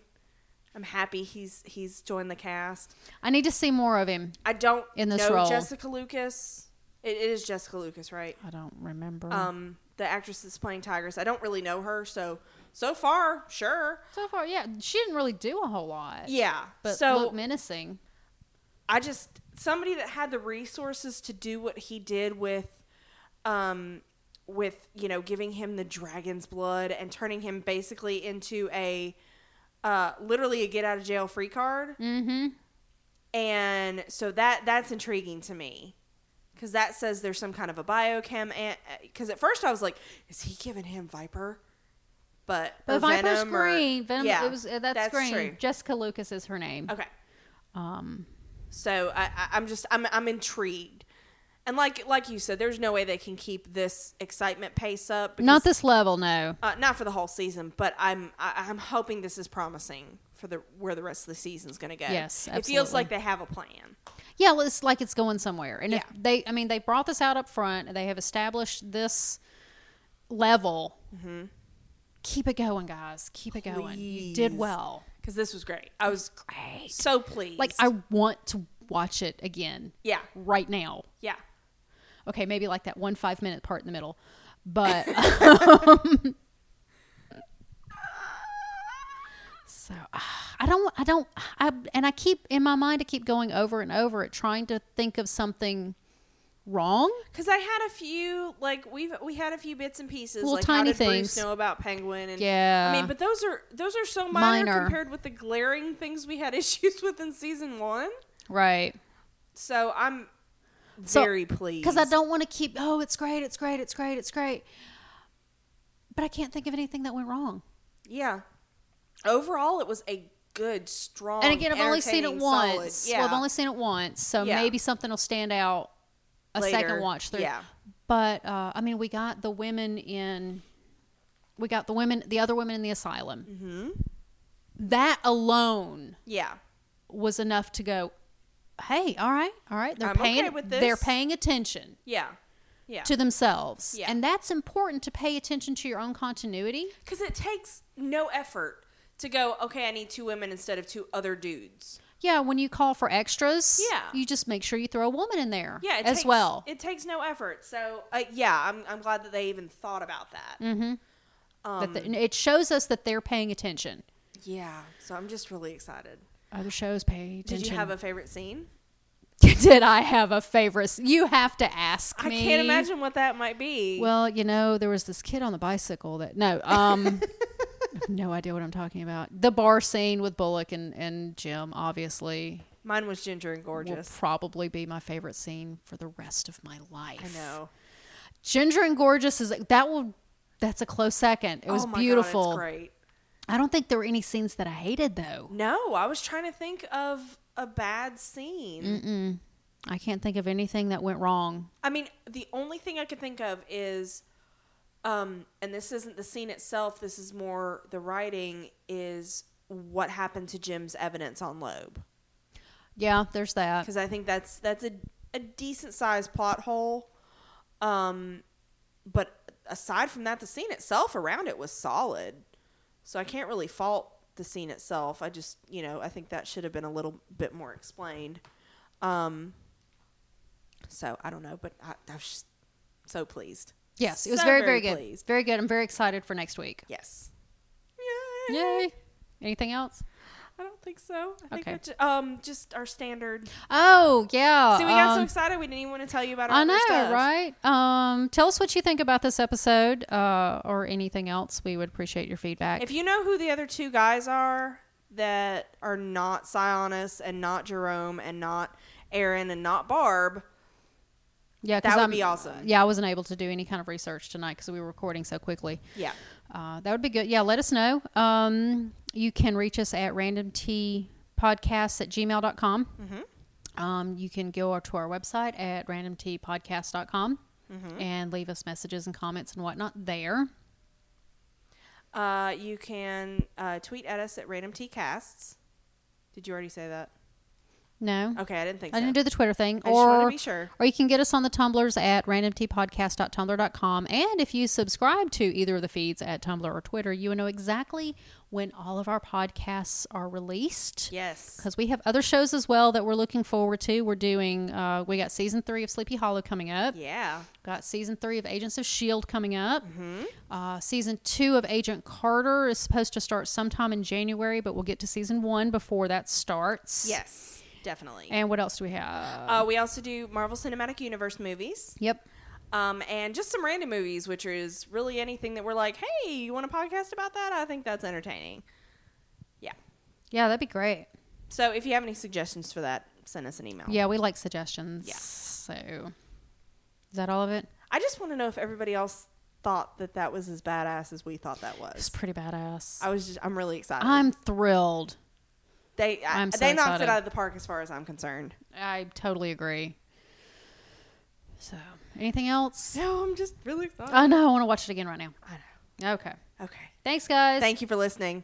[SPEAKER 1] I'm happy he's he's joined the cast.
[SPEAKER 2] I need to see more of him.
[SPEAKER 1] I don't
[SPEAKER 2] in this
[SPEAKER 1] know
[SPEAKER 2] role.
[SPEAKER 1] Jessica Lucas. It, it is Jessica Lucas, right?
[SPEAKER 2] I don't remember.
[SPEAKER 1] Um, the actress that's playing Tigress. I don't really know her, so so far, sure.
[SPEAKER 2] so far, yeah, she didn't really do a whole lot.
[SPEAKER 1] Yeah.
[SPEAKER 2] but
[SPEAKER 1] so
[SPEAKER 2] looked menacing.
[SPEAKER 1] I just somebody that had the resources to do what he did with um with you know giving him the dragon's blood and turning him basically into a uh literally a get out of jail free card
[SPEAKER 2] Mm-hmm.
[SPEAKER 1] and so that that's intriguing to me because that says there's some kind of a biochem and because at first i was like is he giving him viper but
[SPEAKER 2] But
[SPEAKER 1] or
[SPEAKER 2] Viper's
[SPEAKER 1] venom or-
[SPEAKER 2] green. Venom.
[SPEAKER 1] yeah,
[SPEAKER 2] it was uh, that's, green. Jessica Lucas is her name.
[SPEAKER 1] okay
[SPEAKER 2] Um,
[SPEAKER 1] so I, I, I'm just I'm I'm intrigued, and like like you said, there's no way they can keep this excitement pace up.
[SPEAKER 2] not this level, no.
[SPEAKER 1] uh, not for the whole season, but I'm I, I'm hoping this is promising for the where the rest of the season's going to go.
[SPEAKER 2] Yes,
[SPEAKER 1] it feels
[SPEAKER 2] absolutely.
[SPEAKER 1] like they have a plan.
[SPEAKER 2] Yeah, well, it's like it's going somewhere. And
[SPEAKER 1] Yeah.
[SPEAKER 2] if they, I mean, they brought this out up front. and They have established this level.
[SPEAKER 1] Mm-hmm.
[SPEAKER 2] Keep it going, guys. Keep it going. You did
[SPEAKER 1] Please.
[SPEAKER 2] well.
[SPEAKER 1] Because this was great. I was
[SPEAKER 2] Great.
[SPEAKER 1] so pleased.
[SPEAKER 2] Like I want to watch it again
[SPEAKER 1] yeah
[SPEAKER 2] right now.
[SPEAKER 1] yeah
[SPEAKER 2] Okay, maybe like that one five minute part in the middle, but. so ah, I don't. I don't. I and I keep in my mind. I keep going over and over it, trying to think of something wrong.
[SPEAKER 1] because I had a few like we've we had a few bits and pieces
[SPEAKER 2] Little
[SPEAKER 1] like
[SPEAKER 2] tiny
[SPEAKER 1] how did Bruce
[SPEAKER 2] things.
[SPEAKER 1] know about Penguin and
[SPEAKER 2] Yeah.
[SPEAKER 1] I mean but those are those are so minor,
[SPEAKER 2] Minor.
[SPEAKER 1] compared with the glaring things we had issues with in season one.
[SPEAKER 2] Right.
[SPEAKER 1] So I'm
[SPEAKER 2] So-
[SPEAKER 1] very pleased
[SPEAKER 2] Because I don't want to keep. Oh, it's great. It's great. It's great. It's great. But I can't think of anything that went wrong.
[SPEAKER 1] Yeah. Overall, it was a good, strong.
[SPEAKER 2] and again, I've only seen it
[SPEAKER 1] entertaining,
[SPEAKER 2] once.
[SPEAKER 1] solid- Yeah.
[SPEAKER 2] Well, I've only seen it once, so
[SPEAKER 1] Yeah.
[SPEAKER 2] maybe something will stand out a
[SPEAKER 1] Later.
[SPEAKER 2] second watch through.
[SPEAKER 1] Yeah.
[SPEAKER 2] But uh, I mean, we got the women in. We got the women, the other women in the asylum. Mm-hmm. That alone
[SPEAKER 1] Yeah.
[SPEAKER 2] was enough to go. Hey, all right, all right. They're
[SPEAKER 1] I'm
[SPEAKER 2] paying.
[SPEAKER 1] okay with
[SPEAKER 2] They're
[SPEAKER 1] this."
[SPEAKER 2] paying attention
[SPEAKER 1] Yeah. Yeah.
[SPEAKER 2] to themselves,
[SPEAKER 1] Yeah.
[SPEAKER 2] and that's important to pay attention to your own continuity.
[SPEAKER 1] Because it takes no effort to go, okay, I need two women instead of two other dudes.
[SPEAKER 2] Yeah, when you call for extras,
[SPEAKER 1] Yeah.
[SPEAKER 2] you just make sure you throw a woman in there.
[SPEAKER 1] Yeah. It
[SPEAKER 2] as
[SPEAKER 1] takes,
[SPEAKER 2] well.
[SPEAKER 1] It takes no effort. So, uh, yeah, I'm, I'm glad that they even thought about that.
[SPEAKER 2] Mm-hmm. that
[SPEAKER 1] um,
[SPEAKER 2] the, and it shows us that they're paying attention.
[SPEAKER 1] Yeah. So I'm just really excited.
[SPEAKER 2] Other shows pay attention.
[SPEAKER 1] Did you have a favorite scene?
[SPEAKER 2] Did I have a favorite? s- You have to ask
[SPEAKER 1] I
[SPEAKER 2] me.
[SPEAKER 1] can't imagine what that might be.
[SPEAKER 2] Well, you know, there was this kid on the bicycle that no, um, I have no idea what I'm talking about. The bar scene with Bullock and and Jim obviously
[SPEAKER 1] Mine was Ginger and
[SPEAKER 2] will
[SPEAKER 1] Gorgeous.
[SPEAKER 2] probably be my favorite scene for the rest of my life.
[SPEAKER 1] I know.
[SPEAKER 2] Ginger and Gorgeous is that will that's a close second. It was
[SPEAKER 1] oh my God, it's
[SPEAKER 2] beautiful.
[SPEAKER 1] great.
[SPEAKER 2] I don't think there were any scenes that I hated though.
[SPEAKER 1] No, I was trying to think of a bad scene.
[SPEAKER 2] Mm-hmm. I can't think of anything that went wrong.
[SPEAKER 1] I mean, the only thing I could think of is, um, and this isn't the scene itself. This is more the writing. Is what happened to Jim's evidence on Loeb?
[SPEAKER 2] Yeah, there's that.
[SPEAKER 1] Because I think that's that's a a decent sized plot hole. Um, but aside from that, the scene itself around it was solid. So I can't really fault the scene itself. I just you know I think that should have been a little bit more explained. Um, so I don't know, but I, I was just so pleased.
[SPEAKER 2] Yes, it was
[SPEAKER 1] So
[SPEAKER 2] very, very, good.
[SPEAKER 1] pleased.
[SPEAKER 2] Very good. I'm very excited for next week.
[SPEAKER 1] Yes.
[SPEAKER 2] Yay. Anything else?
[SPEAKER 1] I don't think so. I think
[SPEAKER 2] Okay.
[SPEAKER 1] I ju- um just our standard.
[SPEAKER 2] Oh, yeah.
[SPEAKER 1] See, we got so
[SPEAKER 2] um,
[SPEAKER 1] excited we didn't even want to tell you about our
[SPEAKER 2] I
[SPEAKER 1] other
[SPEAKER 2] know,
[SPEAKER 1] stuff.
[SPEAKER 2] right? Um, tell us what you think about this episode uh, or anything else. We would appreciate your feedback.
[SPEAKER 1] If you know who the other two guys are that are not Sionis and not Jerome and not Aaron and not Barb,
[SPEAKER 2] yeah, 'cause
[SPEAKER 1] that would
[SPEAKER 2] I'm-
[SPEAKER 1] be awesome.
[SPEAKER 2] Yeah, I wasn't able to do any kind of research tonight because we were recording so quickly.
[SPEAKER 1] Yeah.
[SPEAKER 2] Uh, that would be good. Yeah, let us know. Um, you can reach us at randomtpodcasts at gmail.com. Mm-hmm. Um, you can go to our website at randomtpodcast.com
[SPEAKER 1] Mm-hmm.
[SPEAKER 2] and leave us messages and comments and whatnot there.
[SPEAKER 1] Uh, you can uh, tweet at us at randomtcasts. Did you already say that?
[SPEAKER 2] No,
[SPEAKER 1] Okay, I didn't think
[SPEAKER 2] I
[SPEAKER 1] so.
[SPEAKER 2] didn't do the Twitter thing.
[SPEAKER 1] I just wanted to
[SPEAKER 2] or,
[SPEAKER 1] be sure.
[SPEAKER 2] or you can get us on the Tumblrs at randomtpodcast.tumblr.com. And if you subscribe to either of the feeds at Tumblr or Twitter, you will know exactly when all of our podcasts are released.
[SPEAKER 1] yes.
[SPEAKER 2] because we have other shows as well that we're looking forward to. We're doing, uh, we got season three of Sleepy Hollow coming up.
[SPEAKER 1] Yeah.
[SPEAKER 2] Got season three of Agents of S.H.I.E.L.D. E coming up.
[SPEAKER 1] Mm-hmm.
[SPEAKER 2] Uh, season two of Agent Carter is supposed to start sometime in January, but we'll get to season one before that starts.
[SPEAKER 1] Yes. Definitely.
[SPEAKER 2] And what else do we have?
[SPEAKER 1] uh, we also do Marvel Cinematic Universe movies,
[SPEAKER 2] yep.
[SPEAKER 1] um, and just some random movies, which is really anything that we're like, hey, you want a podcast about that? I think that's entertaining. Yeah.
[SPEAKER 2] Yeah, that'd be great.
[SPEAKER 1] So if you have any suggestions for that, send us an email.
[SPEAKER 2] Yeah, we like suggestions.
[SPEAKER 1] Yeah.
[SPEAKER 2] So, is that all of it?
[SPEAKER 1] I just want to know if everybody else thought that that was as badass as we thought that
[SPEAKER 2] It's
[SPEAKER 1] was.
[SPEAKER 2] pretty badass.
[SPEAKER 1] I was just, I'm really excited.
[SPEAKER 2] I'm thrilled.
[SPEAKER 1] they I,
[SPEAKER 2] I'm so
[SPEAKER 1] they knocked
[SPEAKER 2] excited.
[SPEAKER 1] it out of the park as far as I'm concerned.
[SPEAKER 2] I totally agree. So, anything else?
[SPEAKER 1] No, I'm just really excited.
[SPEAKER 2] I know. I want to watch it again right now.
[SPEAKER 1] I know.
[SPEAKER 2] Okay.
[SPEAKER 1] Oh. Okay.
[SPEAKER 2] Thanks, guys.
[SPEAKER 1] Thank you for listening.